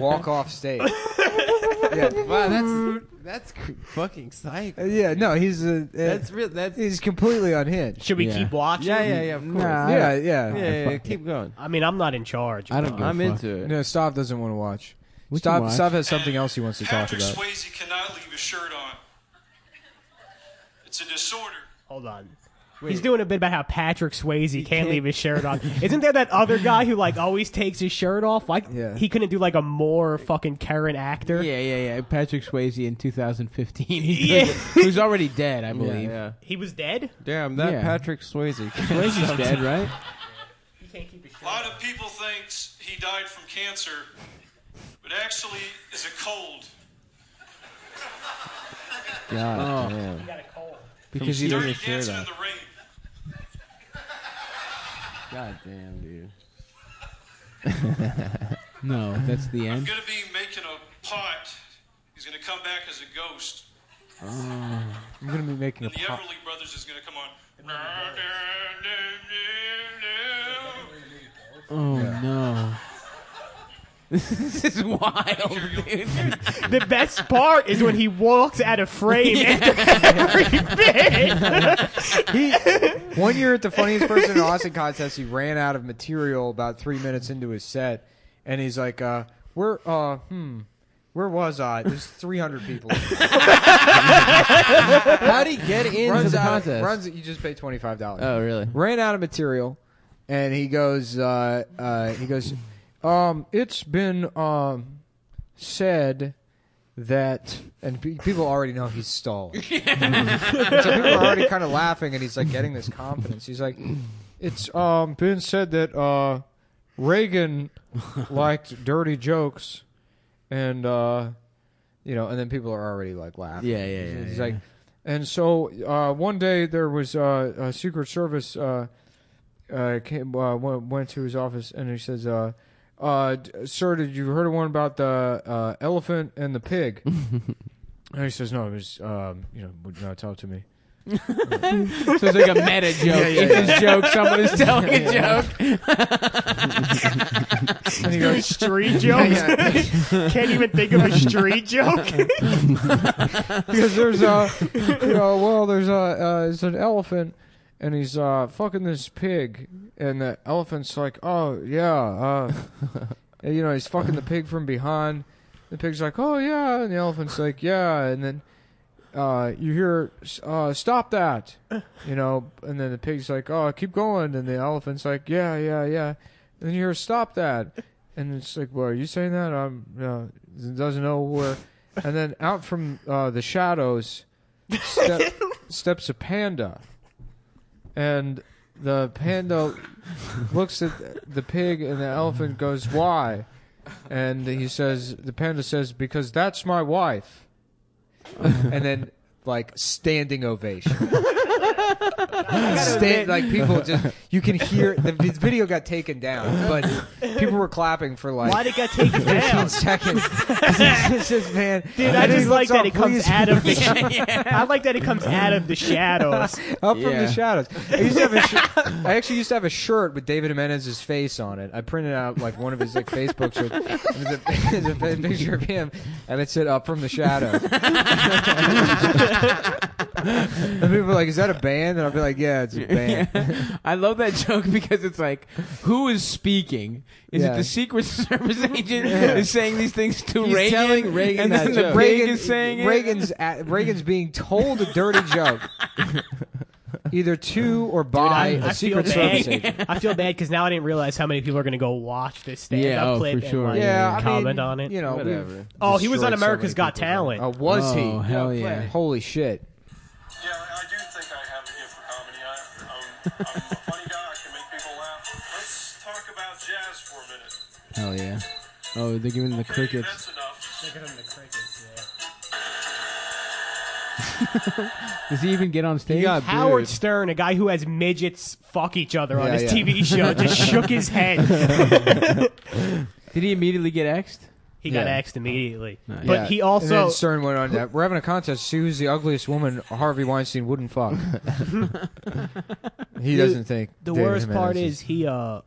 Speaker 1: walk off stage. Yeah.
Speaker 4: Wow, that's that's cr- fucking psych.
Speaker 1: Uh, Yeah, no, he's uh, uh,
Speaker 4: That's real. That's yeah,
Speaker 1: he's completely unhinged.
Speaker 5: Should we
Speaker 3: Yeah.
Speaker 5: keep watching?
Speaker 4: yeah, yeah. Of course.
Speaker 3: Nah, I
Speaker 1: Yeah,
Speaker 3: don't-
Speaker 1: yeah.
Speaker 4: yeah, yeah, yeah, keep going.
Speaker 5: I mean, I'm not in charge.
Speaker 3: I don't give
Speaker 4: I'm
Speaker 3: a fuck.
Speaker 4: into it.
Speaker 1: No, Stav doesn't want to watch.
Speaker 3: We can
Speaker 1: Stav,
Speaker 3: watch.
Speaker 1: Stav has something else he wants to talk
Speaker 7: Patrick
Speaker 1: about.
Speaker 7: Swayze cannot leave his shirt on. It's a disorder.
Speaker 5: Hold on. He's doing a bit about how Patrick Swayze can't, leave his shirt on. Isn't there that other guy who like always takes his shirt off? Like
Speaker 1: Yeah.
Speaker 5: he couldn't do like a more fucking current actor.
Speaker 3: Yeah, yeah, yeah. Patrick Swayze in 2015. He's
Speaker 5: Yeah.
Speaker 3: who's already dead, I believe.
Speaker 4: Yeah.
Speaker 5: He was dead.
Speaker 4: Damn, that
Speaker 3: Yeah.
Speaker 4: Patrick Swayze.
Speaker 3: Swayze's dead, right?
Speaker 5: You can't keep his shirt.
Speaker 7: A lot of people thinks he died from cancer, but actually is a cold.
Speaker 4: God, damn.
Speaker 5: He got a cold.
Speaker 4: Because he doesn't
Speaker 7: Dirty
Speaker 4: share
Speaker 7: dancing in
Speaker 4: that.
Speaker 7: the rain.
Speaker 4: God damn, dude.
Speaker 3: No, that's the
Speaker 7: I'm
Speaker 3: end.
Speaker 7: gonna be making a pot. He's gonna come back as a ghost.
Speaker 1: I'm going to be making a
Speaker 7: And the
Speaker 1: pop.
Speaker 7: Everly Brothers is gonna come on.
Speaker 3: Oh no. this is wild, dude.
Speaker 5: The best part is when he walks out of frame into every bit.
Speaker 1: He, one year at the funniest person in Austin contest, he ran out of material about three minutes into his set, and he's like, uh, "Where, uh, hmm, where was I? There's 300 people.
Speaker 4: How'd he get into
Speaker 1: runs
Speaker 4: the
Speaker 1: out,
Speaker 4: contest?
Speaker 1: runs. You just pay 25 dollars.
Speaker 4: oh, really?
Speaker 1: ran out of material, and he goes, uh, uh, he goes, um, it's been um, said that, and pe- people already know he's stalling. so people are already kind of laughing, and he's like getting this confidence. He's like, it's um, been said that uh, Reagan liked dirty jokes, and uh, you know, and then people are already like laughing.
Speaker 3: Yeah, yeah, yeah,
Speaker 1: He's
Speaker 3: yeah.
Speaker 1: like. And so uh, one day there was uh, a Secret Service uh, uh, came, uh, went, went to his office and he says, uh, uh, d- "Sir, did you heard of one about the uh, elephant and the pig?" and he says, "No, it was um, you know would not tell to me."
Speaker 3: So it's like a meta joke. it's his joke. Someone is telling a joke.
Speaker 1: And he
Speaker 5: Doing
Speaker 1: goes,
Speaker 5: street jokes. Can't even think of a street joke.
Speaker 1: he goes, "There's a you know, well, there's a uh, it's an elephant." And he's uh, fucking this pig, and the elephant's like, "Oh yeah," uh, and, you know, he's fucking the pig from behind. The pig's like, "Oh yeah," and the elephant's like, "Yeah," and then uh, you hear, uh, "Stop that," you know, and then the pig's like, "Oh, keep going," and the elephant's like, "Yeah, yeah, yeah," and then you hear, "Stop that," and it's like, "Well, are you saying that?" I'm uh, doesn't know where, and then out from uh, the shadows step, steps a panda, and the panda looks at the pig, and the elephant goes, "Why?" And he says, the panda says, "Because that's my wife," and then like standing ovation. Stand, like people just you can hear the vi- video got taken down, but people were clapping for like
Speaker 5: Why did it got taken
Speaker 1: 15
Speaker 5: down?
Speaker 1: seconds. it's just man,
Speaker 5: Dude, I
Speaker 1: and he
Speaker 5: just like
Speaker 1: looks
Speaker 5: that
Speaker 1: up,
Speaker 5: it comes
Speaker 1: please,
Speaker 5: out of the. I like that it comes out of the shadows.
Speaker 1: up from
Speaker 3: Yeah.
Speaker 1: the shadows. I used to have a shi- I actually used to have a shirt with David Jimenez's face on it. I printed out like one of his like Facebook shirts. And There's a, there's a pic- picture of him, and it said "Up from the shadows." And people are like, "Is that a band?" And I'll be like, "Yeah, it's a band."
Speaker 3: I love that joke because it's like, who is speaking? Is it
Speaker 1: Yeah.
Speaker 3: the Secret Service agent is saying these things to
Speaker 4: He's
Speaker 3: Reagan?
Speaker 4: telling Reagan
Speaker 3: and then
Speaker 4: that
Speaker 3: the
Speaker 4: joke.
Speaker 3: pig is saying
Speaker 1: Reagan's at, Reagan's being told a dirty joke, either to or by
Speaker 5: I,
Speaker 1: a
Speaker 5: I feel
Speaker 1: Secret Service agent.
Speaker 5: bad. I feel bad because now I didn't realize how many people are going to go watch this stand-up
Speaker 3: Yeah, oh,
Speaker 5: clip
Speaker 3: for sure.
Speaker 5: and like,
Speaker 1: Yeah, I
Speaker 5: comment
Speaker 1: mean,
Speaker 5: on it.
Speaker 1: You know, we've
Speaker 4: Whatever.
Speaker 5: Oh, he was on
Speaker 1: destroyed so
Speaker 5: America's
Speaker 1: many
Speaker 5: Got
Speaker 1: people's-
Speaker 5: Talent.
Speaker 1: Oh, was
Speaker 3: Oh,
Speaker 1: he?
Speaker 3: hell yeah.
Speaker 1: Holy shit!
Speaker 7: Yeah, I do think I have a gift for comedy. I, I'm, I'm a funny guy. I can make people laugh. Let's talk about jazz for a minute.
Speaker 3: it. Hell yeah. Oh, they're giving the
Speaker 7: Okay,
Speaker 3: crickets.
Speaker 7: That's enough.
Speaker 3: Does he even get on stage?
Speaker 5: Howard Stern, a guy who has midgets fuck each other on
Speaker 1: Yeah,
Speaker 5: his
Speaker 1: yeah.
Speaker 5: TV show, just shook his head.
Speaker 3: Did he immediately get exed?
Speaker 5: He got
Speaker 1: Yeah. Uh,
Speaker 5: axed immediately. But
Speaker 1: Yeah.
Speaker 5: he
Speaker 1: and
Speaker 5: also
Speaker 1: then Stern went on. To, we're having a contest to see who's the ugliest woman Harvey Weinstein wouldn't fuck. he doesn't think
Speaker 5: the
Speaker 1: David
Speaker 5: worst part
Speaker 1: Jimenez
Speaker 5: is he uh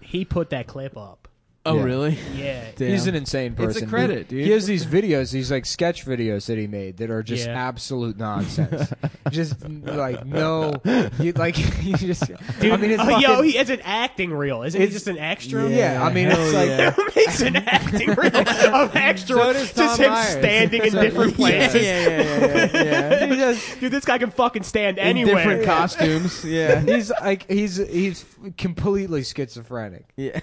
Speaker 5: he put that clip up.
Speaker 3: Oh,
Speaker 1: Yeah.
Speaker 3: really?
Speaker 5: Yeah.
Speaker 1: He's
Speaker 3: Damn.
Speaker 1: an insane person.
Speaker 4: It's a credit,
Speaker 1: He-
Speaker 4: dude.
Speaker 1: He has these videos, these like sketch videos that he made that are just
Speaker 5: Yeah.
Speaker 1: absolute nonsense. just like no, you, like you just. I mean, it's
Speaker 5: oh,
Speaker 1: fucking,
Speaker 5: yo, he is an acting reel. Isn't he just an extra?
Speaker 1: yeah, I mean, it's like
Speaker 5: He's an acting reel of extra.
Speaker 1: So does
Speaker 5: just
Speaker 1: Tom
Speaker 5: him
Speaker 1: Myers.
Speaker 5: standing in
Speaker 1: So-
Speaker 5: different
Speaker 1: yeah, yeah,
Speaker 5: places.
Speaker 3: yeah, yeah, yeah.
Speaker 1: he just-
Speaker 5: Dude, this guy can fucking stand
Speaker 3: In
Speaker 5: anywhere.
Speaker 3: different costumes. Yeah.
Speaker 1: he's like he's he's completely schizophrenic.
Speaker 3: yeah.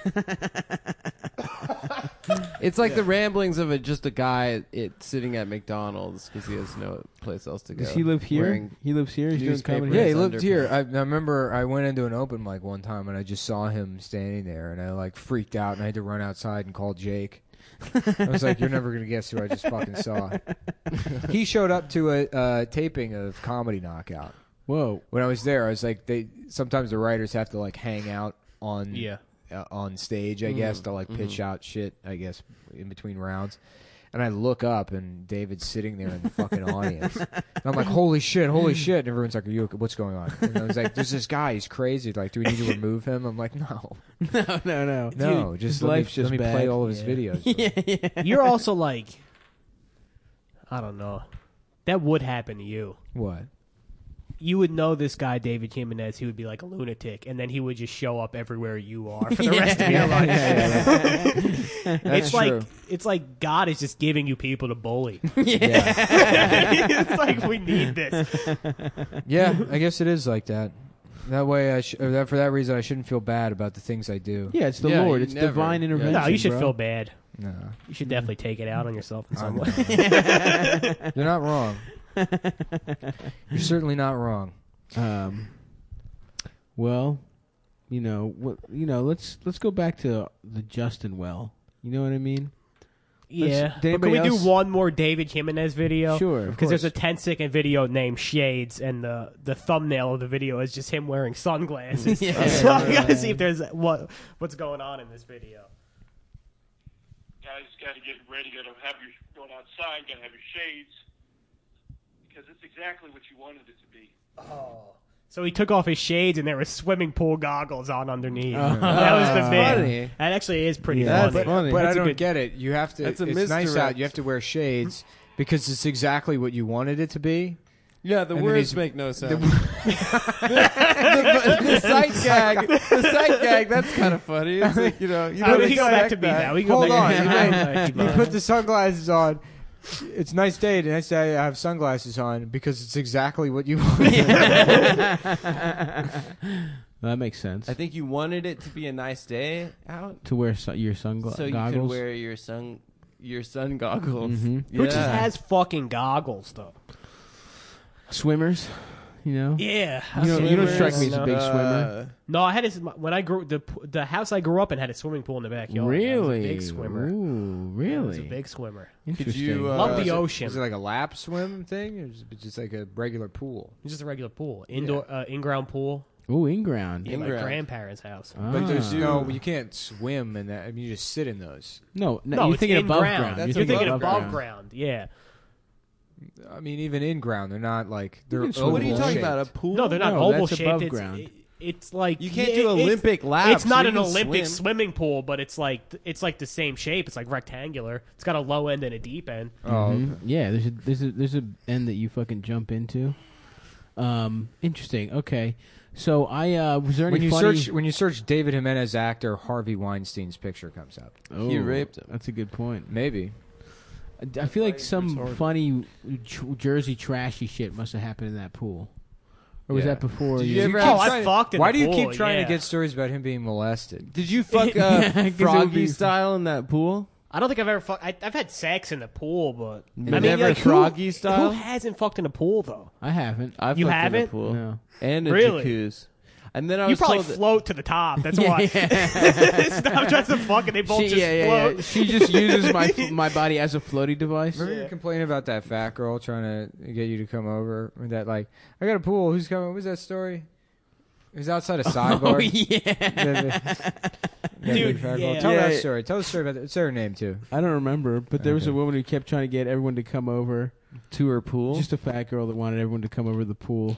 Speaker 4: It's like the ramblings of a, just a guy it, sitting at McDonald's because he has no place else to go.
Speaker 3: Does he live here?
Speaker 4: Wearing-
Speaker 3: he lives here. He's doing
Speaker 4: newspaper.
Speaker 3: comedy.
Speaker 1: Yeah, he
Speaker 4: his
Speaker 1: lived here.
Speaker 4: underpants.
Speaker 1: I, I remember I went into an open mic one time and I just saw him standing there and I like freaked out and I had to run outside and call Jake. I was like, "You're never gonna guess who I just fucking saw." he showed up to a uh, taping of Comedy Knockout
Speaker 3: Whoa.
Speaker 1: when I was there. I was like, "They sometimes the writers have to like hang out on
Speaker 5: Yeah.
Speaker 1: uh, on stage, I guess, to like pitch out shit, I guess, in between rounds. And I look up and David's sitting there in the fucking audience. And I'm like, holy shit, holy shit. And everyone's like, are you okay? What's going on? And I was like, there's this guy, he's crazy. Like, do we need to remove him? I'm like, no,
Speaker 3: No, no, no.
Speaker 1: no,
Speaker 3: Dude,
Speaker 1: just
Speaker 3: his
Speaker 1: let me,
Speaker 3: life's just
Speaker 1: let me
Speaker 3: bad.
Speaker 1: play all of his videos.
Speaker 3: yeah, yeah.
Speaker 5: You're also like, I don't know. That would happen to you.
Speaker 1: What?
Speaker 5: You would know this guy, David Jimenez. He would be like a lunatic, and then he would just show up everywhere you are for the rest of your life. it's
Speaker 1: true.
Speaker 5: like it's like God is just giving you people to bully. it's like we need this.
Speaker 1: Yeah, I guess it is like that. That way, I sh- or that, for that reason, I shouldn't feel bad about the things I do.
Speaker 3: Yeah, it's the
Speaker 4: Yeah,
Speaker 3: Lord.
Speaker 4: you
Speaker 3: It's
Speaker 4: never-
Speaker 3: divine
Speaker 4: yeah.
Speaker 3: intervention.
Speaker 5: No, you should
Speaker 3: bro.
Speaker 5: feel bad.
Speaker 1: No,
Speaker 5: You should definitely take it out on yourself in some
Speaker 1: I'm-
Speaker 5: way.
Speaker 1: you're not wrong. you're certainly not wrong.
Speaker 3: Um, well, you know, what, you know, let's let's go back to the Justin well. You know what I mean?
Speaker 5: Yeah.
Speaker 3: did
Speaker 5: But can we
Speaker 3: anybody else-
Speaker 5: do one more David Jimenez video?
Speaker 3: Sure, of
Speaker 5: Because there's a
Speaker 3: course.
Speaker 5: 10 second video named Shades, and the, the thumbnail of the video is just him wearing sunglasses. so I gotta see if there's what what's going on in this video.
Speaker 7: Guys, got to get ready. Got to have your going outside. Got to have your shades because it's exactly what you wanted it to be.
Speaker 5: So he took off his shades, and there were swimming pool goggles on underneath. that was the bit.
Speaker 4: funny.
Speaker 5: That actually is pretty
Speaker 3: Yeah,
Speaker 5: funny.
Speaker 3: that's funny.
Speaker 1: But
Speaker 5: That's a
Speaker 1: I don't
Speaker 5: good-
Speaker 1: get it. You have to.
Speaker 4: That's a
Speaker 1: it's nice
Speaker 4: misdirect.
Speaker 1: out. You have to wear shades because it's exactly what you wanted it to be.
Speaker 4: Yeah, the
Speaker 1: And then
Speaker 4: words
Speaker 1: he's-
Speaker 4: make no sense. The, the, the sight gag, the sight gag. That's kind of funny. It's like, you know, you
Speaker 5: Uh,
Speaker 4: don't
Speaker 5: we can go back to
Speaker 4: expect
Speaker 5: me
Speaker 4: that.
Speaker 5: now. We can
Speaker 1: Hold
Speaker 5: go
Speaker 1: on.
Speaker 5: back
Speaker 1: You,
Speaker 5: to
Speaker 1: might- you put the sunglasses on. It's a nice day. The next day I have sunglasses on because it's exactly what you wanted.
Speaker 3: That makes sense.
Speaker 4: I think you wanted it to be a nice day out,
Speaker 3: to wear su- your sunglasses,
Speaker 4: so you could
Speaker 3: goggles.
Speaker 4: wear your sun your sun goggles.
Speaker 3: Mhm.
Speaker 5: Who just
Speaker 4: Yeah.
Speaker 5: has fucking goggles, though?
Speaker 3: swimmers. You know,
Speaker 5: Yeah.
Speaker 3: You don't- you don't strike me as a
Speaker 5: No.
Speaker 3: big swimmer.
Speaker 5: No, I had this when I grew the the house I grew up in had a swimming pool in the backyard. I
Speaker 3: really
Speaker 5: was a big swimmer.
Speaker 3: Ooh,
Speaker 5: I was
Speaker 3: really
Speaker 5: a big swimmer.
Speaker 4: Could
Speaker 3: interesting.
Speaker 4: you uh,
Speaker 5: Love the
Speaker 4: was it-
Speaker 5: ocean.
Speaker 1: Is it like a lap swim thing, or is it just like a regular pool?
Speaker 5: just a regular pool, indoor uh, in-ground pool
Speaker 3: Ooh, in ground.
Speaker 5: in my
Speaker 4: In-ground.
Speaker 5: grandparents' house.
Speaker 1: But there's
Speaker 3: Ah.
Speaker 1: no. You can't swim in that. I mean, you just sit in those.
Speaker 3: no, no,
Speaker 5: no,
Speaker 3: you're
Speaker 5: it's
Speaker 3: thinking
Speaker 5: in
Speaker 3: above
Speaker 5: ground.
Speaker 3: ground.
Speaker 4: That's
Speaker 5: You're
Speaker 4: above
Speaker 5: thinking above ground.
Speaker 4: ground.
Speaker 5: Yeah.
Speaker 1: I mean, even in ground, they're not like they're.
Speaker 3: can swim
Speaker 1: oval
Speaker 4: What are you talking
Speaker 1: shaped.
Speaker 3: Oh,
Speaker 4: about? A pool?
Speaker 5: No, they're not
Speaker 3: No,
Speaker 5: oval
Speaker 3: that's
Speaker 5: shaped.
Speaker 3: above
Speaker 5: It's,
Speaker 3: ground.
Speaker 5: it- it's like
Speaker 4: You can't
Speaker 5: yeah,
Speaker 4: do
Speaker 5: it- it's-
Speaker 4: Olympic laps,
Speaker 5: It's not
Speaker 4: you
Speaker 5: an
Speaker 4: can
Speaker 5: Olympic
Speaker 4: swim.
Speaker 5: swimming pool, but it's like it's like the same shape. It's like rectangular. It's got a low end and a deep end.
Speaker 1: Oh,
Speaker 3: Mhm. Yeah, there's a there's a there's a end that you fucking jump into. Um, interesting. Okay, so I uh, was there any
Speaker 1: When you
Speaker 3: funny?
Speaker 1: search when you search David Jimenez actor, Harvey Weinstein's picture comes up.
Speaker 3: oh,
Speaker 4: He raped him.
Speaker 3: That's a good point.
Speaker 1: Maybe.
Speaker 3: I- I feel like some funny J- Jersey trashy shit must have happened in that pool, or was
Speaker 1: Yeah.
Speaker 3: that before?
Speaker 1: Did
Speaker 3: you-
Speaker 1: you ever
Speaker 5: Oh,
Speaker 1: have-
Speaker 5: I
Speaker 1: trying-
Speaker 5: fucked in
Speaker 1: Why do
Speaker 5: the
Speaker 1: you
Speaker 5: pool,
Speaker 1: keep trying
Speaker 5: yeah.
Speaker 1: to get stories about him being molested?
Speaker 4: Did you fuck
Speaker 3: Yeah, 'cause it
Speaker 4: uh,
Speaker 3: would
Speaker 4: froggy
Speaker 3: be-
Speaker 4: style in that pool?
Speaker 5: I don't think I've ever fucked. I, I've had sex in the pool, but I
Speaker 4: Never
Speaker 5: mean, like, who-
Speaker 4: froggy
Speaker 5: Who
Speaker 4: style.
Speaker 5: hasn't fucked in a pool though?
Speaker 3: I haven't.
Speaker 5: You
Speaker 4: I fucked in
Speaker 5: haven't?
Speaker 4: a pool
Speaker 3: No.
Speaker 4: and a
Speaker 5: Really?
Speaker 4: jacuzzi. And then I
Speaker 5: You
Speaker 4: was
Speaker 5: probably
Speaker 4: told that-
Speaker 5: float to the top. That's why. Stop trying to fuck, and they both
Speaker 3: She,
Speaker 5: just
Speaker 3: yeah, yeah,
Speaker 5: float.
Speaker 3: yeah. She just uses my my body as a floaty device.
Speaker 1: Remember you complaining about that fat girl trying to get you to come over? Or That like, I got a pool. Who's coming? What was that story? It was outside a sidebar.
Speaker 3: Oh yeah,
Speaker 1: Dude,
Speaker 5: yeah.
Speaker 1: Tell
Speaker 3: Yeah,
Speaker 1: that
Speaker 3: yeah.
Speaker 1: story. Tell the story about that. It's her name too.
Speaker 3: I don't remember, but there was a
Speaker 1: Okay.
Speaker 3: woman who kept trying to get everyone to come over.
Speaker 4: to her pool.
Speaker 3: Just a fat girl that wanted everyone to come over to the pool,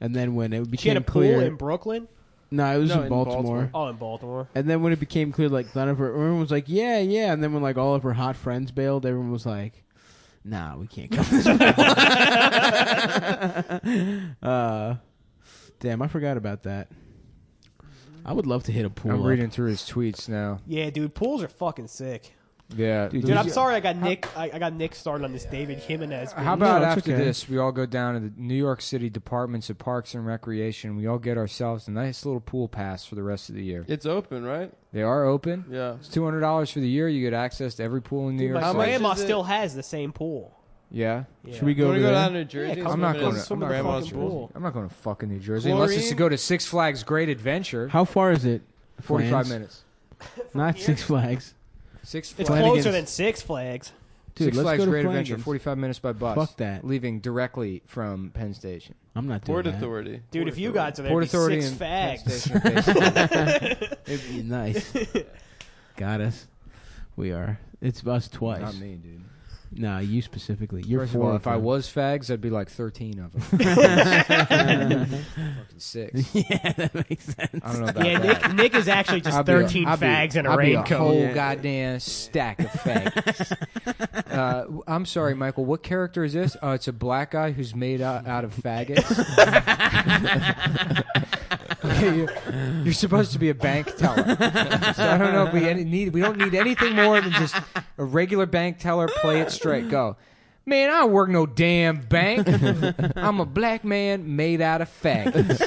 Speaker 3: and then when it became
Speaker 5: She had a pool
Speaker 3: clear,
Speaker 5: in Brooklyn.
Speaker 3: no, it was
Speaker 4: No,
Speaker 3: in
Speaker 4: in
Speaker 3: Baltimore.
Speaker 4: Baltimore.
Speaker 5: Oh, in Baltimore.
Speaker 3: And then when it became clear, like none of her, everyone was like, "Yeah, yeah," and then when like all of her hot friends bailed, everyone was like, "Nah, we can't come." this way." uh, damn, I forgot about that. I would love to hit a pool.
Speaker 1: I'm
Speaker 3: up.
Speaker 1: reading through his tweets now.
Speaker 5: Yeah, dude, pools are fucking sick.
Speaker 1: Yeah,
Speaker 5: Dude, I'm sorry I got Nick. I, I got Nick started on this David Jimenez.
Speaker 1: How about
Speaker 3: No, it's
Speaker 1: after
Speaker 3: okay.
Speaker 1: this, we all go down to the New York City Departments of Parks and Recreation. We all get ourselves a nice little pool pass for the rest of the year.
Speaker 4: it's open, right?
Speaker 1: They are open.
Speaker 4: Yeah.
Speaker 1: It's two hundred dollars for the year. You get access to every pool in New York.
Speaker 5: my
Speaker 4: How much
Speaker 1: City.
Speaker 5: grandma
Speaker 4: is it?
Speaker 5: still has the same pool.
Speaker 1: Yeah,
Speaker 3: Should we
Speaker 4: You
Speaker 3: go over
Speaker 4: want to go
Speaker 3: there?
Speaker 4: down to New Jersey?
Speaker 5: Yeah,
Speaker 4: and
Speaker 5: come
Speaker 1: I'm
Speaker 4: swim
Speaker 1: not
Speaker 4: in
Speaker 1: going.
Speaker 5: Let's
Speaker 1: To, I'm,
Speaker 5: swim in
Speaker 1: not
Speaker 5: the
Speaker 1: grandma's
Speaker 5: fucking
Speaker 1: pool.
Speaker 5: pool.
Speaker 1: I'm not going to fucking New Jersey unless it's to
Speaker 4: Chlorine?
Speaker 1: go to Six Flags Great Adventure.
Speaker 3: How far is it?
Speaker 1: Forty-five
Speaker 3: Flans?
Speaker 1: minutes.
Speaker 3: Not Six Flags.
Speaker 1: Six
Speaker 5: It's
Speaker 1: Flags.
Speaker 5: closer than Six Flags.
Speaker 3: Dude,
Speaker 1: Six
Speaker 3: let's
Speaker 1: Flags
Speaker 3: go to
Speaker 1: Great
Speaker 3: Flanagan's.
Speaker 1: Adventure. Forty-five minutes by bus.
Speaker 3: Fuck that.
Speaker 1: Leaving directly from Penn Station.
Speaker 3: I'm not doing
Speaker 4: Port
Speaker 3: that.
Speaker 4: Authority.
Speaker 5: Dude, if you guys are there,
Speaker 1: Port
Speaker 5: it'd
Speaker 1: Authority
Speaker 5: be
Speaker 1: and
Speaker 5: six
Speaker 1: Penn
Speaker 5: fags.
Speaker 1: Station. are basically-
Speaker 3: It'd be nice. Got us. We are. It's us twice.
Speaker 1: Not me, dude.
Speaker 3: No, you specifically. You're
Speaker 1: First of
Speaker 3: four.
Speaker 1: all,
Speaker 3: of
Speaker 1: if I
Speaker 3: them.
Speaker 1: was fags, I'd be like 13 of them. Fucking six.
Speaker 3: yeah, that makes sense.
Speaker 1: I don't know about
Speaker 5: Yeah,
Speaker 1: that.
Speaker 5: Nick, Nick is actually just
Speaker 1: I'd be a-
Speaker 5: 13
Speaker 1: I'd be-
Speaker 5: fags and a
Speaker 1: I'd be
Speaker 5: raincoat.
Speaker 1: whole goddamn stack of fags. uh, w- I'm sorry, Michael. What character is this? Uh, it's a black guy who's made out, out of faggots. you're, you're supposed to be a bank teller. So I don't know if we any, need. We don't need anything more than just a regular bank teller. Play it straight. Go. Man, I work no damn bank. I'm a black man made out of faggots.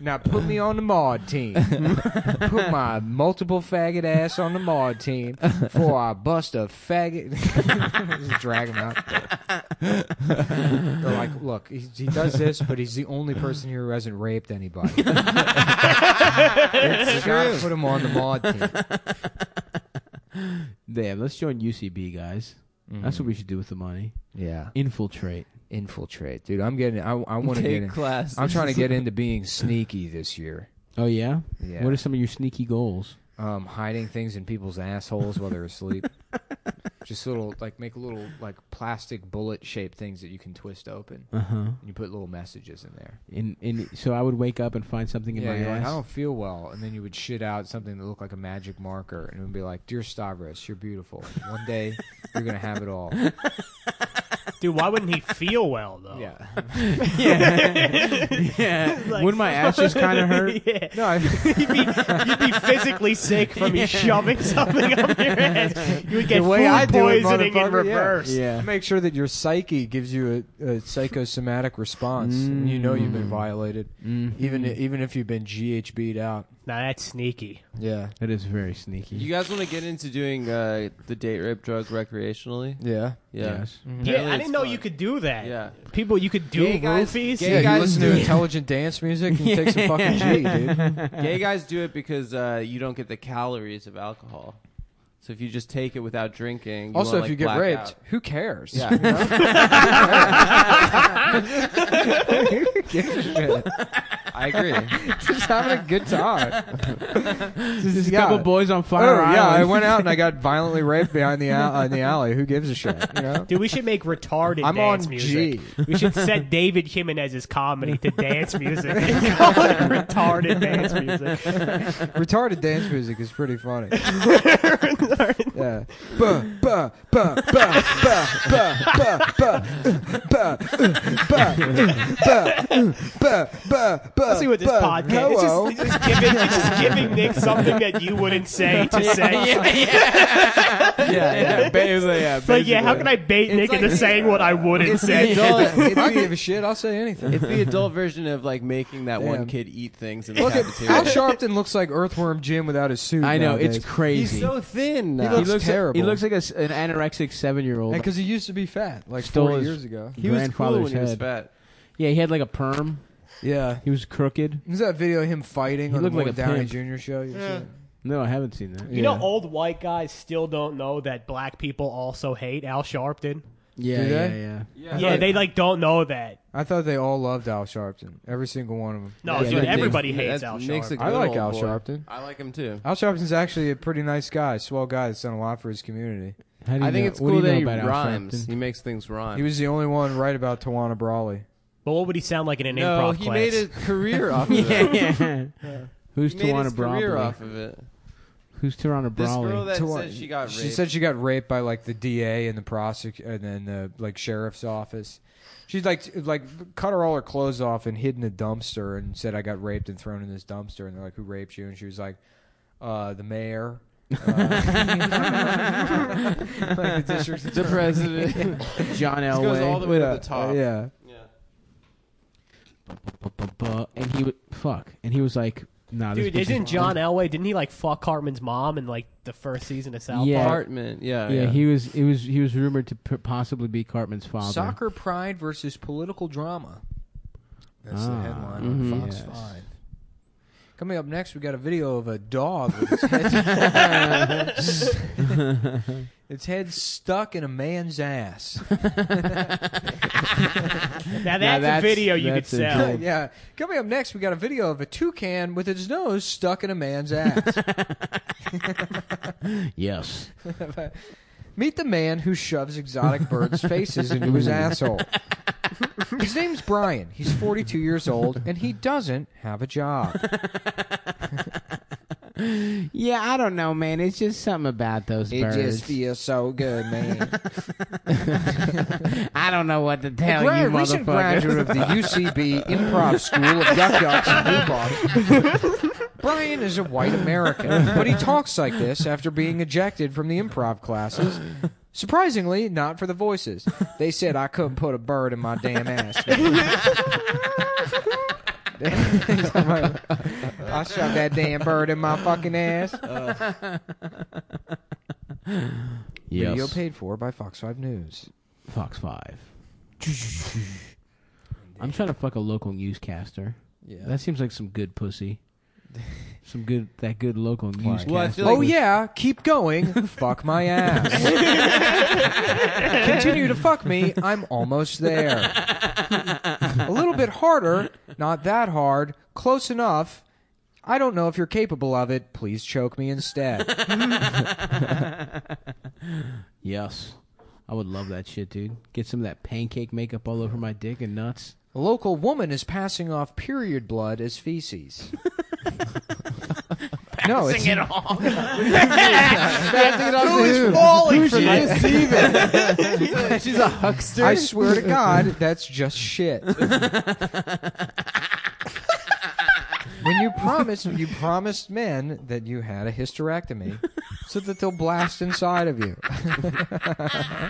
Speaker 1: now put me on the mod team. Put my multiple faggot ass on the mod team before I bust a faggot. just drag him out. They're like, look, he, he does this, but he's the only person here who hasn't raped anybody. it's true. Put him on the mod team.
Speaker 3: Damn, let's join UCB, guys. That's what we should do with the money.
Speaker 1: Yeah,
Speaker 3: Infiltrate.
Speaker 1: infiltrate, dude. I'm getting. I, I want to get
Speaker 4: Take
Speaker 1: in.
Speaker 4: class.
Speaker 1: I'm trying to get into being sneaky this year.
Speaker 3: Oh yeah.
Speaker 1: Yeah.
Speaker 3: What are some of your sneaky goals?
Speaker 1: um, hiding things in people's assholes while they're asleep. Just little, like make little like plastic bullet shaped things that you can twist open,
Speaker 3: Uh huh.
Speaker 1: and you put little messages in there.
Speaker 3: In in so I would wake up and find something in
Speaker 1: Yeah,
Speaker 3: my
Speaker 1: you're like,
Speaker 3: ass.
Speaker 1: I don't feel well, and then you would shit out something that looked like a magic marker, and it would be like, "Dear Stavros, you're beautiful. One day you're gonna have it all."
Speaker 5: Dude, why wouldn't he feel well though?
Speaker 1: Yeah.
Speaker 3: yeah.
Speaker 5: Like-
Speaker 3: Wouldn't my ass just kind of hurt?
Speaker 5: Yeah.
Speaker 1: No, I,
Speaker 5: You'd be, you'd be physically sick from you shoving something up your ass. You would get
Speaker 1: The way
Speaker 5: food
Speaker 1: I do it,
Speaker 5: poisoning in
Speaker 1: motherfucker, yeah.
Speaker 5: reverse.
Speaker 3: Yeah.
Speaker 1: make sure that your psyche gives you a, a psychosomatic response. and You know you've been violated, even even if you've been GHB'd out.
Speaker 5: Now that's sneaky.
Speaker 1: Yeah,
Speaker 3: That is very sneaky.
Speaker 4: You guys want to get into doing uh, the date rape drug recreationally?
Speaker 1: yeah.
Speaker 4: Yeah.
Speaker 3: Yes.
Speaker 1: Mm-hmm.
Speaker 5: Yeah,
Speaker 4: Apparently
Speaker 5: I
Speaker 4: it's
Speaker 5: didn't know
Speaker 4: fun.
Speaker 5: you could do that.
Speaker 4: Yeah.
Speaker 5: People, you could do
Speaker 4: Gay guys-
Speaker 5: roofies.
Speaker 4: gay-
Speaker 1: Yeah,
Speaker 4: guys
Speaker 1: you listen to
Speaker 4: do it.
Speaker 1: intelligent dance music and you take some fucking G, dude.
Speaker 4: Gay guys do it because uh, you don't get the calories of alcohol. So if you just take it without drinking, you
Speaker 1: also, if
Speaker 4: won't,
Speaker 1: you
Speaker 4: like,
Speaker 1: get
Speaker 4: black
Speaker 1: raped,
Speaker 4: out.
Speaker 1: who cares?
Speaker 4: Yeah.
Speaker 1: You know? Who gives a shit?
Speaker 4: I agree.
Speaker 1: just having a good time.
Speaker 3: There's a
Speaker 1: yeah.
Speaker 3: couple boys on
Speaker 1: Oh,
Speaker 3: fire.
Speaker 1: yeah, I
Speaker 3: Island.
Speaker 1: went out and I got violently raped behind the al- in the alley. Who gives a shit? You know?
Speaker 5: Dude, we should make retarded
Speaker 1: I'm
Speaker 5: dance
Speaker 1: on G.
Speaker 5: music. We should set David Jimenez's comedy to dance music and call it retarded dance music.
Speaker 1: Retarded dance music is pretty funny. yeah. Bah, bah, bah, bah, bah, bah, bah, bah, uh, bah, uh, bah, uh, bah, uh, bah, bah, bah,
Speaker 5: Let's see what this
Speaker 1: bah.
Speaker 5: podcast it's
Speaker 1: Hello.
Speaker 5: just, it's just giving, it's just giving Nick something that you wouldn't say to say.
Speaker 3: yeah, basically, yeah.
Speaker 5: It's like, yeah, how can I bait Nick into saying what I wouldn't say?
Speaker 1: Adult, I give a shit. I'll say anything.
Speaker 4: It's the adult version of like making that
Speaker 1: Damn.
Speaker 4: one kid eat things in the
Speaker 1: Look at
Speaker 4: cafeteria.
Speaker 1: Al Sharpton looks like Earthworm Jim without his suit.
Speaker 3: I know
Speaker 1: nowadays.
Speaker 3: it's crazy.
Speaker 4: He's so thin.
Speaker 1: He
Speaker 4: Now.
Speaker 1: looks terrible.
Speaker 3: He looks like a s an anorexic seven-year-old.
Speaker 1: because he used to be fat like
Speaker 3: Stole
Speaker 1: four
Speaker 3: his-
Speaker 1: years ago.
Speaker 4: He was cool
Speaker 3: grandfather's
Speaker 4: when he was
Speaker 3: head.
Speaker 4: fat.
Speaker 3: Yeah, he had like a perm.
Speaker 1: Yeah.
Speaker 3: He was crooked.
Speaker 1: Is that video of him fighting
Speaker 3: He
Speaker 1: on the
Speaker 3: looked like
Speaker 1: Lloyd
Speaker 3: a
Speaker 1: Downey
Speaker 3: pimp.
Speaker 1: Jr. show? You've seen it?
Speaker 3: No, I haven't seen that.
Speaker 5: You know, old white guys still don't know that black people also hate Al Sharpton.
Speaker 3: Yeah,
Speaker 1: Do
Speaker 3: yeah,
Speaker 1: they?
Speaker 3: yeah.
Speaker 5: Yeah, they like don't know that.
Speaker 1: I thought they all loved Al Sharpton. Every single one of them.
Speaker 5: No,
Speaker 3: Yeah,
Speaker 5: Oh, dude,
Speaker 3: Nick-
Speaker 5: everybody hates
Speaker 4: That's
Speaker 5: Al
Speaker 4: Nick's
Speaker 5: Sharpton.
Speaker 4: a
Speaker 1: I
Speaker 4: good
Speaker 1: like
Speaker 4: old
Speaker 1: Al
Speaker 4: boy.
Speaker 1: Sharpton.
Speaker 4: I like him too.
Speaker 1: Al Sharpton's actually a pretty nice guy, swell guy that's done a lot for his community.
Speaker 3: How do you
Speaker 4: I think
Speaker 3: know-
Speaker 4: it's
Speaker 3: what do
Speaker 4: cool
Speaker 3: you
Speaker 4: that
Speaker 3: know
Speaker 4: he
Speaker 3: about Al
Speaker 4: rhymes.
Speaker 3: Sharpton?
Speaker 4: He makes things rhyme.
Speaker 1: He was the only one right about Tawana Brawley.
Speaker 5: But what would he sound like in an
Speaker 4: no,
Speaker 5: improv
Speaker 4: he
Speaker 5: class?
Speaker 4: made a career off of it.
Speaker 3: yeah, yeah. Who's
Speaker 4: He made his
Speaker 3: Tawana
Speaker 4: career
Speaker 3: Brawley?
Speaker 4: off of it.
Speaker 3: Who's Tawana
Speaker 4: This
Speaker 3: Brawley?
Speaker 4: girl that
Speaker 1: Tawana-
Speaker 4: said she got raped.
Speaker 1: She said she got raped by like the DA and the prosec and then the like sheriff's office. She's like like cut her all her clothes off and hid in a dumpster and said I got raped and thrown in this dumpster and they're like who raped you and she was like uh, the mayor. Uh, like the district
Speaker 4: the president.
Speaker 3: John
Speaker 4: This
Speaker 3: Elway.
Speaker 4: goes all the way
Speaker 1: yeah,
Speaker 4: to the top.
Speaker 1: yeah.
Speaker 3: Bu- and he wa- fuck, and he was like, "Nah, this
Speaker 5: Dude,
Speaker 3: bitch is
Speaker 5: isn't John
Speaker 3: wrong.
Speaker 5: Elway? Didn't he like fuck Hartman's mom in like the first season of South
Speaker 3: Yeah.
Speaker 5: Park?
Speaker 4: Apartment. Yeah,
Speaker 3: Yeah, he was. It was. He was rumored to p- possibly be Cartman's father.
Speaker 1: Soccer pride versus political drama. That's the
Speaker 3: Ah,
Speaker 1: headline
Speaker 3: mhm.
Speaker 1: on Fox
Speaker 3: yes.
Speaker 1: 5. Coming up next, we got a video of a dog with its head, its head stuck in a man's ass.
Speaker 5: Now that's,
Speaker 3: that's-
Speaker 5: a video you could
Speaker 3: that's a
Speaker 5: sell.
Speaker 3: joke.
Speaker 1: yeah. Coming up next, we got a video of a toucan with its nose stuck in a man's ass.
Speaker 3: Yes.
Speaker 1: Meet the man who shoves exotic birds' faces into his asshole. His name's Brian. He's 42 years old, and he doesn't have a job.
Speaker 3: Yeah, I don't know, man. It's just something about those birds.
Speaker 1: feels so good, man.
Speaker 3: I don't know what to
Speaker 1: A
Speaker 3: tell
Speaker 1: gra-
Speaker 3: you,
Speaker 1: recent graduate
Speaker 3: motherfucker.
Speaker 1: of the UCB Improv School of Yuck Yucks in New Boston. Brian is a white American, but he talks like this after being ejected from the improv classes. Surprisingly, not for the voices. They said I couldn't put a bird in my damn ass. I shot that damn bird in my fucking ass.
Speaker 4: Uh,
Speaker 1: Video
Speaker 3: Yes.
Speaker 1: paid for by Fox 5 News.
Speaker 3: Fox Five. I'm trying to fuck a local newscaster.
Speaker 1: Yeah.
Speaker 3: That seems like some good pussy. Some good that good local newscaster.
Speaker 4: Well, I feel like
Speaker 1: Oh yeah, keep going. fuck my ass. Continue to fuck me. I'm almost there. A little bit harder, not that hard, close enough. I don't know if you're capable of it. Please choke me instead.
Speaker 3: Yes. I would love that shit, dude. Get some of that pancake makeup all over my dick and nuts.
Speaker 1: A local woman is passing off period blood as feces. no, it's
Speaker 5: it off. Who is falling for this?
Speaker 4: she's a huckster.
Speaker 1: I swear to God, that's just shit. when you promise, you promised men that you had a hysterectomy, so that they'll blast inside of you.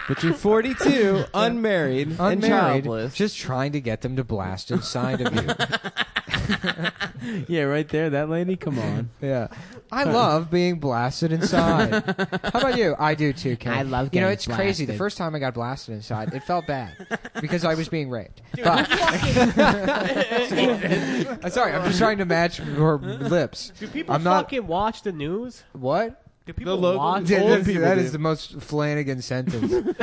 Speaker 4: but you're 42, unmarried, and
Speaker 1: Unmarried,
Speaker 4: childless.
Speaker 1: just trying to get them to blast inside of you.
Speaker 3: Yeah, right there, that lady. Come on.
Speaker 1: Yeah, I love being blasted inside. How about you? I do too, Ken.
Speaker 3: I love
Speaker 1: You know,
Speaker 3: getting
Speaker 1: it's crazy. The
Speaker 3: blasted.
Speaker 1: first time I got blasted inside, it felt bad because I was being raped. But- I'm sorry. I'm just trying to match your lips.
Speaker 5: Do people
Speaker 1: I'm not-
Speaker 5: fucking watch the news?
Speaker 1: What?
Speaker 8: Do people
Speaker 4: local-
Speaker 8: watch?
Speaker 4: Yeah,
Speaker 8: old
Speaker 1: that's-
Speaker 8: people
Speaker 1: that
Speaker 8: do.
Speaker 1: is the most Flanagan sentence.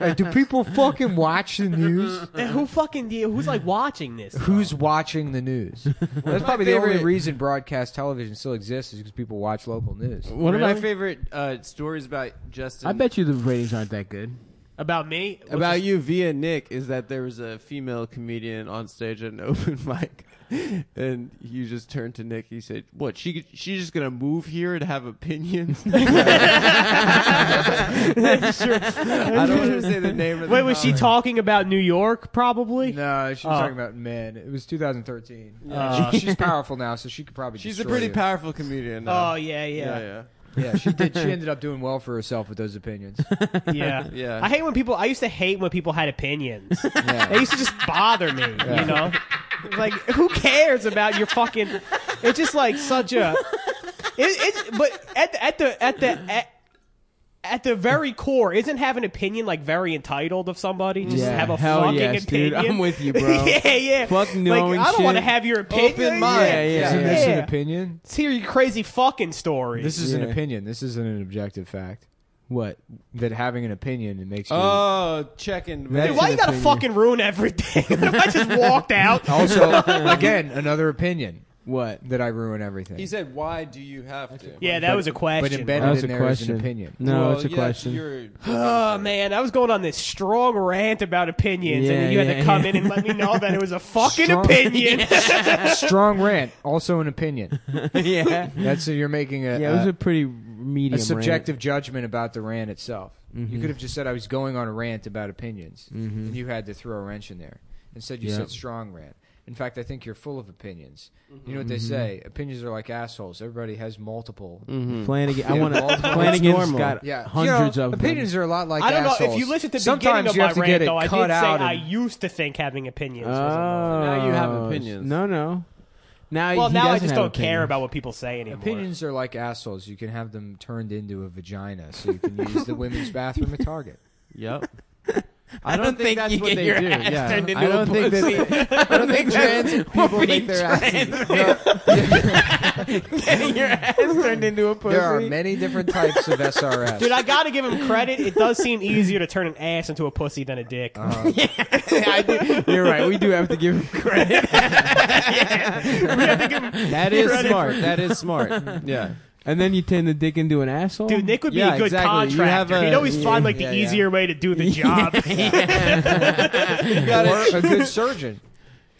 Speaker 1: Like, do people fucking watch the news?
Speaker 5: And who fucking who's like watching this?
Speaker 1: Who's watching the news? That's
Speaker 4: my
Speaker 1: probably the only
Speaker 4: favorite-
Speaker 1: reason broadcast television still exists is because people watch local news.
Speaker 3: One
Speaker 4: One of
Speaker 3: of
Speaker 4: my favorite uh, stories about Justin.
Speaker 3: I bet you the ratings aren't that good.
Speaker 5: About me? What's
Speaker 4: about
Speaker 5: this-
Speaker 4: you via Nick is that there was a female comedian on stage at an open mic, and you just turned to Nick. He said, "What? She she's just gonna move here and have opinions." I don't want to say the name. Of
Speaker 5: Wait,
Speaker 4: the
Speaker 5: was she
Speaker 4: comic.
Speaker 5: talking about New York? Probably.
Speaker 1: No, she was
Speaker 5: Oh.
Speaker 1: talking about men. It was 2013.
Speaker 5: Uh,
Speaker 1: She- she's powerful now, so she could probably.
Speaker 4: She's a
Speaker 1: destroy
Speaker 4: pretty
Speaker 1: you.
Speaker 4: powerful comedian.
Speaker 5: Oh
Speaker 4: though.
Speaker 5: yeah, yeah,
Speaker 4: yeah,
Speaker 1: Yeah, she did. She ended up doing well for herself with those opinions.
Speaker 5: yeah.
Speaker 4: Yeah.
Speaker 5: I hate when people. I used to hate when people had opinions.
Speaker 1: Yeah.
Speaker 5: They used to just bother me. You know, like who cares about your fucking? It's just like such a. It, it's but at the at the at the. At, at the very core, isn't having an opinion like very entitled of somebody? Just
Speaker 3: Yeah,
Speaker 5: have a
Speaker 3: hell
Speaker 5: fucking
Speaker 3: yes, dude.
Speaker 5: opinion.
Speaker 3: I'm with you, bro.
Speaker 5: yeah, yeah.
Speaker 3: Fuck knowing
Speaker 5: Like, I don't want to
Speaker 3: shit.
Speaker 5: have your opinion.
Speaker 4: Open mind.
Speaker 3: Yeah,
Speaker 5: Yeah, yeah.
Speaker 1: Isn't this an
Speaker 5: Yeah.
Speaker 1: opinion?
Speaker 5: Let's hear your crazy fucking story.
Speaker 1: This is an
Speaker 3: Yeah.
Speaker 1: opinion. This isn't an objective fact.
Speaker 3: What?
Speaker 1: That having an opinion it makes you.
Speaker 4: Oh, checking.
Speaker 5: Dude, why you gotta fucking ruin everything? What if I just walked out?
Speaker 1: also, again, another opinion
Speaker 3: What?
Speaker 1: that I ruin everything.
Speaker 4: He said, "Why do you have to?"
Speaker 5: Yeah, that was a question.
Speaker 1: but embedded
Speaker 3: That was
Speaker 1: in
Speaker 3: a
Speaker 1: there is
Speaker 3: question.
Speaker 1: an opinion.
Speaker 3: No,
Speaker 4: Well,
Speaker 3: it's a
Speaker 4: yeah,
Speaker 3: question.
Speaker 4: you're-
Speaker 5: Oh man, I was going on this strong rant about opinions, and
Speaker 3: Yeah,
Speaker 5: then you had to
Speaker 3: yeah,
Speaker 5: come
Speaker 3: yeah.
Speaker 5: in and let me know that it was a fucking
Speaker 1: Strong-
Speaker 5: opinion.
Speaker 1: Strong rant, also an opinion.
Speaker 3: yeah.
Speaker 1: That's you're making a,
Speaker 3: Yeah, it was
Speaker 1: a-
Speaker 3: a pretty medium.
Speaker 1: a subjective judgment about the rant itself. You
Speaker 3: Mm-hmm.
Speaker 1: could have just said I was going on a rant about opinions, and you had to throw a wrench in there. Instead, you
Speaker 3: Yeah.
Speaker 1: said strong rant. In fact, I think you're full of opinions.
Speaker 5: Mm-hmm.
Speaker 1: You know what they
Speaker 3: Mm-hmm.
Speaker 1: say? Opinions are like assholes. Everybody has multiple.
Speaker 3: rant. Hmm. Flanagan. I
Speaker 1: Hmm. Yeah,
Speaker 3: want to.
Speaker 1: multiple-
Speaker 3: Flanagan's
Speaker 4: normal.
Speaker 3: got
Speaker 1: Yeah,
Speaker 3: Mm-hmm. hundreds
Speaker 1: you know,
Speaker 3: of
Speaker 1: opinions are a lot like
Speaker 5: I don't know
Speaker 1: assholes.
Speaker 5: if you listen to the
Speaker 1: Sometimes
Speaker 5: beginning
Speaker 1: you
Speaker 5: of
Speaker 1: have
Speaker 5: my
Speaker 1: to get
Speaker 5: rant,
Speaker 1: it
Speaker 5: though. I
Speaker 1: cut
Speaker 5: did say
Speaker 1: out.
Speaker 5: I
Speaker 1: and- Uh,
Speaker 5: used to think having opinions.
Speaker 3: Them.
Speaker 5: was a-
Speaker 3: Oh,
Speaker 4: Now you have opinions.
Speaker 3: No, no. Now
Speaker 5: well,
Speaker 3: he
Speaker 5: now I
Speaker 3: doesn't
Speaker 5: just
Speaker 3: have
Speaker 5: don't care
Speaker 3: opinions.
Speaker 5: about what people say anymore.
Speaker 1: Opinions are like assholes. You can have them turned into a vagina, so you can use the women's bathroom at Target.
Speaker 4: Yep. I don't, think, that's
Speaker 3: you
Speaker 4: what
Speaker 3: get
Speaker 4: they
Speaker 3: your
Speaker 4: do.
Speaker 3: ass
Speaker 4: yeah.
Speaker 3: turned into
Speaker 4: I
Speaker 3: a
Speaker 4: don't think that they, I don't think trans people make their asses.
Speaker 3: your ass turned into a pussy.
Speaker 1: There are many different types of SRS.
Speaker 5: Dude, I gotta give him credit. It does seem easier to turn an ass into a pussy than a dick.
Speaker 1: Uh,
Speaker 3: I do- You're right. We do have to give him credit.
Speaker 4: That is smart. That is smart. Yeah.
Speaker 3: And then you turn the dick into an asshole.
Speaker 5: Dude, Nick would be
Speaker 4: Yeah,
Speaker 5: a good
Speaker 4: exactly. You have
Speaker 5: contractor.
Speaker 4: a-
Speaker 5: He'd always
Speaker 4: yeah,
Speaker 5: find like the
Speaker 1: yeah, yeah.
Speaker 5: easier way to do the job.
Speaker 4: You got
Speaker 1: or
Speaker 4: it.
Speaker 1: a good surgeon.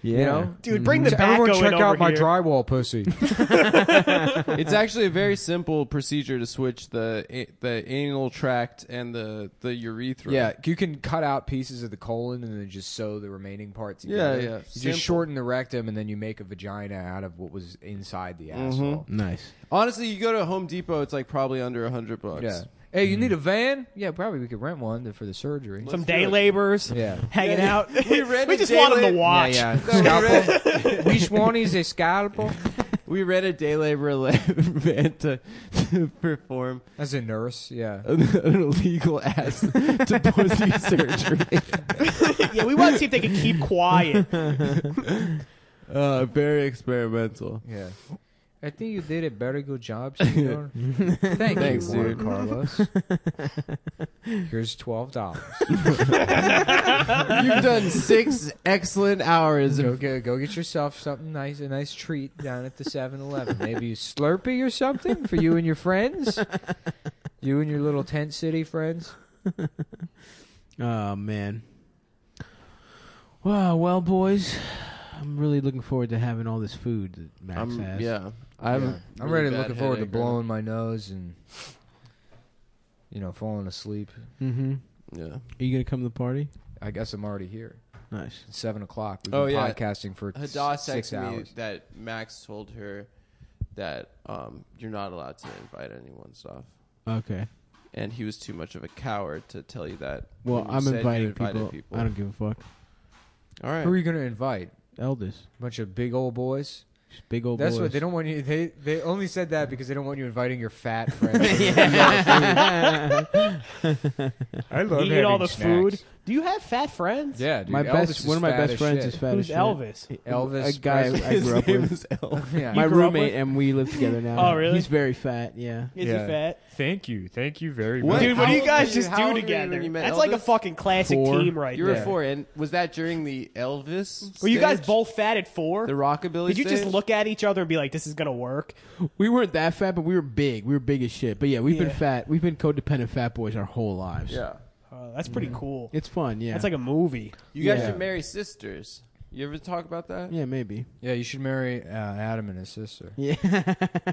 Speaker 3: yeah.
Speaker 1: You know,
Speaker 5: Dude, bring the
Speaker 1: So everyone
Speaker 5: backhoe in
Speaker 1: check
Speaker 5: over
Speaker 1: out my
Speaker 5: here.
Speaker 1: drywall pussy.
Speaker 4: It's actually a very simple procedure to switch the the anal tract and the the urethra.
Speaker 1: yeah, you can cut out pieces of the colon and then just sew the remaining part
Speaker 4: Yeah,
Speaker 1: together.
Speaker 4: yeah.
Speaker 1: You
Speaker 4: Simple.
Speaker 1: just shorten the rectum and then you make a vagina out of what was inside the asshole.
Speaker 3: Nice.
Speaker 4: Honestly, you go to Home Depot, it's like probably under a hundred bucks.
Speaker 1: Yeah. Hey, you need a van? Yeah, probably we could rent one for the surgery.
Speaker 5: Some day laborers
Speaker 1: Yeah.
Speaker 5: hanging
Speaker 4: Yeah,
Speaker 5: out.
Speaker 4: we rented
Speaker 5: we just
Speaker 4: day
Speaker 5: want them to
Speaker 4: lab-
Speaker 5: watch.
Speaker 1: Yeah, yeah.
Speaker 4: So we read-
Speaker 1: Scalpel. Which one is a scalpel?
Speaker 4: We read a day labor la- van to, to perform
Speaker 1: As a nurse, yeah.
Speaker 4: an, an illegal ass to pussy surgery.
Speaker 5: yeah. we want to see if they can keep quiet.
Speaker 4: Uh, very experimental.
Speaker 1: Yeah. I think you did a very good job, senor. Thank
Speaker 4: Thanks,
Speaker 1: you, Juan
Speaker 4: dude.
Speaker 1: Carlos. Here's twelve dollars.
Speaker 4: You've done six excellent hours
Speaker 1: Go
Speaker 4: of
Speaker 1: get, go get yourself something nice, a nice treat down at the 7-Eleven. Maybe a Slurpee or something for you and your friends. You and your little tent city friends.
Speaker 3: Oh man. Wow. Well, boys, I'm really looking forward to having all this food that Max
Speaker 4: I'm,
Speaker 3: has.
Speaker 4: Um, yeah. I'm,
Speaker 1: Yeah. I'm
Speaker 4: really
Speaker 1: really
Speaker 4: bad
Speaker 1: looking forward to
Speaker 4: headache right now.
Speaker 1: blowing my nose and you know falling asleep.
Speaker 3: Mm-hmm.
Speaker 4: Yeah.
Speaker 3: Are you gonna come to the party?
Speaker 1: I guess I'm already here.
Speaker 3: Nice.
Speaker 1: It's seven o'clock. We've
Speaker 4: Oh,
Speaker 1: been
Speaker 4: yeah.
Speaker 1: podcasting for s-
Speaker 4: Hadass
Speaker 1: six
Speaker 4: texted me
Speaker 1: hours.
Speaker 4: that Max told her that um, you're not allowed to invite anyone stuff.
Speaker 3: Okay.
Speaker 4: And he was too much of a coward to tell you that.
Speaker 3: Well,
Speaker 4: when you
Speaker 3: I'm
Speaker 4: said you
Speaker 3: inviting
Speaker 4: invited
Speaker 3: people. I don't give a fuck.
Speaker 4: All right.
Speaker 1: Who are you going to invite?
Speaker 3: Eldest,
Speaker 1: bunch of big old boys.
Speaker 3: Just big old.
Speaker 1: That's
Speaker 3: boys.
Speaker 1: what they don't want you. They they only said that because they don't want you inviting your fat friends.
Speaker 3: yeah.
Speaker 1: I
Speaker 5: Eat all the food. Do you have fat friends?
Speaker 1: Yeah, dude.
Speaker 3: my
Speaker 1: Elvis
Speaker 3: best
Speaker 1: is
Speaker 3: one of my
Speaker 1: fat
Speaker 3: best
Speaker 1: as
Speaker 3: friends
Speaker 1: shit.
Speaker 3: is fat
Speaker 5: Who's
Speaker 3: as shit.
Speaker 5: Elvis?
Speaker 1: Elvis
Speaker 3: a guy
Speaker 1: Presley.
Speaker 3: I grew up with.
Speaker 1: yeah.
Speaker 3: My
Speaker 5: You grew up
Speaker 3: roommate
Speaker 5: with-
Speaker 3: and we live together now.
Speaker 5: Oh, really?
Speaker 3: He's very fat. Yeah.
Speaker 5: Is
Speaker 9: Yeah.
Speaker 5: he fat?
Speaker 9: Thank you. Thank you very
Speaker 4: What?
Speaker 9: much.
Speaker 5: Dude, what do
Speaker 4: how
Speaker 5: you
Speaker 4: old
Speaker 5: guys
Speaker 4: were you-
Speaker 5: just
Speaker 4: how
Speaker 5: do
Speaker 4: old were you
Speaker 5: together?
Speaker 4: when you met
Speaker 5: That's like a
Speaker 4: Elvis?
Speaker 5: fucking classic
Speaker 3: Four.
Speaker 5: team right
Speaker 4: You
Speaker 5: there.
Speaker 4: were four, and was that during the Elvis?
Speaker 5: Were you guys
Speaker 4: stage?
Speaker 5: both fat at four?
Speaker 4: the rockabilly?
Speaker 5: Did you just
Speaker 4: stage?
Speaker 5: look at each other and be like, "This is gonna work"?
Speaker 3: We weren't that fat, but we were big. We were big as shit. But yeah, we've
Speaker 5: Yeah.
Speaker 3: been fat. We've been codependent fat boys our whole lives.
Speaker 4: Yeah,
Speaker 5: Uh, that's pretty cool.
Speaker 3: It's fun. Yeah.
Speaker 5: That's like a movie.
Speaker 4: you guys
Speaker 3: Yeah.
Speaker 4: should marry sisters. You ever talk about that?
Speaker 3: yeah, maybe.
Speaker 1: yeah, you should marry uh, Adam and his sister.
Speaker 3: Yeah.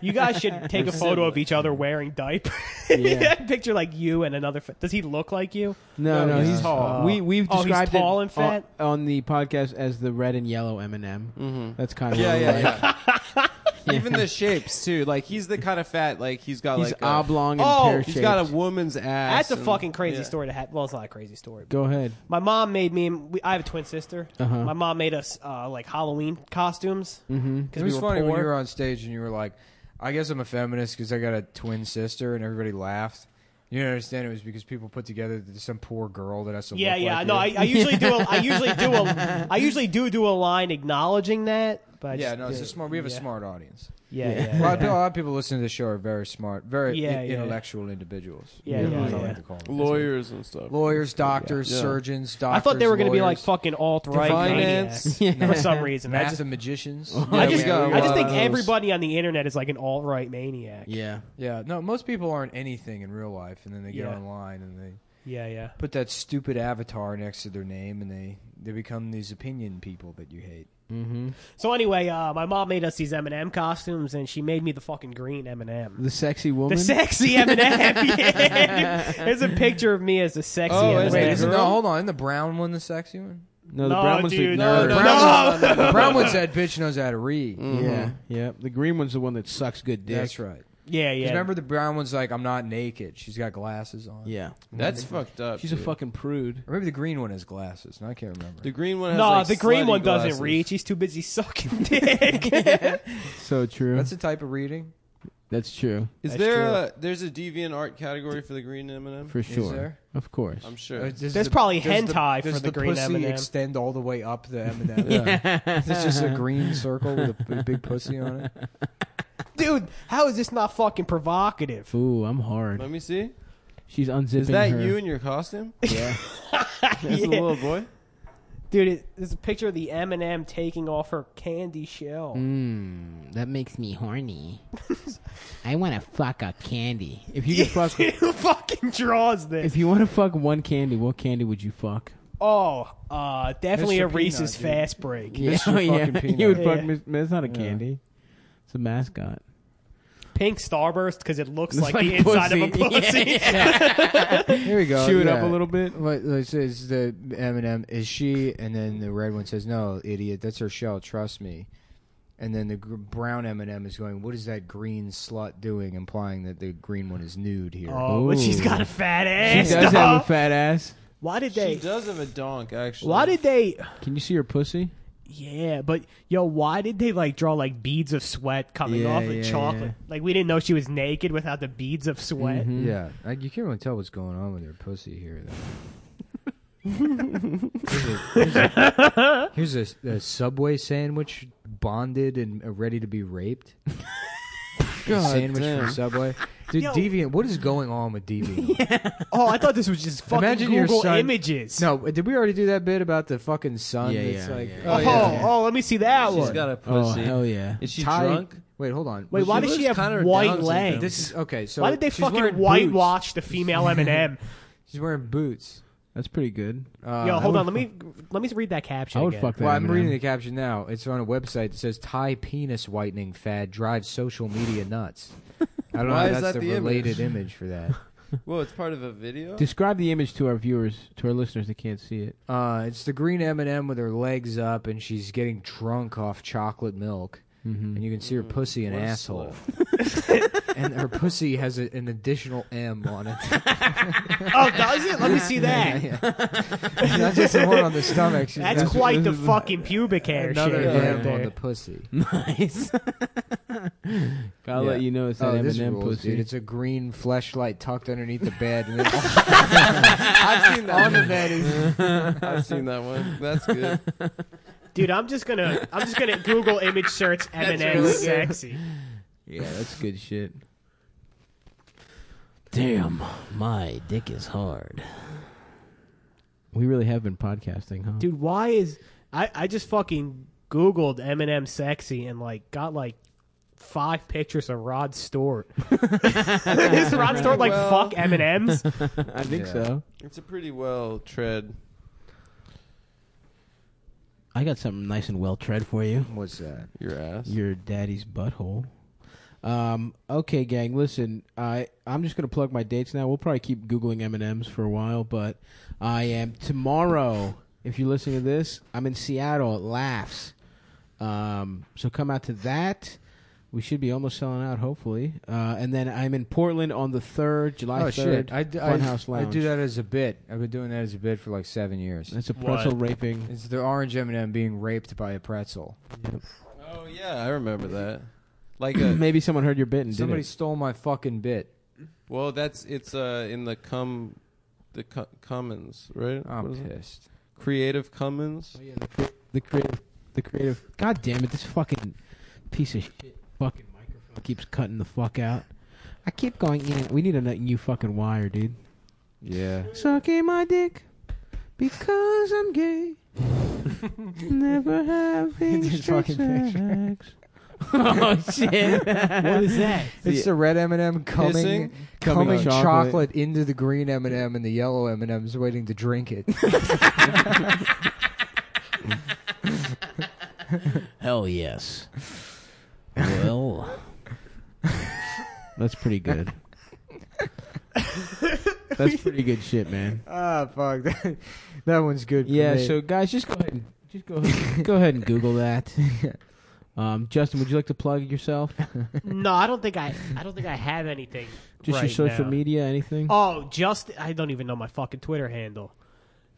Speaker 5: You guys should take a photo of each other wearing diapers. Yeah. Picture like you and another. Fa- Does he look like you?
Speaker 3: No, no,
Speaker 4: he's
Speaker 3: he's
Speaker 4: tall.
Speaker 3: We we've
Speaker 5: Oh, he's
Speaker 3: described it
Speaker 5: tall and fat?
Speaker 3: On, on the podcast as the red and yellow M and M. That's kind of
Speaker 4: Yeah,
Speaker 3: what we
Speaker 4: yeah,
Speaker 3: like.
Speaker 4: yeah. Even the shapes too. Like he's the kind of fat. Like he's got
Speaker 3: He's
Speaker 4: like
Speaker 3: oblong
Speaker 4: A,
Speaker 3: and
Speaker 4: oh,
Speaker 3: pear-shaped.
Speaker 4: he's got a woman's ass.
Speaker 5: That's a
Speaker 4: and-
Speaker 5: fucking crazy
Speaker 4: yeah.
Speaker 5: story to have. Well, it's not a crazy story. but
Speaker 3: Go ahead.
Speaker 5: My mom made me. We, I have a twin sister.
Speaker 3: Uh-huh.
Speaker 5: My mom made us uh, like Halloween costumes because
Speaker 1: It
Speaker 5: mm-hmm.
Speaker 1: was
Speaker 5: we were
Speaker 1: funny
Speaker 5: poor.
Speaker 1: when you were on stage and you were like, "I guess I'm a feminist because I got a twin sister," and everybody laughed. You didn't understand it was because people put together that some poor girl that has to
Speaker 5: yeah,
Speaker 1: look
Speaker 5: yeah.
Speaker 1: like
Speaker 5: no,
Speaker 1: you.
Speaker 5: I, I usually do. A, I usually do a. I usually do do a line acknowledging that. But I
Speaker 1: yeah,
Speaker 5: just
Speaker 1: no, it's a
Speaker 5: didn't.
Speaker 1: smart. We have a
Speaker 5: Yeah.
Speaker 1: smart audience.
Speaker 5: Yeah, yeah.
Speaker 1: A lot, of,
Speaker 5: yeah.
Speaker 1: people- a lot of people listening to the show are very smart, very
Speaker 5: Yeah,
Speaker 1: in-
Speaker 5: yeah.
Speaker 1: intellectual individuals.
Speaker 5: Yeah,
Speaker 1: That's
Speaker 5: yeah,
Speaker 1: what I
Speaker 5: yeah.
Speaker 1: like to call them.
Speaker 4: Lawyers and stuff.
Speaker 1: lawyers, doctors,
Speaker 4: Yeah.
Speaker 1: surgeons, doctors.
Speaker 5: I thought they were going to be like
Speaker 1: lawyers,
Speaker 5: fucking alt right
Speaker 4: Finance.
Speaker 5: maniacs for some reason. I just,
Speaker 1: mathematicians.
Speaker 4: Yeah,
Speaker 5: I just,
Speaker 4: we got a
Speaker 5: I just
Speaker 4: lot
Speaker 5: think
Speaker 4: of those.
Speaker 5: everybody on the internet is like an alt right maniac.
Speaker 3: Yeah.
Speaker 1: yeah, no, most people aren't anything in real life, and then they get
Speaker 5: Yeah.
Speaker 1: online and they
Speaker 5: Yeah, yeah.
Speaker 1: put that stupid avatar next to their name, and they they become these opinion people that you hate.
Speaker 5: So anyway, uh, my mom made us these M and M costumes, and she made me the fucking green M and m
Speaker 3: The sexy woman.
Speaker 5: The sexy M and M. Yeah. There's a picture of me as the sexy.
Speaker 4: Oh,
Speaker 5: M&M.
Speaker 4: is
Speaker 1: Wait,
Speaker 4: that
Speaker 1: isn't
Speaker 4: girl?
Speaker 1: no, hold on, isn't the brown one the sexy one?
Speaker 3: no, Mm. the
Speaker 5: No,
Speaker 3: brown one's
Speaker 5: dude,
Speaker 3: the
Speaker 5: no,
Speaker 3: nerd.
Speaker 4: no,
Speaker 1: brown,
Speaker 4: no.
Speaker 1: one's- the brown one's that bitch knows how to read.
Speaker 3: Yeah, yeah. The green one's the one that sucks good dick.
Speaker 1: That's right. 'Cause
Speaker 5: Yeah, yeah.
Speaker 1: Remember the brown one's like I'm not naked. She's got glasses on.
Speaker 3: Yeah,
Speaker 4: That's fucked up.
Speaker 3: she's a
Speaker 4: dude.
Speaker 3: fucking prude.
Speaker 1: Or maybe the green one has glasses. And I can't remember.
Speaker 4: The green one. Has
Speaker 5: No,
Speaker 4: like,
Speaker 5: the green
Speaker 4: slutty
Speaker 5: one
Speaker 4: glasses.
Speaker 5: doesn't reach. He's too busy sucking dick.
Speaker 3: So true.
Speaker 1: That's
Speaker 3: That's
Speaker 1: a type of reading.
Speaker 3: that's true
Speaker 4: Is there a there's a deviant art category for the green M&M?
Speaker 3: for sure.
Speaker 1: there?
Speaker 3: Of course.
Speaker 4: I'm
Speaker 1: Uh,
Speaker 4: sure.
Speaker 1: does
Speaker 5: There's probably
Speaker 1: does the-
Speaker 5: hentai for
Speaker 1: does
Speaker 5: the green
Speaker 1: pussy
Speaker 5: M&M.
Speaker 1: extend all the way up the M&M. It's just a green circle with a b- big pussy on it.
Speaker 5: Dude, how is this not fucking provocative?
Speaker 3: Ooh, I'm hard.
Speaker 4: Let me see.
Speaker 3: She's unzipping
Speaker 4: Is that
Speaker 3: her.
Speaker 4: you in your costume?
Speaker 3: yeah.
Speaker 4: That's a
Speaker 5: Yeah.
Speaker 4: little boy.
Speaker 5: Dude, it, there's a picture of the M&M taking off her candy shell.
Speaker 3: Mm, that makes me horny. I want to fuck a candy. If you could fuck,
Speaker 5: Who fucking draws this?
Speaker 3: if you want to fuck one candy, what candy would you fuck?
Speaker 5: Oh, uh, definitely
Speaker 1: Mr.
Speaker 5: a Reese's
Speaker 1: Peanut, dude.
Speaker 5: Fast Break.
Speaker 1: Mr.
Speaker 3: Oh, yeah.
Speaker 1: fucking
Speaker 3: You would fuck.
Speaker 5: Peanut. Yeah.
Speaker 3: Mis- It's not a candy. It's a mascot.
Speaker 5: Pink Starburst because it looks
Speaker 3: It's
Speaker 5: like,
Speaker 3: like
Speaker 5: the inside
Speaker 3: pussy.
Speaker 5: of a pussy.
Speaker 1: Here we go.
Speaker 3: Chew it up a little bit.
Speaker 1: What it says the Eminem is she, and then the red one says, "No, idiot, that's her shell. Trust me." And then the gr- brown Eminem is going, "What is that green slut doing?" Implying that the green one is nude here.
Speaker 5: Oh, but she's got a fat
Speaker 3: She
Speaker 5: ass.
Speaker 3: does have
Speaker 5: dog.
Speaker 3: a fat ass.
Speaker 5: Why did
Speaker 4: She
Speaker 5: they?
Speaker 4: does have a donk, actually.
Speaker 5: Why did they?
Speaker 3: Can you see her pussy?
Speaker 5: Yeah, but yo, why did they like draw like beads of sweat coming
Speaker 3: Yeah,
Speaker 5: off the
Speaker 3: yeah,
Speaker 5: chocolate? Like we didn't know she was naked without the beads of sweat.
Speaker 1: Yeah, I, you can't really tell what's going on with her pussy here. Though. here's a, here's a- here's a- a subway sandwich bonded and uh, ready to be raped.
Speaker 3: God
Speaker 1: sandwich
Speaker 3: damn.
Speaker 1: from Subway. Dude,
Speaker 5: Yo.
Speaker 1: Deviant, what is going on with Deviant?
Speaker 5: Oh, I thought this was just fucking
Speaker 1: Imagine your
Speaker 5: Google
Speaker 1: son-
Speaker 5: images.
Speaker 1: No, did we already do that bit about the fucking sun?
Speaker 3: Yeah,
Speaker 1: that's
Speaker 3: yeah,
Speaker 1: like,
Speaker 3: yeah.
Speaker 5: Oh,
Speaker 1: oh,
Speaker 5: oh, let me see that
Speaker 4: She's
Speaker 5: one.
Speaker 4: got a
Speaker 3: Oh
Speaker 4: pussy.
Speaker 3: hell yeah!
Speaker 4: Is she
Speaker 1: Ty-
Speaker 4: drunk?
Speaker 1: Wait, hold on.
Speaker 5: Wait, why
Speaker 4: She
Speaker 5: does she
Speaker 4: looks
Speaker 5: have
Speaker 4: kinda
Speaker 5: white
Speaker 4: down
Speaker 5: legs?
Speaker 4: syndrome.
Speaker 1: This is okay. So
Speaker 5: why did they
Speaker 1: she's
Speaker 5: fucking
Speaker 1: wearing
Speaker 5: whitewash the female Eminem?
Speaker 1: Boots. She's wearing boots.
Speaker 3: That's pretty good.
Speaker 1: Uh,
Speaker 5: Yo, hold
Speaker 3: would
Speaker 5: on. Let me let me read that caption.
Speaker 3: I would
Speaker 5: again.
Speaker 3: fuck that.
Speaker 1: Well, I'm
Speaker 3: M&M.
Speaker 1: reading the caption now. It's on a website that says Thai penis whitening fad drives social media nuts. I don't know
Speaker 4: Why
Speaker 1: if
Speaker 4: is
Speaker 1: that's
Speaker 4: that
Speaker 1: the,
Speaker 4: the image?
Speaker 1: related image for that.
Speaker 4: Well, it's part of a video.
Speaker 3: Describe the image to our viewers, to our listeners that can't see it.
Speaker 1: Uh, it's the green M&M with her legs up, and she's getting drunk off chocolate milk.
Speaker 3: Mm-hmm.
Speaker 1: and you can see her pussy an
Speaker 4: what a
Speaker 1: asshole, and her pussy has a, an additional M on it.
Speaker 5: Oh, does it? Let me see that.
Speaker 1: It's not just the one on the stomach. She's
Speaker 5: That's
Speaker 1: got
Speaker 5: quite the fucking pubic hair shit.
Speaker 1: another
Speaker 5: right
Speaker 1: M on
Speaker 5: there.
Speaker 1: the pussy.
Speaker 3: Nice. Gotta
Speaker 1: Yeah.
Speaker 3: let you know it's that
Speaker 1: Oh, this
Speaker 3: Eminem
Speaker 1: rules,
Speaker 3: pussy.
Speaker 1: dude. It's a green fleshlight tucked underneath the bed, and then
Speaker 4: I've seen that.
Speaker 1: on the bed is
Speaker 4: I've seen that one. That's good.
Speaker 5: Dude, I'm just gonna I'm just gonna Google image search Eminem
Speaker 3: really good.
Speaker 5: sexy.
Speaker 3: Yeah, that's good shit. Damn, my dick is hard. We really have been podcasting, huh?
Speaker 5: Dude, why is I I just fucking Googled Eminem sexy and like got like five pictures of Rod Stewart. is Rod Stewart like
Speaker 4: Well-
Speaker 5: fuck Eminems?
Speaker 3: I think
Speaker 1: Yeah.
Speaker 3: so.
Speaker 4: It's a pretty well tread.
Speaker 3: I got something nice and well tread for you.
Speaker 1: what's that?
Speaker 4: Your ass.
Speaker 3: Your daddy's butthole. Um, okay, gang. Listen, I I'm just gonna plug my dates now. We'll probably keep googling M and M's for a while, but I am tomorrow. If you're listening to this, I'm in Seattle. It laughs. Um, so come out to that. We should be almost selling out, hopefully. Uh, and then I'm in Portland on the third, July
Speaker 1: oh
Speaker 3: third.
Speaker 1: shit! I, d- I-
Speaker 3: Funhouse
Speaker 1: I
Speaker 3: Lounge.
Speaker 1: do that as a bit. I've been doing that as a bit for like seven years.
Speaker 3: That's a pretzel raping.
Speaker 1: It's the orange M&M being raped by a pretzel.
Speaker 4: Oh yeah, I remember that. Like a
Speaker 3: Maybe someone heard your bit and
Speaker 1: Somebody
Speaker 3: did it.
Speaker 1: stole my fucking bit.
Speaker 4: well, that's it's uh in the cum, the cu- Cummins, right? What
Speaker 1: I'm
Speaker 4: is it?
Speaker 1: pissed.
Speaker 4: Creative Cummins.
Speaker 3: Oh, yeah, the, cre- the creative, the creative. God damn it! This fucking piece of shit, fucking microphone keeps cutting the fuck out. I keep going in. We need a new fucking wire, dude.
Speaker 1: Yeah.
Speaker 3: Sucking my dick because I'm gay. Never having
Speaker 1: This fucking picture.
Speaker 3: sex. oh shit!
Speaker 5: What is that?
Speaker 1: It's the red M&M coming,
Speaker 4: Kissing?
Speaker 1: coming,
Speaker 3: Coming
Speaker 1: chocolate.
Speaker 3: chocolate
Speaker 1: into the green M&M and the yellow M&M's waiting to drink it.
Speaker 3: Hell yes. Well, that's pretty good. that's pretty good shit, man.
Speaker 1: ah, fuck. That, that one's good. for
Speaker 3: Yeah.
Speaker 1: me.
Speaker 3: So guys, just go ahead and just go ahead, go ahead and Google that. Um, Justin, would you like to plug yourself?
Speaker 5: No, I don't think I I don't think I have anything.
Speaker 3: Just your
Speaker 5: right
Speaker 3: social
Speaker 5: now.
Speaker 3: media, anything?
Speaker 5: Oh, Justin, I don't even know my fucking Twitter handle.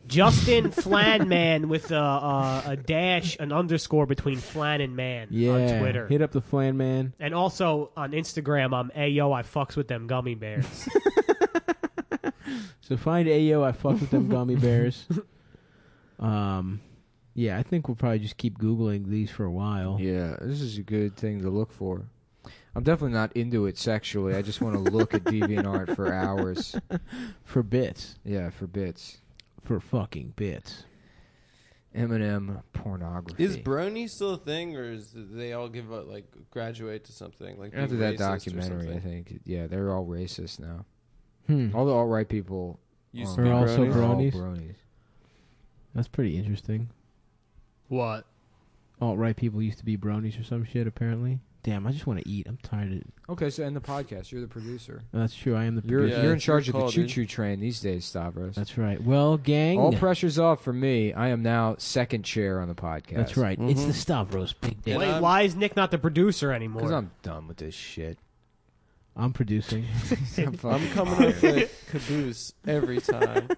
Speaker 5: Justin Flanman with a, a, a dash, an underscore between Flan and Man
Speaker 3: yeah.
Speaker 5: on Twitter.
Speaker 3: Hit up the Flan Man.
Speaker 5: And also on Instagram, I'm Ayo, I fucks with them gummy bears.
Speaker 3: So find Ayo. I fuck with them gummy bears. um, yeah, I think we'll probably just keep googling these for a while.
Speaker 1: Yeah, this is a good thing to look for. I'm definitely not into it sexually. I just want to look at DeviantArt for hours.
Speaker 3: for bits,
Speaker 1: Yeah, for bits.
Speaker 3: for fucking bits.
Speaker 1: M&M pornography.
Speaker 4: Is brony still a thing, or is they all give up like graduate to something like
Speaker 1: After
Speaker 4: be
Speaker 1: that
Speaker 4: racist or
Speaker 1: documentary, I
Speaker 4: something? Mm-hmm.
Speaker 1: think, yeah, they're all racist now.
Speaker 3: Hmm.
Speaker 1: All the alt-right people
Speaker 4: Used
Speaker 1: are
Speaker 4: to be
Speaker 3: They're also
Speaker 4: bronies?
Speaker 1: are all
Speaker 3: bronies?
Speaker 1: bronies.
Speaker 3: That's pretty interesting.
Speaker 5: what?
Speaker 3: Alt right people used to be bronies or some shit. Apparently. Damn, I just want to eat. I'm tired. Of...
Speaker 1: Okay, so end the podcast. You're the producer.
Speaker 3: That's true. I am the.
Speaker 1: You're
Speaker 3: producer.
Speaker 4: Yeah,
Speaker 1: you're in
Speaker 4: it's your
Speaker 1: charge of the
Speaker 4: call,
Speaker 1: choo
Speaker 4: dude.
Speaker 1: choo train these days, Stavros.
Speaker 3: That's right. Well, gang.
Speaker 1: All pressure's off for me. I am now second chair on the podcast.
Speaker 3: That's right.
Speaker 1: Mm-hmm.
Speaker 3: It's the Stavros Big Dick.
Speaker 4: And
Speaker 5: Wait,
Speaker 4: I'm-
Speaker 5: why is Nick not the producer anymore?
Speaker 1: Because I'm done with this shit.
Speaker 3: I'm producing.
Speaker 1: I'm
Speaker 4: I'm
Speaker 1: fucking
Speaker 4: coming up with caboose every time.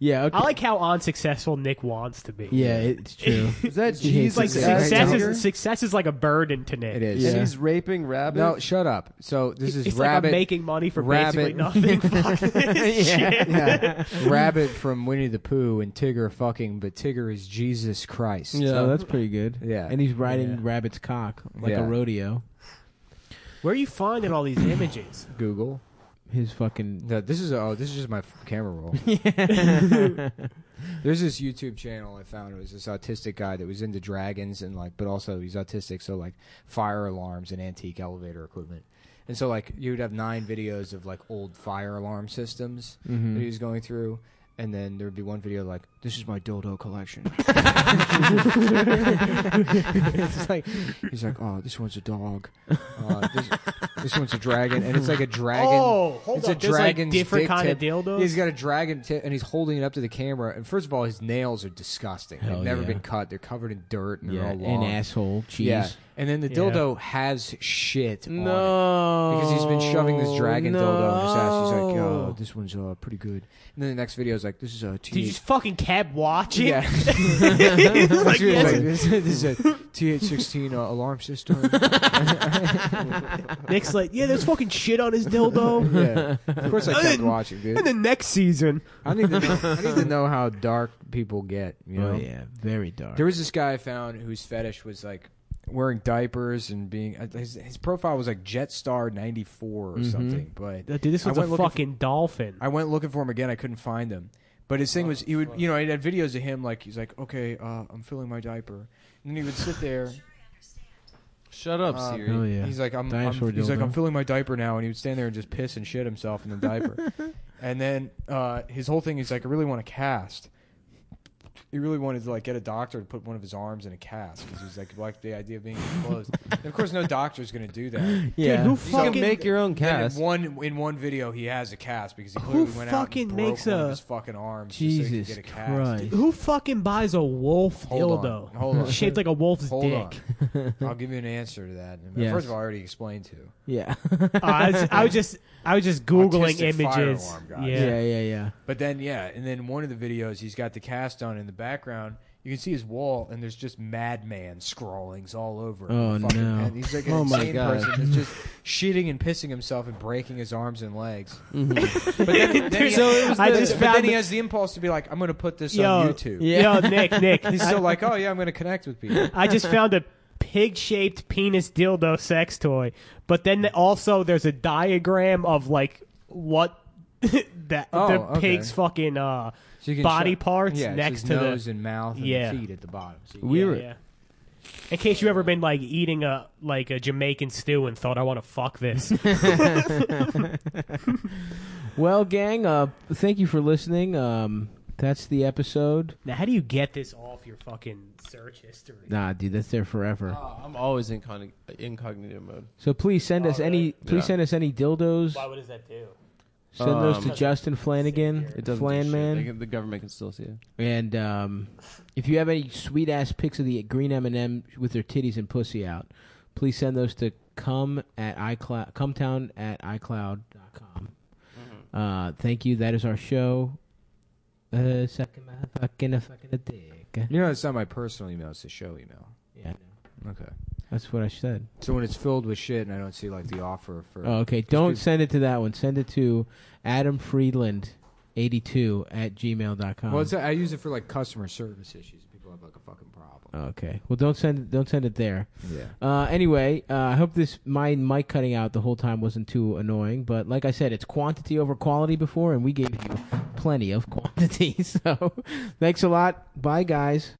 Speaker 3: yeah.
Speaker 5: I like how unsuccessful Nick wants to be.
Speaker 3: Yeah, it's true.
Speaker 4: Is that
Speaker 3: He hates
Speaker 5: It's
Speaker 4: Jesus?
Speaker 5: like
Speaker 1: Is it
Speaker 5: success
Speaker 1: Alexander?
Speaker 5: is, success is like a burden to Nick.
Speaker 1: it is.
Speaker 3: Yeah.
Speaker 4: And he's raping rabbits.
Speaker 1: No, shut up. So this is
Speaker 5: it's
Speaker 1: Rabbit
Speaker 5: like I'm making money for
Speaker 1: Rabbit.
Speaker 5: basically nothing. Fuck this shit.
Speaker 1: Rabbit from Winnie the Pooh and Tigger fucking, but Tigger is Jesus Christ.
Speaker 3: So that's pretty good.
Speaker 1: Yeah.
Speaker 3: And he's riding
Speaker 1: Yeah.
Speaker 3: Rabbit's cock like a
Speaker 1: Yeah.
Speaker 3: rodeo.
Speaker 5: Where are you finding all these images?
Speaker 1: Google.
Speaker 3: His fucking.
Speaker 1: No, this is oh, this is just my f- camera roll. There's this YouTube channel I found. It was this autistic guy that was into dragons and like, but also he's autistic, so like fire alarms and antique elevator equipment. And so like you would have nine videos of like old fire alarm systems that he was going through, and then there would be one video like, "This is my dildo collection." it's like he's like, "Oh, this one's a dog. Uh, this, this one's a dragon," and it's like a dragon.
Speaker 5: Oh, hold
Speaker 1: it's
Speaker 5: up.
Speaker 1: a
Speaker 5: There's, like,
Speaker 1: dragon's
Speaker 5: different
Speaker 1: dick
Speaker 5: kind of
Speaker 1: tip.
Speaker 5: dildos?
Speaker 1: He's got a dragon tip, and he's holding it up to the camera. And first of all, his nails are disgusting.
Speaker 3: Hell
Speaker 1: They've never
Speaker 3: yeah.
Speaker 1: been cut. They're covered in dirt and they're
Speaker 3: Yeah. An
Speaker 1: all long.
Speaker 3: asshole cheese.
Speaker 1: Yeah, And then the
Speaker 5: Yeah.
Speaker 1: dildo has shit. on it.
Speaker 4: No.
Speaker 1: because he's been shoving this dragon dildo in his ass. He's like,
Speaker 4: no.
Speaker 1: oh, this one's uh, pretty good. And then the next video is like, this is a
Speaker 5: Did you
Speaker 1: TH.
Speaker 5: just fucking cab watch it?
Speaker 1: Yeah.
Speaker 5: It's
Speaker 1: It's
Speaker 5: like,
Speaker 1: like,
Speaker 5: yes.
Speaker 1: this, this is a TH16 uh, alarm system.
Speaker 5: Nick's like, yeah, there's fucking shit on his dildo.
Speaker 1: yeah. Of course I kept watching,
Speaker 5: And
Speaker 1: dude.
Speaker 5: the next season,
Speaker 1: I need to know, I need to know how dark people get, you know?
Speaker 3: Oh yeah, very dark.
Speaker 1: There was this guy I found whose fetish was like wearing diapers and being uh, his, his profile was like Jetstar 94 or
Speaker 3: Mm-hmm.
Speaker 1: something, but
Speaker 5: Uh, dude, this
Speaker 1: I
Speaker 5: one's a
Speaker 1: went looking for-
Speaker 5: fucking dolphin.
Speaker 1: I went looking for him again. I couldn't find him. But his thing
Speaker 3: Oh,
Speaker 1: was, he would, you know, I had videos of him like he's like, okay, uh, I'm filling my diaper, and then he would sit there.
Speaker 4: Shut up,
Speaker 1: Um,
Speaker 4: Siri.
Speaker 3: oh yeah.
Speaker 1: He's like, I'm, I'm
Speaker 3: Dinosaur
Speaker 1: he's like,
Speaker 3: dildo.
Speaker 1: I'm filling my diaper now, and he would stand there and just piss and shit himself in the diaper. and then uh, his whole thing is like, I really want a cast. He really wanted to like get a doctor to put one of his arms in a cast because he was like, like the idea of being enclosed. and of course, no doctor's going to do that.
Speaker 4: yeah.
Speaker 5: who
Speaker 4: you
Speaker 5: fucking-
Speaker 4: can make your own
Speaker 1: And
Speaker 4: cast.
Speaker 1: in one in one video, he has a cast because he clearly went out
Speaker 5: fucking
Speaker 1: and broke
Speaker 5: makes
Speaker 1: one
Speaker 5: a-
Speaker 1: of his fucking arms just
Speaker 3: Jesus
Speaker 1: so he could get a cast.
Speaker 3: Christ.
Speaker 5: Who fucking buys a wolf
Speaker 1: Hold
Speaker 5: dildo
Speaker 1: on, hold on.
Speaker 5: shaped like a wolf's
Speaker 1: Hold
Speaker 5: dick?
Speaker 1: on, I'll give you an answer to that.
Speaker 3: Yes.
Speaker 1: First of all, I already explained to
Speaker 3: Yeah.
Speaker 5: Uh, I, was, I was just, I was just googling
Speaker 1: Autistic
Speaker 5: images.
Speaker 1: firearm
Speaker 5: Yeah.
Speaker 1: guy.
Speaker 3: yeah, yeah, yeah.
Speaker 1: But then, yeah, and then one of the videos, he's got the cast on in the background. You can see his wall, and there's just madman scrawlings all over. him.
Speaker 3: Oh,
Speaker 1: The fucking
Speaker 3: no.
Speaker 1: pen. He's like an
Speaker 3: Oh, my
Speaker 1: insane
Speaker 3: God.
Speaker 1: person that's just shitting and pissing himself and breaking his arms and legs. but then, then he,
Speaker 5: Mm-hmm. So it was
Speaker 1: but then-
Speaker 5: the- I just
Speaker 1: but then
Speaker 5: found
Speaker 1: he
Speaker 5: the-
Speaker 1: has the impulse to be like, "I'm going to put this
Speaker 5: Yo,
Speaker 1: on YouTube."
Speaker 5: yo, Nick, Nick.
Speaker 1: He's
Speaker 5: I,
Speaker 1: still like, "Oh yeah, I'm going to connect with people."
Speaker 5: I just found a pig-shaped penis dildo sex toy, but then also there's a diagram of like what that
Speaker 1: Oh,
Speaker 5: the
Speaker 1: okay.
Speaker 5: pig's fucking uh
Speaker 1: So you can
Speaker 5: body
Speaker 1: show-
Speaker 5: parts
Speaker 1: yeah, it's
Speaker 5: next
Speaker 1: his
Speaker 5: to
Speaker 1: nose
Speaker 5: the
Speaker 1: and mouth and
Speaker 5: Yeah.
Speaker 1: feet at the bottom. So you
Speaker 4: We
Speaker 5: yeah,
Speaker 4: were-
Speaker 5: yeah. In case you ever been like eating a like a Jamaican stew and thought I want to fuck this.
Speaker 3: Well, gang, uh, thank you for listening. Um, that's the episode.
Speaker 5: now how do you get this off your fucking search history?
Speaker 3: Nah, dude, that's there forever.
Speaker 4: Oh, I'm always incogn- incognito mode.
Speaker 3: So please send us any. Please
Speaker 4: Yeah.
Speaker 3: send us any dildos.
Speaker 5: Why what does that do?
Speaker 3: Send those to
Speaker 4: Um,
Speaker 3: Justin Flanagan,
Speaker 4: It doesn't. do shit. They
Speaker 3: Flanman,
Speaker 4: can- the government can still see it.
Speaker 3: and um, if you have any sweet ass pics of the green M and m with their titties and pussy out, please send those to come at iCloud, cometown at iCloud.com. Uh, thank you. That is our show. Uh, sucking my fucking a fucking a dick.
Speaker 1: You know, it's not my personal email; it's the show email.
Speaker 3: Yeah, I know.
Speaker 1: Okay.
Speaker 3: that's what I said.
Speaker 1: So when it's filled with shit and I don't see like the offer for
Speaker 3: Oh, okay. Don't
Speaker 1: people-
Speaker 3: send it to that one. Send it to Adam Friedland. 82 at gmail.com.
Speaker 1: Well, it's, I use it for like customer service issues. People have like a fucking problem.
Speaker 3: okay. Well, don't send it, don't send it there.
Speaker 1: Yeah.
Speaker 3: Uh, anyway, uh, I hope this my mic cutting out the whole time wasn't too annoying. But like I said, it's quantity over quality before, and we gave you plenty of quantity. So, thanks a lot. Bye, guys.